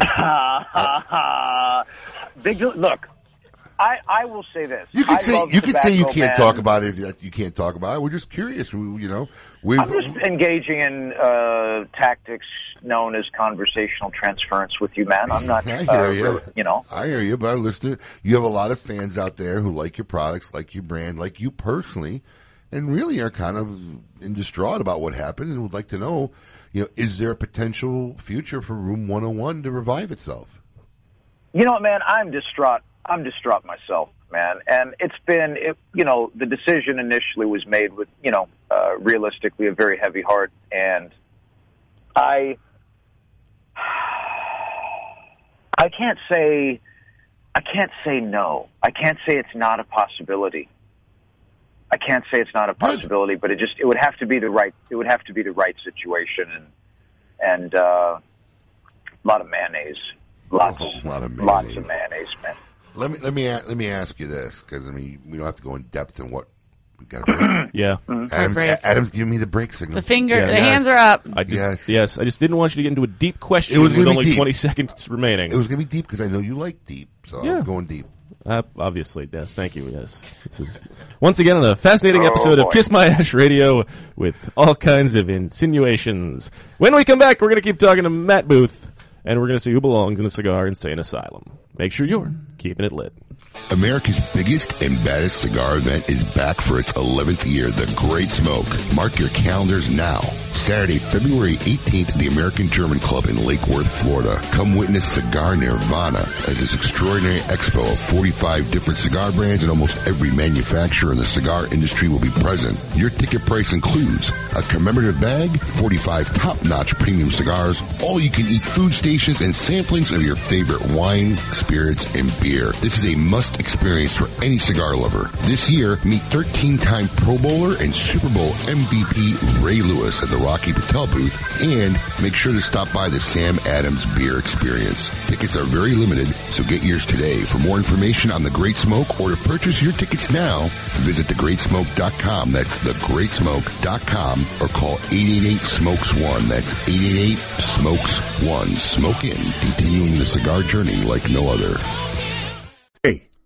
[SPEAKER 21] Big deal- look. I I will say this.
[SPEAKER 4] You
[SPEAKER 21] I
[SPEAKER 4] can say
[SPEAKER 21] love
[SPEAKER 4] you can say you
[SPEAKER 21] Tobacco
[SPEAKER 4] can't
[SPEAKER 21] Man.
[SPEAKER 4] talk about it. If you can't talk about it, we're just curious. We, you know, we've
[SPEAKER 21] I'm just engaging in uh, tactics known as conversational transference with you, man. I'm not.
[SPEAKER 4] I
[SPEAKER 21] uh,
[SPEAKER 4] hear you.
[SPEAKER 21] really- you know.
[SPEAKER 4] I hear you, but I listen. to- You have a lot of fans out there who like your products, like your brand, like you personally, and really are kind of in distraught about what happened and would like to know, you know, is there a potential future for Room 101 to revive itself?
[SPEAKER 21] You know, what, man, I'm distraught. I'm distraught myself, man. And it's been, it, you know, the decision initially was made with, you know, uh, realistically a very heavy heart, and I, I can't say, I can't say no. I can't say it's not a possibility. I can't say it's not a possibility, but it just it would have to be the right it would have to be the right situation and and uh, a lot of mayonnaise, lots
[SPEAKER 4] A lot of
[SPEAKER 21] lots
[SPEAKER 4] mayonnaise.
[SPEAKER 21] of mayonnaise, man.
[SPEAKER 4] Let me let me a- let me ask you this because I mean we don't have to go in depth in what we got. to break.
[SPEAKER 3] Yeah.
[SPEAKER 4] Adam,
[SPEAKER 5] Mm-hmm. break.
[SPEAKER 4] Adam's giving me the break signal.
[SPEAKER 5] The finger- the hands are up.
[SPEAKER 3] I did,
[SPEAKER 4] yes.
[SPEAKER 3] Yes. I just didn't want you to get into a deep question.
[SPEAKER 4] It was
[SPEAKER 3] with
[SPEAKER 4] gonna be
[SPEAKER 3] only
[SPEAKER 4] deep.
[SPEAKER 3] 20 seconds remaining.
[SPEAKER 4] It was gonna be deep because I know you like deep, so
[SPEAKER 3] Yeah.
[SPEAKER 4] I'm going deep.
[SPEAKER 3] Uh, obviously, yes. Thank you. Yes. This is once again on a fascinating
[SPEAKER 4] Oh,
[SPEAKER 3] episode of
[SPEAKER 4] boy.
[SPEAKER 3] Kiss My Ash Radio with all kinds of insinuations. When we come back, we're going to keep talking to Matt Booth, and we're going to see who belongs in a cigar insane asylum. Make sure you're keeping it lit.
[SPEAKER 4] America's biggest and baddest cigar event is back for its 11th year, The Great Smoke. Mark your calendars now. Saturday, February 18th at the American German Club in Lake Worth, Florida. Come witness Cigar Nirvana as this extraordinary expo of 45 different cigar brands and almost every manufacturer in the cigar industry will be present. Your ticket price includes a commemorative bag, 45 top-notch premium cigars, all-you-can-eat food stations, and samplings of your favorite wine, spirits, and beer. This is a must experience for any cigar lover. This year, meet 13-time Pro Bowler and Super Bowl MVP Ray Lewis at the Rocky Patel booth, and make sure to stop by the Sam Adams Beer Experience. Tickets are very limited, so get yours today. For more information on The Great Smoke or to purchase your tickets now, visit thegreatsmoke.com. That's thegreatsmoke.com or call 888-SMOKES-1. That's 888-SMOKES-1. Smoke in, continuing the cigar journey like no other.
[SPEAKER 10] Hey,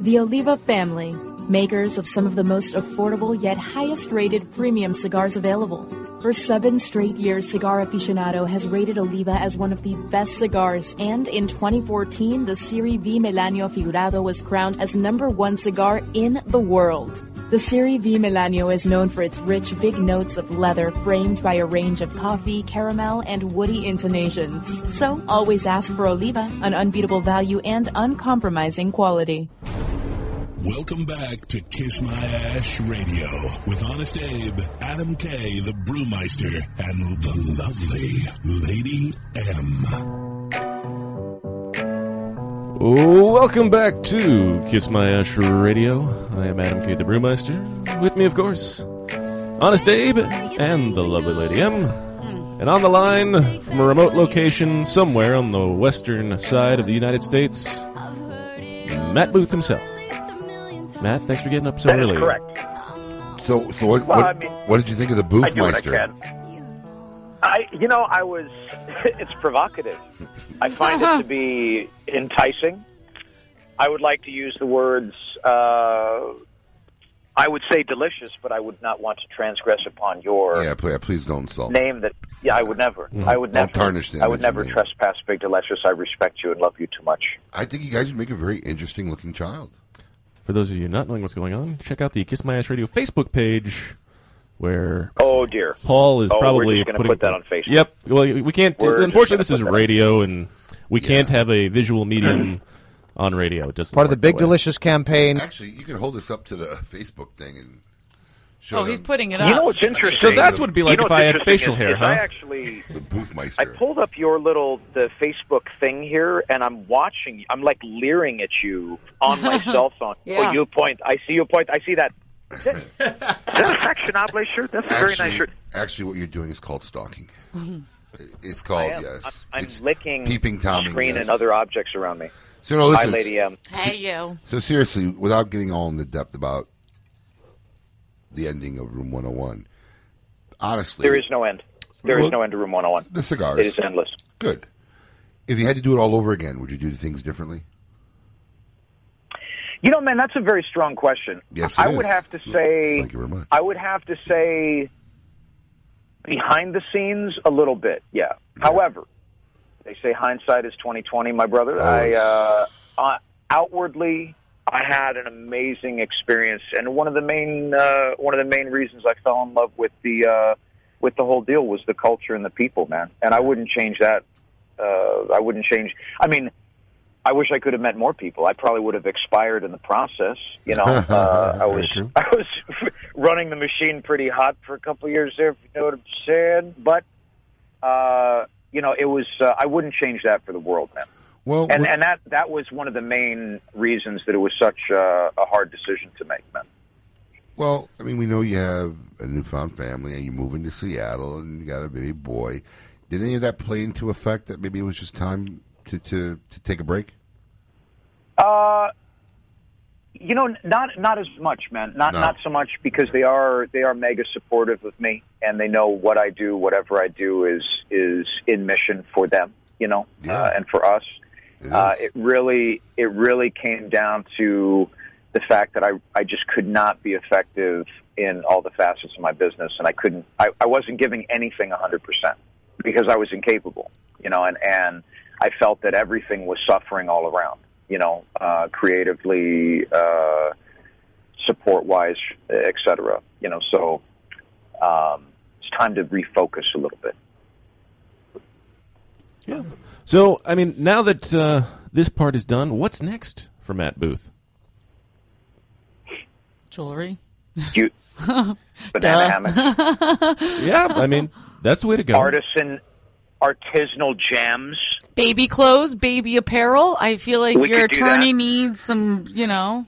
[SPEAKER 11] The Oliva family, makers of some of the most affordable yet highest rated premium cigars available. For seven straight years, Cigar Aficionado has rated Oliva as one of the best cigars, and in 2014, the Siri V Melanio Figurado was crowned as number one cigar in the world. The Siri V Melanio is known for its rich, big notes of leather framed by a range of coffee, caramel, and woody intonations. So always ask for Oliva, an unbeatable value and uncompromising quality.
[SPEAKER 1] Welcome back to Kiss My Ash Radio with Honest Abe, Adam K, the Brewmeister, and the lovely Lady M.
[SPEAKER 3] Welcome back to Kiss My Ash Radio. I am Adam K. the Brewmeister. With me, of course, Honest Abe and the lovely Lady M. And on the line from a remote location somewhere on the western side of the United States, Matt Booth himself. Matt, thanks for getting up so
[SPEAKER 4] That is
[SPEAKER 3] early.
[SPEAKER 4] correct. So, so what,
[SPEAKER 29] Well,
[SPEAKER 4] what,
[SPEAKER 29] I mean,
[SPEAKER 4] what did you think of the
[SPEAKER 29] I do what I
[SPEAKER 4] Boofmeister?
[SPEAKER 29] I, you know, I was. It's provocative.
[SPEAKER 21] I find it to be enticing. I would like to use the words, uh, I would say delicious, but I would not want to transgress upon your
[SPEAKER 4] Yeah, please, please don't insult. me.
[SPEAKER 21] name that, yeah, I would never.
[SPEAKER 4] Mhm.
[SPEAKER 21] I would
[SPEAKER 4] Don't
[SPEAKER 21] never.
[SPEAKER 4] tarnish the
[SPEAKER 21] I would
[SPEAKER 4] image of
[SPEAKER 21] never
[SPEAKER 4] me.
[SPEAKER 21] trespass Big Delicious. I respect you and love you too much.
[SPEAKER 4] I think you guys would make a very interesting looking child.
[SPEAKER 3] For those of you not knowing what's going on, check out the Kiss My Ash Radio Facebook page, where
[SPEAKER 21] Oh, dear.
[SPEAKER 3] Paul is
[SPEAKER 21] Oh, we're
[SPEAKER 3] probably
[SPEAKER 21] just gonna
[SPEAKER 3] putting
[SPEAKER 21] put that on Facebook.
[SPEAKER 3] Yep. Well, we can't.
[SPEAKER 21] We're just
[SPEAKER 3] unfortunately,
[SPEAKER 21] gonna
[SPEAKER 3] this is
[SPEAKER 21] put that
[SPEAKER 3] radio, and we can't have a visual medium on radio. It doesn't
[SPEAKER 30] Part of the
[SPEAKER 3] work
[SPEAKER 30] Big
[SPEAKER 3] that way.
[SPEAKER 30] Delicious campaign.
[SPEAKER 4] Actually, you could hold this up to the Facebook thing and show.
[SPEAKER 5] Oh, he's
[SPEAKER 4] them.
[SPEAKER 5] putting it
[SPEAKER 21] You
[SPEAKER 5] up.
[SPEAKER 21] know what's interesting?
[SPEAKER 3] So that's what it'd be like
[SPEAKER 21] You know
[SPEAKER 3] if
[SPEAKER 21] what's
[SPEAKER 3] I had
[SPEAKER 21] interesting
[SPEAKER 3] facial
[SPEAKER 21] is-
[SPEAKER 3] hair,
[SPEAKER 21] is I
[SPEAKER 3] huh?
[SPEAKER 21] actually,
[SPEAKER 4] the Boofmeister.
[SPEAKER 21] I pulled up your little the Facebook thing here, and I'm watching. I'm like leering at you on my cell phone.
[SPEAKER 29] Yeah.
[SPEAKER 21] Oh, you point. I see you point. I see that. Is that a Faction Oblate shirt? That's a very nice shirt.
[SPEAKER 4] Actually, what you're doing is called stalking. It- It's
[SPEAKER 21] I
[SPEAKER 4] called
[SPEAKER 21] am.
[SPEAKER 4] yes.
[SPEAKER 21] I'm,
[SPEAKER 4] It's-
[SPEAKER 21] I'm licking
[SPEAKER 4] peeping Tommy,
[SPEAKER 21] screen
[SPEAKER 4] yes.
[SPEAKER 21] and other objects around me.
[SPEAKER 4] So no,
[SPEAKER 21] Hi,
[SPEAKER 4] listen.
[SPEAKER 21] Lady M.
[SPEAKER 5] Hey, you.
[SPEAKER 4] So seriously, without getting all in the depth about the ending of Room 101, honestly,
[SPEAKER 21] There is no end. There is
[SPEAKER 4] Well,
[SPEAKER 21] no end to Room 101.
[SPEAKER 4] the cigars.
[SPEAKER 21] It is endless.
[SPEAKER 4] Good. If you had to do it all over again, would you do things differently?
[SPEAKER 21] You know, man, that's a very strong question.
[SPEAKER 4] Yes, it
[SPEAKER 21] I would
[SPEAKER 4] is.
[SPEAKER 21] have to say.
[SPEAKER 4] Thank you very much.
[SPEAKER 21] I would have to say behind the scenes a little bit, yeah. However, they say hindsight is twenty twenty, my brother. I uh, uh outwardly I had an amazing experience and one of the main uh, one of the main reasons I fell in love with the uh, with the whole deal was the culture and the people, man. And I wouldn't change that. Uh, I wouldn't change I mean I wish I could have met more people. I probably would have expired in the process. You know, uh, I was I was running the machine pretty hot for a couple of years there, if you know what I'm saying. But uh, you know, it was uh, I wouldn't change that for the world, man.
[SPEAKER 4] Well,
[SPEAKER 21] and
[SPEAKER 4] well-
[SPEAKER 21] and that that was one of the main reasons that it was such a, a hard decision to make, man.
[SPEAKER 4] Well, I mean, we know you have a newfound family and you're moving to Seattle and you got a baby boy. Did any of that play into effect that maybe it was just time to, to, to take a break?
[SPEAKER 21] Uh, you know, not not as much, man. Not
[SPEAKER 4] No.
[SPEAKER 21] not so much because they are they are mega supportive of me, and they know what I do, whatever I do is is in mission for them, you know, uh, and for us. uh, it really it really came down to the fact that I I just could not be effective in all the facets of my business, and I couldn't I, I wasn't giving anything a hundred percent because I was incapable, you know, and and I felt that everything was suffering all around, you know, uh, creatively, uh, support wise, et cetera, you know. So um, it's time to refocus a little bit.
[SPEAKER 3] So, I mean, now that uh, this part is done, what's next for Matt Booth?
[SPEAKER 5] Jewelry.
[SPEAKER 21] You,
[SPEAKER 5] Duh.
[SPEAKER 21] banana hammock.
[SPEAKER 3] Yeah, I mean, that's the way to go.
[SPEAKER 21] Artisan, artisanal jams.
[SPEAKER 5] baby clothes, baby apparel. I feel like
[SPEAKER 3] We
[SPEAKER 5] your
[SPEAKER 3] could do that.
[SPEAKER 5] attorney needs some, you know.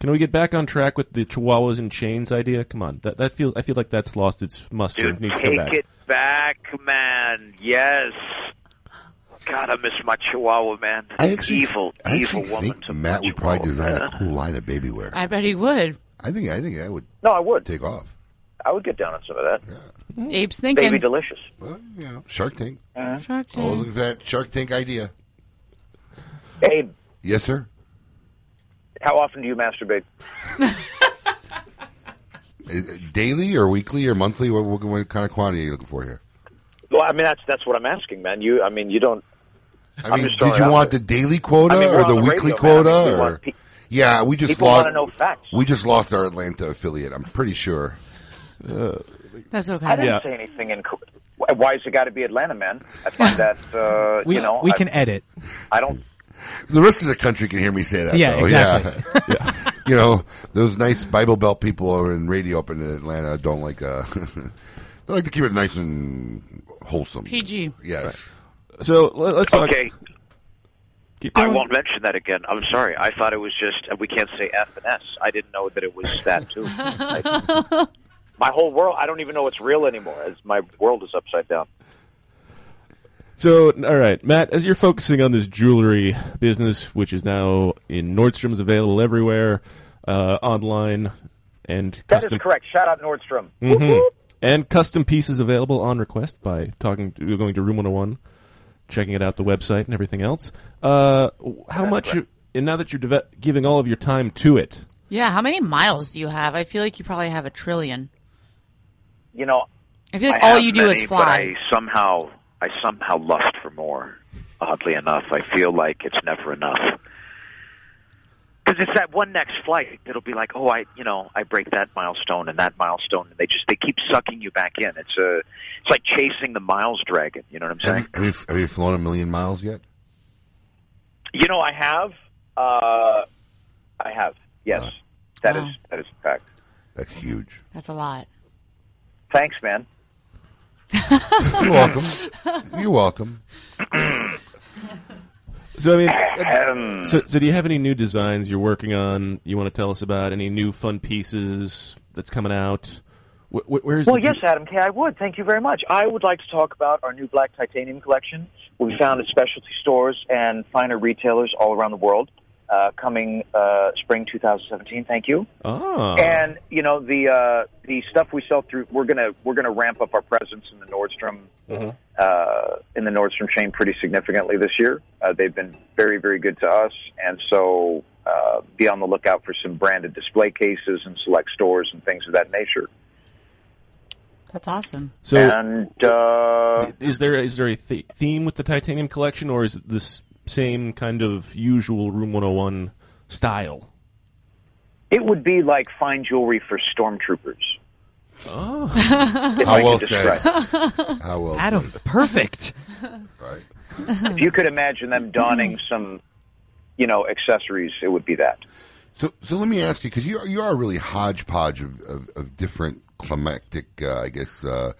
[SPEAKER 3] Can we get back on track with the Chihuahuas and Chains idea? Come on, that, that feel I feel like that's lost its muster.
[SPEAKER 21] Dude,
[SPEAKER 3] It needs to
[SPEAKER 21] take
[SPEAKER 3] go back.
[SPEAKER 21] it back, man. Yes. God, I miss my Chihuahua, man. evil,
[SPEAKER 4] I
[SPEAKER 21] evil
[SPEAKER 4] actually
[SPEAKER 21] woman.
[SPEAKER 4] think Matt would probably design a cool line of baby wear.
[SPEAKER 5] I bet he would.
[SPEAKER 4] I think I think that would
[SPEAKER 21] no, I would
[SPEAKER 4] take off.
[SPEAKER 21] I would get down on some of that.
[SPEAKER 5] Abe's thinking.
[SPEAKER 21] Baby delicious.
[SPEAKER 4] Well, you know, Shark Tank.
[SPEAKER 5] Shark
[SPEAKER 4] Oh, look at that Shark Tank idea.
[SPEAKER 21] Abe,
[SPEAKER 4] Yes, sir.
[SPEAKER 21] how often do you masturbate?
[SPEAKER 4] Uh, Daily or weekly or monthly? What, what, what kind of quantity are you looking for here?
[SPEAKER 21] Well, I mean that's that's what I'm asking, man. You, I mean, you don't.
[SPEAKER 4] I mean,
[SPEAKER 21] am just throwing
[SPEAKER 4] did you
[SPEAKER 21] it out
[SPEAKER 4] want
[SPEAKER 21] there.
[SPEAKER 4] the daily quota
[SPEAKER 21] I mean, we're
[SPEAKER 4] or
[SPEAKER 21] on
[SPEAKER 4] the,
[SPEAKER 21] the radio,
[SPEAKER 4] weekly
[SPEAKER 21] man.
[SPEAKER 4] quota?
[SPEAKER 21] I mean, we
[SPEAKER 4] or
[SPEAKER 21] want pe-
[SPEAKER 4] yeah, we just
[SPEAKER 21] people
[SPEAKER 4] lost.
[SPEAKER 21] wanna know facts.
[SPEAKER 4] We just lost our Atlanta affiliate. I'm pretty sure.
[SPEAKER 5] That's okay.
[SPEAKER 21] I didn't
[SPEAKER 4] Uh, Yeah.
[SPEAKER 21] say anything in. co- Why's it got to be Atlanta, man? I find that uh,
[SPEAKER 4] We-
[SPEAKER 21] you know
[SPEAKER 4] we
[SPEAKER 21] I-
[SPEAKER 4] can edit.
[SPEAKER 21] I don't.
[SPEAKER 4] The rest of the country can hear me say that.
[SPEAKER 21] Yeah,
[SPEAKER 4] though.
[SPEAKER 21] exactly.
[SPEAKER 4] Yeah. Yeah. You know, those nice Bible Belt people over in radio up in Atlanta don't like. Uh, they like to keep it nice and wholesome.
[SPEAKER 5] PG.
[SPEAKER 4] Yes.
[SPEAKER 3] So let's
[SPEAKER 4] talk.
[SPEAKER 21] Okay. I won't mention that again. I'm sorry. I thought it was just uh, we can't say F and S. I didn't know that it was that too. I- my whole world. I don't even know what's real anymore. As my world is upside down.
[SPEAKER 3] So, all right, Matt, as you're focusing on this jewelry business, which is now in Nordstrom's available everywhere, uh, online, and
[SPEAKER 21] That is
[SPEAKER 3] custom,
[SPEAKER 21] correct. Shout out Nordstrom.
[SPEAKER 3] Mhm. and custom pieces available on request by talking, to, going to Room 101, checking it out, the website, and everything else. Uh, how much? You, and now that you're deve- giving all of your time to it,
[SPEAKER 5] Yeah, how many miles do you have? I feel like you probably have a trillion.
[SPEAKER 21] You know,
[SPEAKER 5] I feel like
[SPEAKER 21] I
[SPEAKER 5] all
[SPEAKER 21] have
[SPEAKER 5] you do
[SPEAKER 21] many,
[SPEAKER 5] is fly.
[SPEAKER 21] But I somehow, I somehow lust for more. Oddly enough, I feel like it's never enough. Because it's that one next flight that'll be like, oh, I, you know, I break that milestone and that milestone, and they just they keep sucking you back in. It's a, it's like chasing the miles dragon. You know what I'm
[SPEAKER 4] Have
[SPEAKER 21] saying?
[SPEAKER 4] you, have, you, have you flown a million miles yet?
[SPEAKER 21] You know, I have, uh, I have. Yes, that is that is a fact.
[SPEAKER 4] That's huge.
[SPEAKER 5] That's a lot.
[SPEAKER 21] Thanks, man.
[SPEAKER 4] You're welcome. You're welcome.
[SPEAKER 3] So I mean,
[SPEAKER 21] Ahem.
[SPEAKER 3] so, so do you have any new designs you're working on? You want to tell us about any new fun pieces that's coming out? Wh- wh- where's
[SPEAKER 21] Well,
[SPEAKER 3] the
[SPEAKER 21] yes, Adam K. I would. Thank you very much. I would like to talk about our new black titanium collection. We found at specialty stores and finer retailers all around the world. Uh, coming uh, spring 2017. Thank you.
[SPEAKER 3] Ah.
[SPEAKER 21] And you know the uh, the stuff we sell through. We're gonna we're gonna ramp up our presence in the Nordstrom uh, in the Nordstrom chain pretty significantly this year. Uh, they've been very, very good to us, and so uh, be on the lookout for some branded display cases and select stores and things of that nature.
[SPEAKER 5] That's awesome.
[SPEAKER 3] So,
[SPEAKER 21] and uh,
[SPEAKER 3] is there is there a th- theme with the titanium collection, or is it this same kind of usual Room 101 style?
[SPEAKER 21] It would be like fine jewelry for stormtroopers.
[SPEAKER 3] Oh,
[SPEAKER 21] If
[SPEAKER 4] How
[SPEAKER 21] I could
[SPEAKER 4] well
[SPEAKER 21] describe
[SPEAKER 4] said. How well
[SPEAKER 8] Adam, perfect.
[SPEAKER 4] Right.
[SPEAKER 21] if you could imagine them donning some you know, accessories, it would be that.
[SPEAKER 4] So, so let me ask you because you are- you are a really hodgepodge of, of, of different climactic, uh, I guess, uh,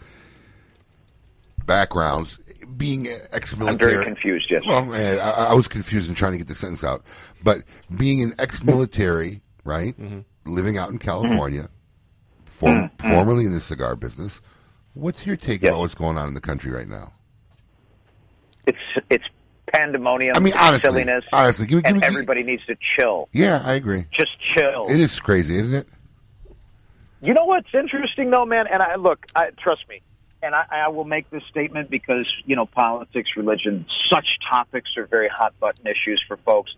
[SPEAKER 4] backgrounds. Being
[SPEAKER 21] I'm
[SPEAKER 4] ex-military,
[SPEAKER 21] very confused, yes.
[SPEAKER 4] Well, eh, I, I was confused in trying to get the sentence out, but being an ex-military, right,
[SPEAKER 21] Mm-hmm.
[SPEAKER 4] living out in California, form, formerly in the cigar business, what's your take about what's going on in the country right now?
[SPEAKER 21] It's it's pandemonium.
[SPEAKER 4] I mean, honestly,
[SPEAKER 21] silliness.
[SPEAKER 4] honestly, give me- give
[SPEAKER 21] and
[SPEAKER 4] me- give me-
[SPEAKER 21] everybody needs to chill.
[SPEAKER 4] Yeah, I agree.
[SPEAKER 21] Just chill.
[SPEAKER 4] It is crazy, isn't it?
[SPEAKER 21] You know what's interesting though, man? And I look, I, trust me, and I, I will make this statement because you know politics, religion, such topics are very hot button issues for folks.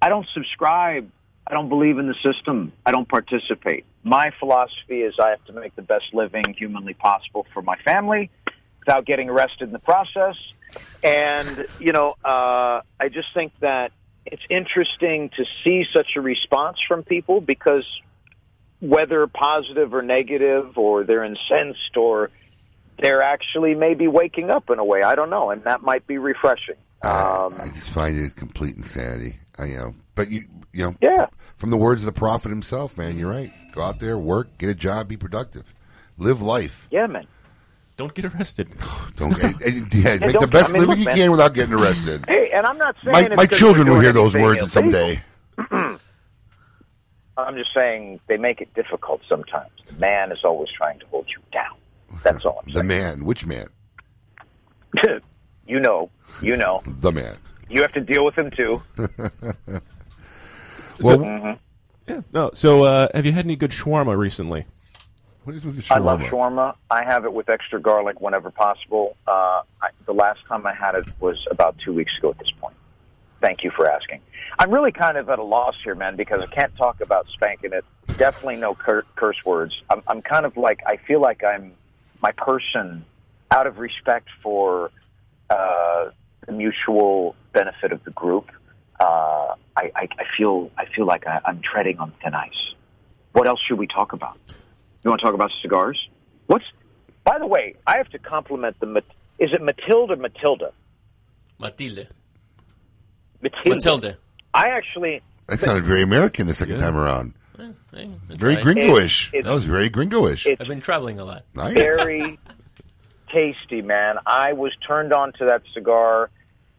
[SPEAKER 21] I don't subscribe. I don't believe in the system. I don't participate. My philosophy is I have to make the best living humanly possible for my family without getting arrested in the process. And you know, uh, I just think that it's interesting to see such a response from people because whether positive or negative or they're incensed or they're actually maybe waking up in a way. I don't know, and that might be refreshing. Um,
[SPEAKER 4] Uh, I just find it complete insanity. I, you know, but you, you know, yeah. From the words of the prophet himself, man, you're right. Go out there, work, get a job, be productive, live life.
[SPEAKER 21] Yeah, man.
[SPEAKER 4] Don't get arrested. Don't get, and- yeah,
[SPEAKER 21] Hey,
[SPEAKER 4] make
[SPEAKER 21] don't
[SPEAKER 4] the
[SPEAKER 21] get-
[SPEAKER 4] best
[SPEAKER 21] I mean,
[SPEAKER 4] living
[SPEAKER 21] look,
[SPEAKER 4] you
[SPEAKER 21] man.
[SPEAKER 4] can without getting arrested.
[SPEAKER 21] Hey, and I'm not saying
[SPEAKER 4] my
[SPEAKER 21] it's
[SPEAKER 4] my
[SPEAKER 21] 'cause we're
[SPEAKER 4] children will
[SPEAKER 21] doing
[SPEAKER 4] hear those
[SPEAKER 21] anything
[SPEAKER 4] words someday.
[SPEAKER 21] illegal. I'm just saying they make it difficult sometimes. The man is always trying to hold you down. That's all.
[SPEAKER 4] The man, which man?
[SPEAKER 21] you know, you know.
[SPEAKER 4] The man.
[SPEAKER 21] You have to deal with him too.
[SPEAKER 4] Well-
[SPEAKER 21] Mhm.
[SPEAKER 3] Yeah, no. So, uh, have you had any good shawarma recently?
[SPEAKER 4] What is with the
[SPEAKER 21] I love shawarma. I have it with extra garlic whenever possible. Uh, I, the last time I had it was about two weeks ago at this point. Thank you for asking. I'm really kind of at a loss here, man, because I can't talk about spanking it. Definitely no cur- curse words. I'm, I'm kind of like, I feel like I'm my person out of respect for uh, the mutual benefit of the group. Uh, I, I, I feel I feel like I, I'm treading on thin ice. What else should we talk about? You want to talk about cigars? What's? By the way, I have to compliment the. Mat- Is it Matilda? or Matilda.
[SPEAKER 6] Matilde.
[SPEAKER 21] Matilda.
[SPEAKER 6] Matilda.
[SPEAKER 21] I actually.
[SPEAKER 4] That sounded very American the second time around. Very
[SPEAKER 6] right.
[SPEAKER 4] gringoish.
[SPEAKER 21] It's-
[SPEAKER 4] that was very gringoish.
[SPEAKER 21] it's-
[SPEAKER 6] I've been traveling a lot.
[SPEAKER 4] Nice.
[SPEAKER 21] Very tasty, man. I was turned on to that cigar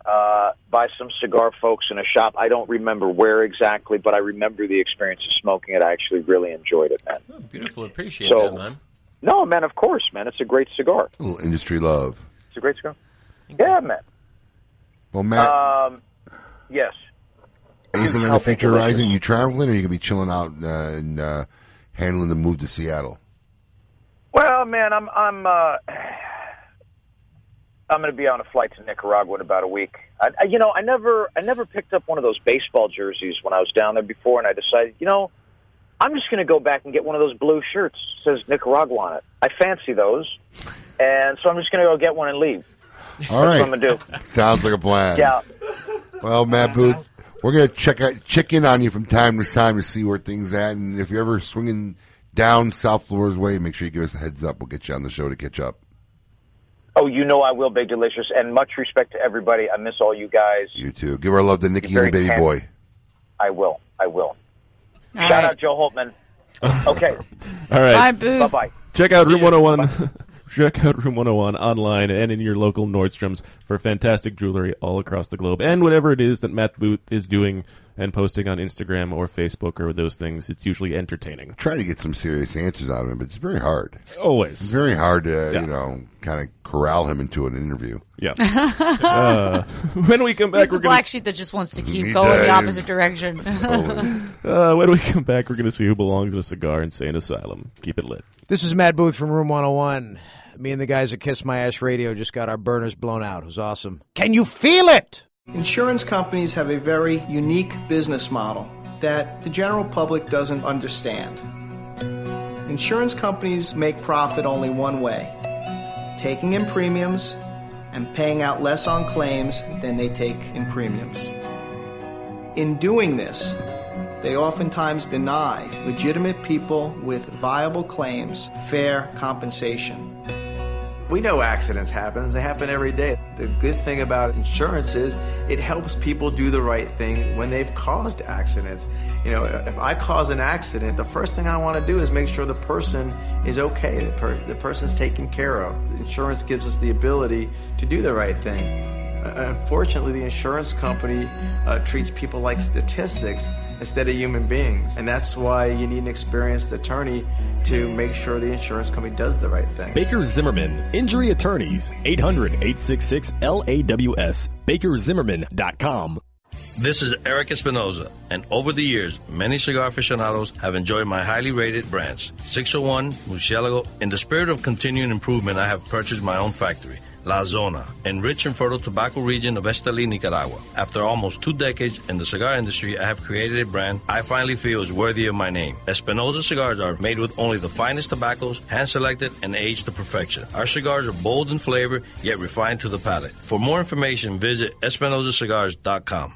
[SPEAKER 21] uh, by some cigar folks in a shop. I don't remember where exactly, but I remember the experience of smoking it. I actually really enjoyed it, man.
[SPEAKER 6] Oh, Beautiful. Appreciate
[SPEAKER 21] So-
[SPEAKER 6] that, man.
[SPEAKER 21] No, man, of course, man. It's a great cigar.
[SPEAKER 4] A little industry love.
[SPEAKER 21] It's a great cigar. Yeah, man.
[SPEAKER 4] Well, Matt,
[SPEAKER 21] Um, yes.
[SPEAKER 4] anything on
[SPEAKER 21] I'll
[SPEAKER 4] the
[SPEAKER 21] think
[SPEAKER 4] future
[SPEAKER 21] about
[SPEAKER 4] horizon? You traveling, or you gonna be chilling out uh, and uh, handling the move to Seattle?
[SPEAKER 21] Well, man, I'm I'm uh, I'm going to be on a flight to Nicaragua in about a week. I, I, you know, I never I never picked up one of those baseball jerseys when I was down there before, and I decided, you know, I'm just going to go back and get one of those blue shirts that says Nicaragua on it. I fancy those, and so I'm just going to go get one and leave.
[SPEAKER 4] All
[SPEAKER 21] That's
[SPEAKER 4] right.
[SPEAKER 21] what I'm gonna do.
[SPEAKER 4] Sounds like a
[SPEAKER 3] Uh.
[SPEAKER 4] plan.
[SPEAKER 21] Yeah.
[SPEAKER 4] Well, Matt Booth, we're gonna check out, check in on you from time to time to see where things at, and if you're ever swinging down South Florida's way, make sure you give us a heads up. We'll get you on the show to catch up.
[SPEAKER 21] Oh, you know I will, Big Delicious, and much respect to everybody. I miss all you guys.
[SPEAKER 4] You too. Give our love to Nikki
[SPEAKER 21] You're
[SPEAKER 4] and the
[SPEAKER 21] very
[SPEAKER 4] baby
[SPEAKER 21] kind.
[SPEAKER 4] boy.
[SPEAKER 21] I will. I will. Shout
[SPEAKER 5] right.
[SPEAKER 21] out Joe Holtman. Okay.
[SPEAKER 3] All right.
[SPEAKER 5] Bye, Boo.
[SPEAKER 21] Bye bye.
[SPEAKER 3] Check out Room 101. Check out Room 101 online and in your local Nordstrom's for fantastic jewelry all across the globe and whatever it is that Matt Booth is doing and posting on Instagram or Facebook or those things. It's usually entertaining.
[SPEAKER 4] Try to get some serious answers out of him, but it's very hard.
[SPEAKER 3] Always.
[SPEAKER 4] It's very hard to
[SPEAKER 3] Yeah.
[SPEAKER 4] you know kind of corral him into an interview.
[SPEAKER 3] Yeah. Uh, when we come
[SPEAKER 5] He's
[SPEAKER 3] back,
[SPEAKER 5] the
[SPEAKER 3] we're going
[SPEAKER 5] black sheep that just wants to keep
[SPEAKER 4] He
[SPEAKER 5] going the
[SPEAKER 4] does. Oh,
[SPEAKER 5] opposite direction.
[SPEAKER 3] uh, when we come back, we're going to see who belongs in a cigar insane asylum. Keep it lit.
[SPEAKER 23] This is Matt Booth from Room 101. Me and the guys at Kiss My Ash Radio just got our burners blown out. It was awesome. Can you feel it?
[SPEAKER 18] Insurance companies have a very unique business model that the general public doesn't understand. Insurance companies make profit only one way taking in premiums and paying out less on claims than they take in premiums. In doing this, they oftentimes deny legitimate people with viable claims fair compensation.
[SPEAKER 19] We know accidents happen. They happen every day. The good thing about insurance is it helps people do the right thing when they've caused accidents. You know, if I cause an accident, the first thing I want to do is make sure the person is okay, the, per- the person's taken care of. Insurance gives us the ability to do the right thing. Uh, Unfortunately, the insurance company uh, treats people like statistics instead of human beings. And that's why you need an experienced attorney to make sure the insurance company does the right thing.
[SPEAKER 20] Baker Zimmerman, Injury Attorneys, 800 866 LAWS, bakerzimmerman.com.
[SPEAKER 31] This is Eric Espinoza, and over the years, many cigar aficionados have enjoyed my highly rated brands, 601, Mucielago. In the spirit of continuing improvement, I have purchased my own factory, La Zona, in rich and fertile tobacco region of Esteli, Nicaragua. After almost two decades in the cigar industry, I have created a brand I finally feel is worthy of my name. Espinoza cigars are made with only the finest tobaccos, hand selected and aged to perfection. Our cigars are bold in flavor, yet refined to the palate. For more information, visit espinozacigars.com.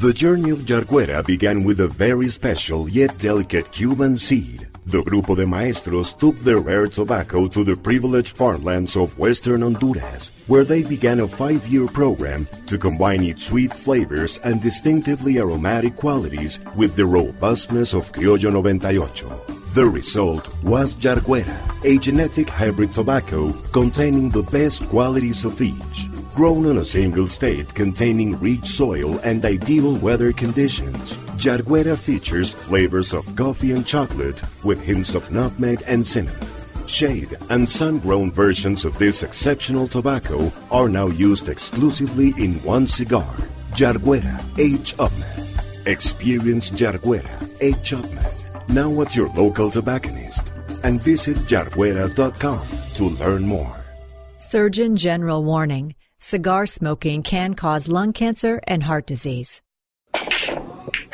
[SPEAKER 32] The journey of Jarguera began with a very special yet delicate Cuban seed. The Grupo de Maestros took their rare tobacco to the privileged farmlands of western Honduras, where they began a five-year program to combine its sweet flavors and distinctively aromatic qualities with the robustness of Criollo 98. The result was Jarguera, a genetic hybrid tobacco containing the best qualities of each. Grown in a single state containing rich soil and ideal weather conditions, Jarguera features flavors of coffee and chocolate with hints of nutmeg and cinnamon. Shade and sun grown versions of this exceptional tobacco are now used exclusively in one cigar, Jarguera H. Upman. Experience Jarguera H. Upman now at your local tobacconist and visit jarguera.com to learn more.
[SPEAKER 2] Surgeon General warning cigar smoking can cause lung cancer and heart disease.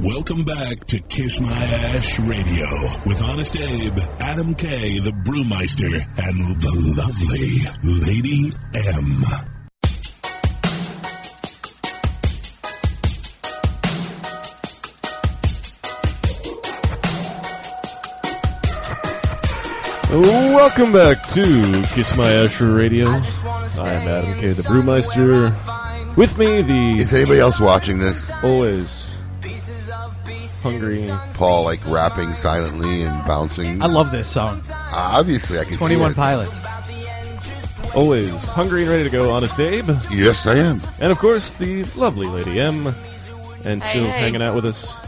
[SPEAKER 1] Welcome back to Kiss My Ash Radio with Honest Abe, Adam K, the Brewmeister, and the lovely Lady M.
[SPEAKER 3] Welcome back to Kiss My Asher Radio. I'm Adam K, the Brewmeister. With me, the
[SPEAKER 4] Is anybody else watching this?
[SPEAKER 3] Always hungry.
[SPEAKER 4] Paul like rapping silently and bouncing.
[SPEAKER 33] I love this song.
[SPEAKER 4] obviously, I can. see
[SPEAKER 33] 21
[SPEAKER 4] it.
[SPEAKER 33] Pilots.
[SPEAKER 3] Always hungry and ready to go, honest Abe.
[SPEAKER 4] Yes, I am.
[SPEAKER 3] And of course, the lovely Lady M, and
[SPEAKER 34] Hey,
[SPEAKER 3] still
[SPEAKER 34] hey.
[SPEAKER 3] hanging out with us,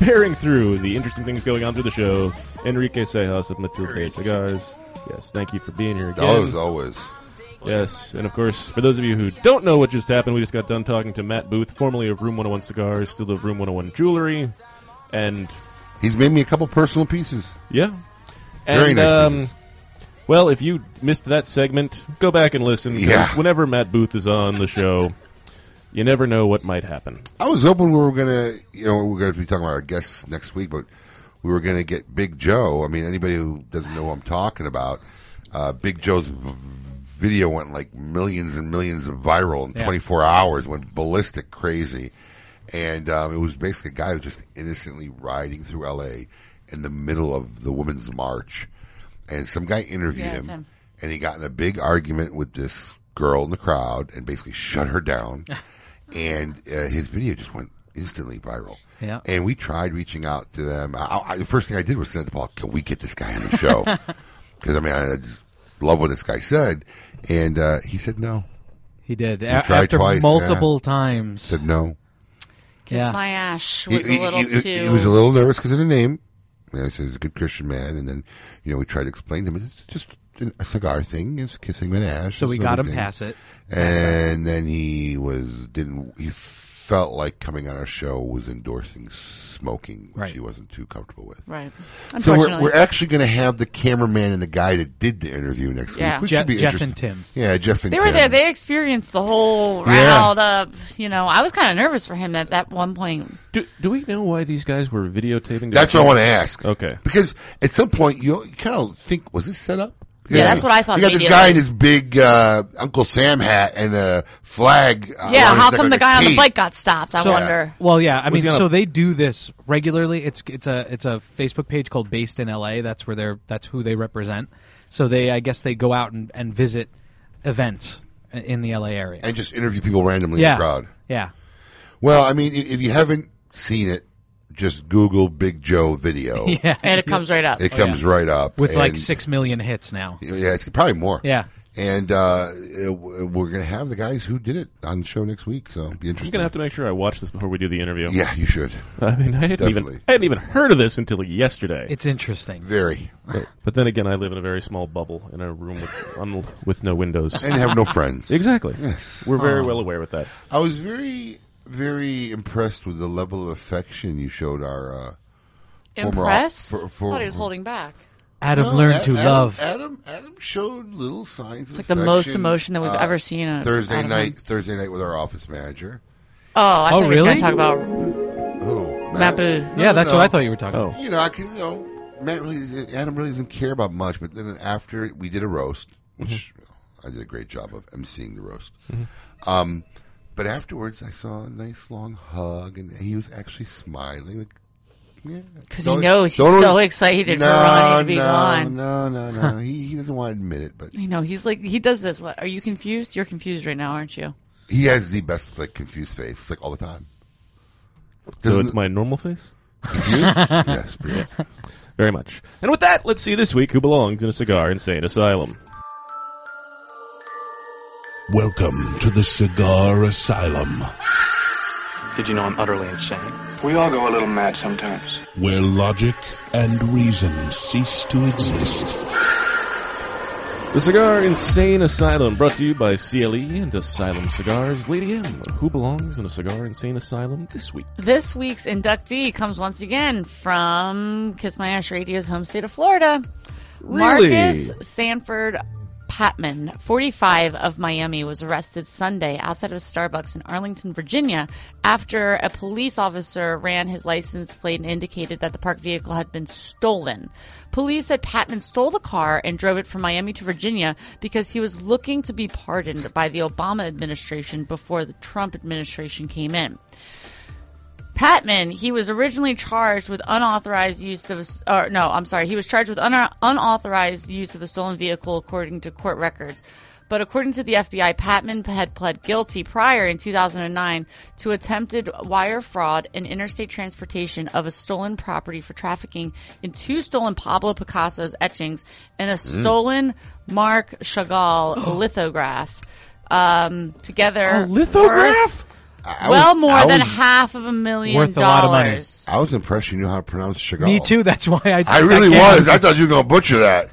[SPEAKER 3] bearing through the interesting things going on through the show. Enrique Sejas of Matilde Cigars. Yes, thank you for being here again.
[SPEAKER 4] Always, always.
[SPEAKER 3] Yes, and of course, for those of you who don't know what just happened, we just got done talking to Matt Booth, formerly of Room 101 Cigars, still of Room 101 Jewelry, and
[SPEAKER 4] he's made me a couple personal pieces.
[SPEAKER 3] Yeah, and,
[SPEAKER 4] Very nice
[SPEAKER 3] Um, well, if you missed that segment, go back and listen. 'cause
[SPEAKER 4] Yeah.
[SPEAKER 3] Whenever Matt Booth is on the show, you never know what might happen.
[SPEAKER 4] I was hoping we were gonna, you know, we're gonna be talking about our guests next week, but we were gonna get Big Joe. I mean, anybody who doesn't know who I'm talking about, uh, Big Joe's v- video went like millions and millions of viral in
[SPEAKER 10] Yeah.
[SPEAKER 4] 24 hours, went ballistic crazy. And um, it was basically a guy who was just innocently riding through LA in the middle of the Women's March. And some guy interviewed
[SPEAKER 5] Yeah, it's
[SPEAKER 4] him,
[SPEAKER 5] him.
[SPEAKER 4] and he got in a big argument with this girl in the crowd and basically shut her down. and uh, his video just went instantly viral.
[SPEAKER 8] Yeah.
[SPEAKER 4] And we tried reaching out to them. I, I, the first thing I did was send it to Paul, can we get this guy on the show? Because, I mean, I just love what this guy said. And uh, he said no.
[SPEAKER 8] He did.
[SPEAKER 4] We
[SPEAKER 8] A-
[SPEAKER 4] tried
[SPEAKER 8] after
[SPEAKER 4] twice,
[SPEAKER 8] multiple
[SPEAKER 4] yeah.
[SPEAKER 8] times.
[SPEAKER 4] Said no.
[SPEAKER 5] Kiss
[SPEAKER 8] Yeah.
[SPEAKER 5] my ash was a little
[SPEAKER 4] he-
[SPEAKER 5] too.
[SPEAKER 4] he was a little nervous because of the name. You know, he says he's a good Christian man, and then you know we tried to explain to him it's just an- a cigar thing, it's kissing an ash.
[SPEAKER 8] So we
[SPEAKER 4] it's
[SPEAKER 8] got
[SPEAKER 4] no big
[SPEAKER 8] him past it.
[SPEAKER 4] and then he was didn't he felt like coming on our show was endorsing smoking, which he wasn't too comfortable with.
[SPEAKER 5] Right.
[SPEAKER 4] So we're,
[SPEAKER 5] Unfortunately.
[SPEAKER 4] we're actually going to have the cameraman and the guy that did the interview next
[SPEAKER 5] Yeah.
[SPEAKER 4] week. which
[SPEAKER 8] Je-
[SPEAKER 4] should be
[SPEAKER 8] Jeff
[SPEAKER 4] interesting.
[SPEAKER 8] and Tim.
[SPEAKER 4] Yeah, Jeff and
[SPEAKER 5] They
[SPEAKER 4] Tim.
[SPEAKER 5] were there. They experienced the whole
[SPEAKER 4] Yeah.
[SPEAKER 5] round up. You know, I was kind of nervous for him at that one point.
[SPEAKER 3] Do, do we know why these guys were videotaping?
[SPEAKER 4] That's what I want to ask.
[SPEAKER 3] Okay.
[SPEAKER 4] Because at some point you kind of think, was this set up?
[SPEAKER 5] Yeah, that's what I thought
[SPEAKER 4] You got this
[SPEAKER 5] immediately.
[SPEAKER 4] guy in his big uh, Uncle Sam hat and a flag. Uh, around
[SPEAKER 5] yeah,
[SPEAKER 4] his
[SPEAKER 5] how
[SPEAKER 4] neck like
[SPEAKER 5] come the
[SPEAKER 4] a
[SPEAKER 5] guy on the
[SPEAKER 4] cape.
[SPEAKER 5] bike got stopped? I
[SPEAKER 4] So-
[SPEAKER 5] wonder.
[SPEAKER 8] Well, yeah, I
[SPEAKER 4] Was
[SPEAKER 8] mean,
[SPEAKER 4] he gonna-
[SPEAKER 8] so they do this regularly. It's it's a it's a Facebook page called Based in LA. That's where they're that's who they represent. So they, I guess, they go out and, and visit events i- in the LA area.
[SPEAKER 4] and just interview people randomly
[SPEAKER 8] Yeah.
[SPEAKER 4] in the crowd.
[SPEAKER 8] Yeah.
[SPEAKER 4] Well, I mean, i- if you haven't seen it, just Google Big Joe video.
[SPEAKER 8] Yeah. And it comes right up.
[SPEAKER 4] Oh. It
[SPEAKER 8] Oh,
[SPEAKER 4] comes
[SPEAKER 8] yeah.
[SPEAKER 4] right up
[SPEAKER 8] With like
[SPEAKER 4] and-
[SPEAKER 8] six million hits now.
[SPEAKER 4] Yeah, it's probably more.
[SPEAKER 8] Yeah.
[SPEAKER 4] And uh, it- we're going to have the guys who did it on the show next week, so it'll be
[SPEAKER 3] I'm
[SPEAKER 4] interesting.
[SPEAKER 3] gonna have to make sure I watch this before we do the interview.
[SPEAKER 4] Yeah, you should.
[SPEAKER 3] I mean, I hadn't even
[SPEAKER 4] Definitely.
[SPEAKER 3] I hadn't even heard of this until yesterday.
[SPEAKER 8] It's interesting.
[SPEAKER 4] Very.
[SPEAKER 3] But, but then again, I live in a very small bubble in a room with un, with no windows
[SPEAKER 4] And have no friends.
[SPEAKER 3] Exactly.
[SPEAKER 4] Yes.
[SPEAKER 3] we're very
[SPEAKER 4] Aw.
[SPEAKER 3] well aware with that.
[SPEAKER 4] I was very, very impressed with the level of affection you showed our uh, former op-
[SPEAKER 5] Impressed?
[SPEAKER 4] for- for-
[SPEAKER 5] thought he was holding back.
[SPEAKER 8] Adam
[SPEAKER 4] No,
[SPEAKER 8] learned
[SPEAKER 4] Ad-
[SPEAKER 8] to
[SPEAKER 4] Adam-
[SPEAKER 8] love.
[SPEAKER 4] Adam Adam showed little signs. of
[SPEAKER 5] It's like the most
[SPEAKER 4] affection,
[SPEAKER 5] emotion that we've
[SPEAKER 4] uh,
[SPEAKER 5] ever seen on-
[SPEAKER 4] Thursday
[SPEAKER 5] out of
[SPEAKER 4] night. Thursday night with our office manager.
[SPEAKER 5] Oh, I
[SPEAKER 8] Oh,
[SPEAKER 5] thought you were
[SPEAKER 8] really?
[SPEAKER 5] going to talk about
[SPEAKER 4] Who?
[SPEAKER 5] Mapu.
[SPEAKER 4] No,
[SPEAKER 8] Yeah, that's
[SPEAKER 4] no.
[SPEAKER 8] what I thought you were
[SPEAKER 3] Oh.
[SPEAKER 8] talking. about.
[SPEAKER 4] You know, I can, you know, Matt really, Adam really doesn't care about much. But then after we did a roast,
[SPEAKER 5] Mm-hmm.
[SPEAKER 4] which I did a great job of emceeing the roast.
[SPEAKER 5] Mm-hmm.
[SPEAKER 4] Um, but afterwards, I saw a nice long hug, and he was actually smiling. Like,
[SPEAKER 5] Because he
[SPEAKER 4] don't-
[SPEAKER 5] knows he's
[SPEAKER 4] don't-
[SPEAKER 5] so excited
[SPEAKER 4] no,
[SPEAKER 5] for Ronnie to be
[SPEAKER 4] no,
[SPEAKER 5] gone.
[SPEAKER 4] No, no, no. he, he doesn't want to admit it, but
[SPEAKER 5] I know he's like he does this. What are you confused? You're confused right now, aren't you?
[SPEAKER 4] he has the best like confused face. It's like all the time.
[SPEAKER 3] So
[SPEAKER 4] Doesn't-
[SPEAKER 3] it's my normal face.
[SPEAKER 4] yes, pretty much.
[SPEAKER 3] very much. And with that, let's see this week who belongs in a cigar insane asylum.
[SPEAKER 1] Welcome to the Cigar Asylum,
[SPEAKER 13] Did you know I'm utterly insane? We all go a little mad sometimes.
[SPEAKER 1] where logic and reason cease to exist.
[SPEAKER 3] The Cigar Insane Asylum, brought to you by CLE and Asylum Cigars. Lady M, who belongs in a Cigar Insane Asylum this week?
[SPEAKER 5] This week's inductee comes once again from Kiss My Ash Radio's home state of Florida.
[SPEAKER 3] Really?
[SPEAKER 5] Marcus Sanford Patman, 45 of Miami, was arrested Sunday outside of a Starbucks in Arlington, Virginia, after a police officer ran his license plate and indicated that the parked vehicle had been stolen. Police said Patman stole the car and drove it from Miami to Virginia because he was looking to be pardoned by the Obama administration before the Trump administration came in. Patman, he was originally charged with unauthorized use of, or no, I'm sorry, he was charged with un- unauthorized use of a stolen vehicle according to court records. But according to the FBI, Patman had pled guilty prior in 2009 to attempted wire fraud and interstate transportation of a stolen property for trafficking in two stolen Pablo Picasso's etchings and a
[SPEAKER 14] Mm.
[SPEAKER 5] stolen Marc Chagall lithograph. Um, together,
[SPEAKER 4] lithograph?
[SPEAKER 5] worth-
[SPEAKER 4] I- I
[SPEAKER 5] well,
[SPEAKER 4] was-
[SPEAKER 5] more
[SPEAKER 4] I
[SPEAKER 5] than
[SPEAKER 4] was-
[SPEAKER 5] half of a million
[SPEAKER 4] Worth a
[SPEAKER 5] dollars.
[SPEAKER 4] lot of money. I was impressed you knew how to pronounce Chagall.
[SPEAKER 8] Me too. That's why I.
[SPEAKER 4] I really was. I thought you were going to butcher that.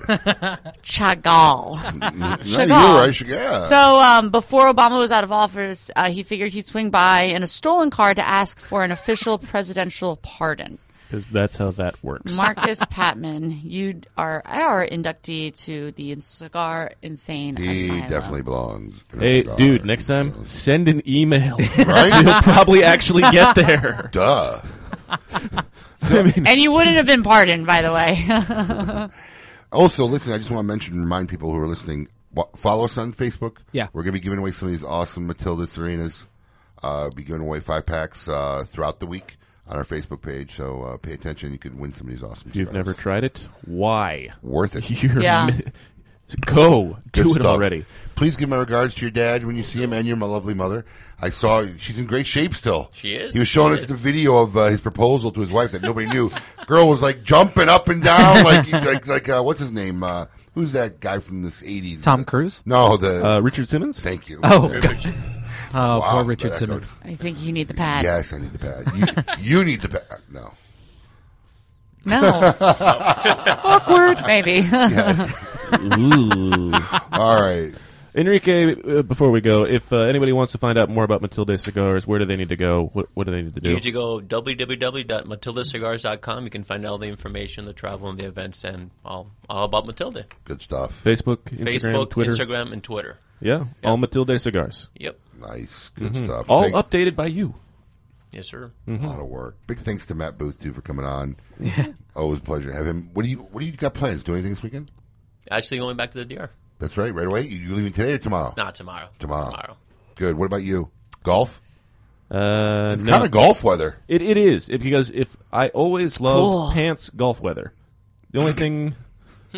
[SPEAKER 5] Chagall.
[SPEAKER 4] No,
[SPEAKER 5] Chagall.
[SPEAKER 4] you were right. Chag- yeah.
[SPEAKER 5] So um, before Obama was out of office, uh, he figured he'd swing by in a stolen car to ask for an official presidential pardon.
[SPEAKER 3] Because that's how that works.
[SPEAKER 5] Marcus Patman, you are our inductee to the Cigar Insane
[SPEAKER 4] He
[SPEAKER 5] Asylum.
[SPEAKER 4] definitely belongs. in a
[SPEAKER 3] Hey,
[SPEAKER 4] cigar.
[SPEAKER 3] dude, next time, send an email.
[SPEAKER 4] Right?
[SPEAKER 3] You'll probably actually get there.
[SPEAKER 4] Duh.
[SPEAKER 5] and you wouldn't have been pardoned, by the way.
[SPEAKER 4] Also, listen, I just want to mention, remind people who are listening, wa- follow us on Facebook.
[SPEAKER 8] Yeah.
[SPEAKER 4] We're going to be giving away some of these awesome Matilda Serenas. Uh, be giving away five packs uh, throughout the week on our Facebook page. So uh, pay attention. You could win some of these awesome.
[SPEAKER 3] If you've never tried it, why?
[SPEAKER 4] Worth it.
[SPEAKER 3] You're Yeah. mi- Go. Do
[SPEAKER 4] Good
[SPEAKER 3] it
[SPEAKER 4] stuff.
[SPEAKER 3] already.
[SPEAKER 4] Please give my regards to your dad when you see him and your lovely mother. I saw she's in great shape still.
[SPEAKER 6] She is.
[SPEAKER 4] He was showing
[SPEAKER 6] She
[SPEAKER 4] us
[SPEAKER 6] is.
[SPEAKER 4] the video of uh, his proposal to his wife that nobody knew. Girl was like jumping up and down like like like uh, what's his name? Uh, who's that guy from this eighties?
[SPEAKER 8] Tom Cruise?
[SPEAKER 4] No, the
[SPEAKER 3] uh, Richard Simmons.
[SPEAKER 4] Thank you.
[SPEAKER 8] Oh.
[SPEAKER 4] Wow,
[SPEAKER 8] Oh, poor
[SPEAKER 4] that
[SPEAKER 8] Richard
[SPEAKER 4] echoed.
[SPEAKER 8] Simmons.
[SPEAKER 5] I think you need the pad.
[SPEAKER 4] Yes, I need the pad. You, you need the pad. No.
[SPEAKER 5] No. Awkward, maybe.
[SPEAKER 3] Ooh.
[SPEAKER 4] All right.
[SPEAKER 3] Enrique, uh, before we go, if uh, anybody wants to find out more about Matilde Cigars, where do they need to go? What, what do they need to
[SPEAKER 6] You
[SPEAKER 3] do?
[SPEAKER 6] need to go www.matildacigars.com. You can find out all the information, the travel, and the events, and all, all about Matilda.
[SPEAKER 4] Good stuff.
[SPEAKER 3] Facebook, Instagram,
[SPEAKER 6] Facebook,
[SPEAKER 3] Twitter.
[SPEAKER 6] Instagram, and Twitter.
[SPEAKER 3] Yeah, all Matilde Cigars.
[SPEAKER 6] Yep.
[SPEAKER 4] Nice. Good
[SPEAKER 3] Mhm.
[SPEAKER 4] stuff.
[SPEAKER 3] All
[SPEAKER 4] Thanks.
[SPEAKER 3] updated by you.
[SPEAKER 6] Yes, sir.
[SPEAKER 3] Mm-hmm.
[SPEAKER 4] A lot of work. Big thanks to Matt Booth too for coming on. Always a pleasure to have him. What do you What do you got plans? Do anything this weekend?
[SPEAKER 6] Actually, going back to the DR.
[SPEAKER 4] That's right. Right away. You, you leaving today or tomorrow?
[SPEAKER 6] Not tomorrow.
[SPEAKER 4] Tomorrow. Good. What about you? Golf.
[SPEAKER 3] Uh,
[SPEAKER 4] It's kinda golf weather.
[SPEAKER 3] It it is it, because if I always love
[SPEAKER 4] Cool.
[SPEAKER 3] pants golf weather. The only thing.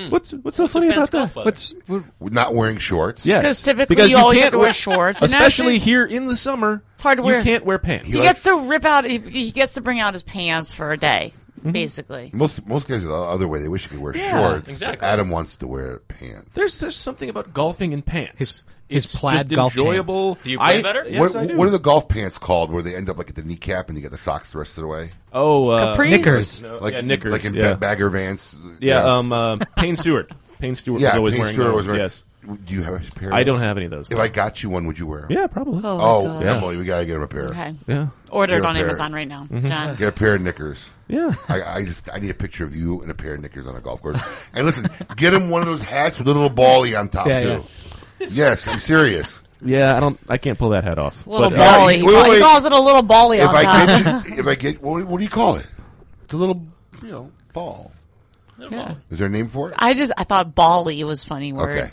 [SPEAKER 3] What's what's so
[SPEAKER 6] What's
[SPEAKER 3] funny
[SPEAKER 6] the pants
[SPEAKER 3] about that?
[SPEAKER 6] golf weather?
[SPEAKER 3] What's
[SPEAKER 4] not wearing shorts?
[SPEAKER 3] Yes,
[SPEAKER 5] 'Cause typically
[SPEAKER 3] because
[SPEAKER 5] you always have
[SPEAKER 3] can't
[SPEAKER 5] to wear shorts, and
[SPEAKER 3] especially
[SPEAKER 5] actually-
[SPEAKER 3] here in the summer.
[SPEAKER 5] It's hard to wear.
[SPEAKER 3] You can't wear pants.
[SPEAKER 5] He gets to rip out. He, he gets to bring out his pants for a day,
[SPEAKER 4] Mm-hmm.
[SPEAKER 5] basically.
[SPEAKER 4] Most most guys are the other way. They wish they could wear
[SPEAKER 5] Yeah,
[SPEAKER 4] shorts.
[SPEAKER 5] exactly.
[SPEAKER 4] Adam wants to wear pants.
[SPEAKER 3] There's there's something about golfing in pants. His,
[SPEAKER 8] his plaid
[SPEAKER 3] just
[SPEAKER 8] golf
[SPEAKER 3] enjoyable.
[SPEAKER 8] pants. Do you play
[SPEAKER 3] I-
[SPEAKER 8] better?
[SPEAKER 3] Yes,
[SPEAKER 4] what,
[SPEAKER 3] I do.
[SPEAKER 4] what are the golf pants called? Where they end up like at the kneecap and you get the socks the rest of the way?
[SPEAKER 3] Oh, uh, Capris? Knickers. No,
[SPEAKER 4] like
[SPEAKER 3] yeah, knickers,
[SPEAKER 4] like in
[SPEAKER 3] yeah.
[SPEAKER 4] bagger Vans.
[SPEAKER 3] Yeah, um, uh, Payne Stewart. Payne Stewart
[SPEAKER 4] yeah,
[SPEAKER 3] was always
[SPEAKER 4] Payne
[SPEAKER 3] wearing
[SPEAKER 4] Stewart
[SPEAKER 3] those,
[SPEAKER 4] was wearing-
[SPEAKER 3] yes.
[SPEAKER 4] Do you have a pair? of
[SPEAKER 3] I don't
[SPEAKER 4] those?
[SPEAKER 3] have any of those,
[SPEAKER 4] If
[SPEAKER 3] no.
[SPEAKER 4] I got you one, would you wear them?
[SPEAKER 3] Yeah, probably.
[SPEAKER 5] Oh, my
[SPEAKER 4] Oh,
[SPEAKER 5] God.
[SPEAKER 4] Emily, we gotta get him a pair.
[SPEAKER 5] Okay.
[SPEAKER 3] Yeah. Mm-hmm.
[SPEAKER 5] Ordered
[SPEAKER 4] Get him a
[SPEAKER 5] on
[SPEAKER 4] pair.
[SPEAKER 5] Amazon right now. Done.
[SPEAKER 4] Get a pair of knickers.
[SPEAKER 3] Yeah.
[SPEAKER 4] I, I just I need a picture of you in a pair of knickers on a golf course. and listen, get him one of those hats with a little bally on top
[SPEAKER 3] Yeah,
[SPEAKER 4] too. Yes, I'm serious.
[SPEAKER 3] Yeah, I don't. I can't pull that hat off.
[SPEAKER 5] Little
[SPEAKER 3] uh,
[SPEAKER 5] bally. he,
[SPEAKER 4] wait,
[SPEAKER 5] call-
[SPEAKER 4] wait.
[SPEAKER 5] he calls it a little bally
[SPEAKER 4] if
[SPEAKER 5] on
[SPEAKER 4] I
[SPEAKER 5] top.
[SPEAKER 4] get you, if I get what, what do you call it? It's a little you know ball.
[SPEAKER 5] Yeah.
[SPEAKER 4] Is there a name for it?
[SPEAKER 5] I just I thought bally was funny word.
[SPEAKER 4] Okay.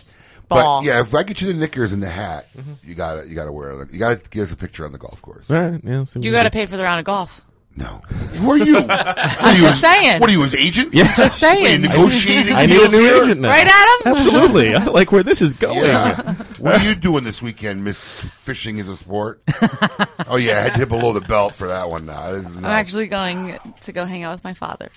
[SPEAKER 5] Ball.
[SPEAKER 4] But yeah, if I get you the knickers and the hat, you gotta you gotta wear it. You gotta give us a picture on the golf course.
[SPEAKER 3] All right, yeah, see what
[SPEAKER 5] You
[SPEAKER 3] we
[SPEAKER 5] got to
[SPEAKER 3] do.
[SPEAKER 5] pay for the round of golf.
[SPEAKER 4] Who are you? I'm
[SPEAKER 5] just saying.
[SPEAKER 4] What are you, his agent?
[SPEAKER 3] Yeah.
[SPEAKER 5] Just
[SPEAKER 4] What are you,
[SPEAKER 5] saying.
[SPEAKER 4] negotiating
[SPEAKER 3] I need a
[SPEAKER 4] deals
[SPEAKER 3] new
[SPEAKER 4] here?
[SPEAKER 3] agent now.
[SPEAKER 5] Right, Adam?
[SPEAKER 3] Absolutely. I like where this is going.
[SPEAKER 4] Yeah. what are you doing this weekend, Miss Fishing is a Sport? oh, yeah, I had to hit below the belt for that one now. This is
[SPEAKER 5] I'm
[SPEAKER 4] not-
[SPEAKER 5] actually going to go hang out with my father.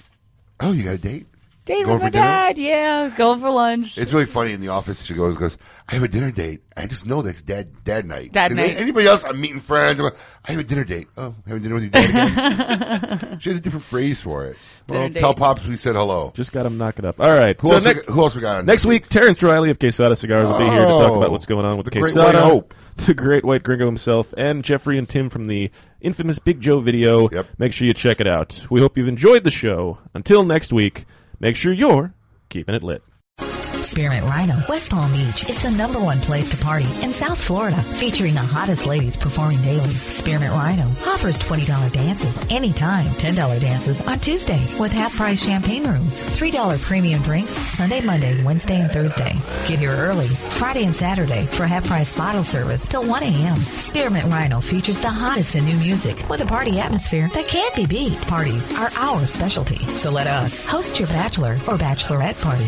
[SPEAKER 4] oh, you got a date?
[SPEAKER 5] Date
[SPEAKER 4] Going
[SPEAKER 5] with
[SPEAKER 4] for
[SPEAKER 5] my
[SPEAKER 4] dinner?
[SPEAKER 5] dad. Yeah, was going for lunch.
[SPEAKER 3] Oh,
[SPEAKER 4] It's really funny in the office. She goes, goes. I have a dinner date. I just know that's dad dad night.
[SPEAKER 5] Dad
[SPEAKER 4] Is
[SPEAKER 5] night.
[SPEAKER 4] Anybody else? I'm meeting friends. I'm like, I have a dinner date. Oh, having dinner with your dad again. she has a different phrase for it.
[SPEAKER 3] Dinner
[SPEAKER 4] Well,
[SPEAKER 3] date.
[SPEAKER 4] tell pops we said hello.
[SPEAKER 3] Just got him knock it up. All right.
[SPEAKER 4] Who
[SPEAKER 3] so
[SPEAKER 4] else we
[SPEAKER 3] next,
[SPEAKER 4] got- who else we got on
[SPEAKER 3] next week? Terrence Riley of Quesada Cigars will be here to talk
[SPEAKER 4] Oh,
[SPEAKER 3] about what's going on with
[SPEAKER 4] the Great
[SPEAKER 3] Quesada,
[SPEAKER 4] White Hope.
[SPEAKER 3] the Great White Gringo himself, and Jeffrey and Tim from the infamous Big Joe video. Yep. Make sure you check it out. We hope you've enjoyed the show. Until next week, make sure you're keeping it lit.
[SPEAKER 2] Spearmint Rhino, West Palm Beach is the number one place to party in South Florida, featuring the hottest ladies performing daily. Spearmint Rhino offers $20 dances anytime, $10 dances on Tuesday with half price champagne rooms, $3 premium drinks Sunday, Monday, Wednesday, and Thursday. Get here early Friday and Saturday for half price bottle service till 1 a.m. Spearmint Rhino features the hottest in new music with a party atmosphere that can't be beat. Parties are our specialty, so let us host your bachelor or bachelorette party.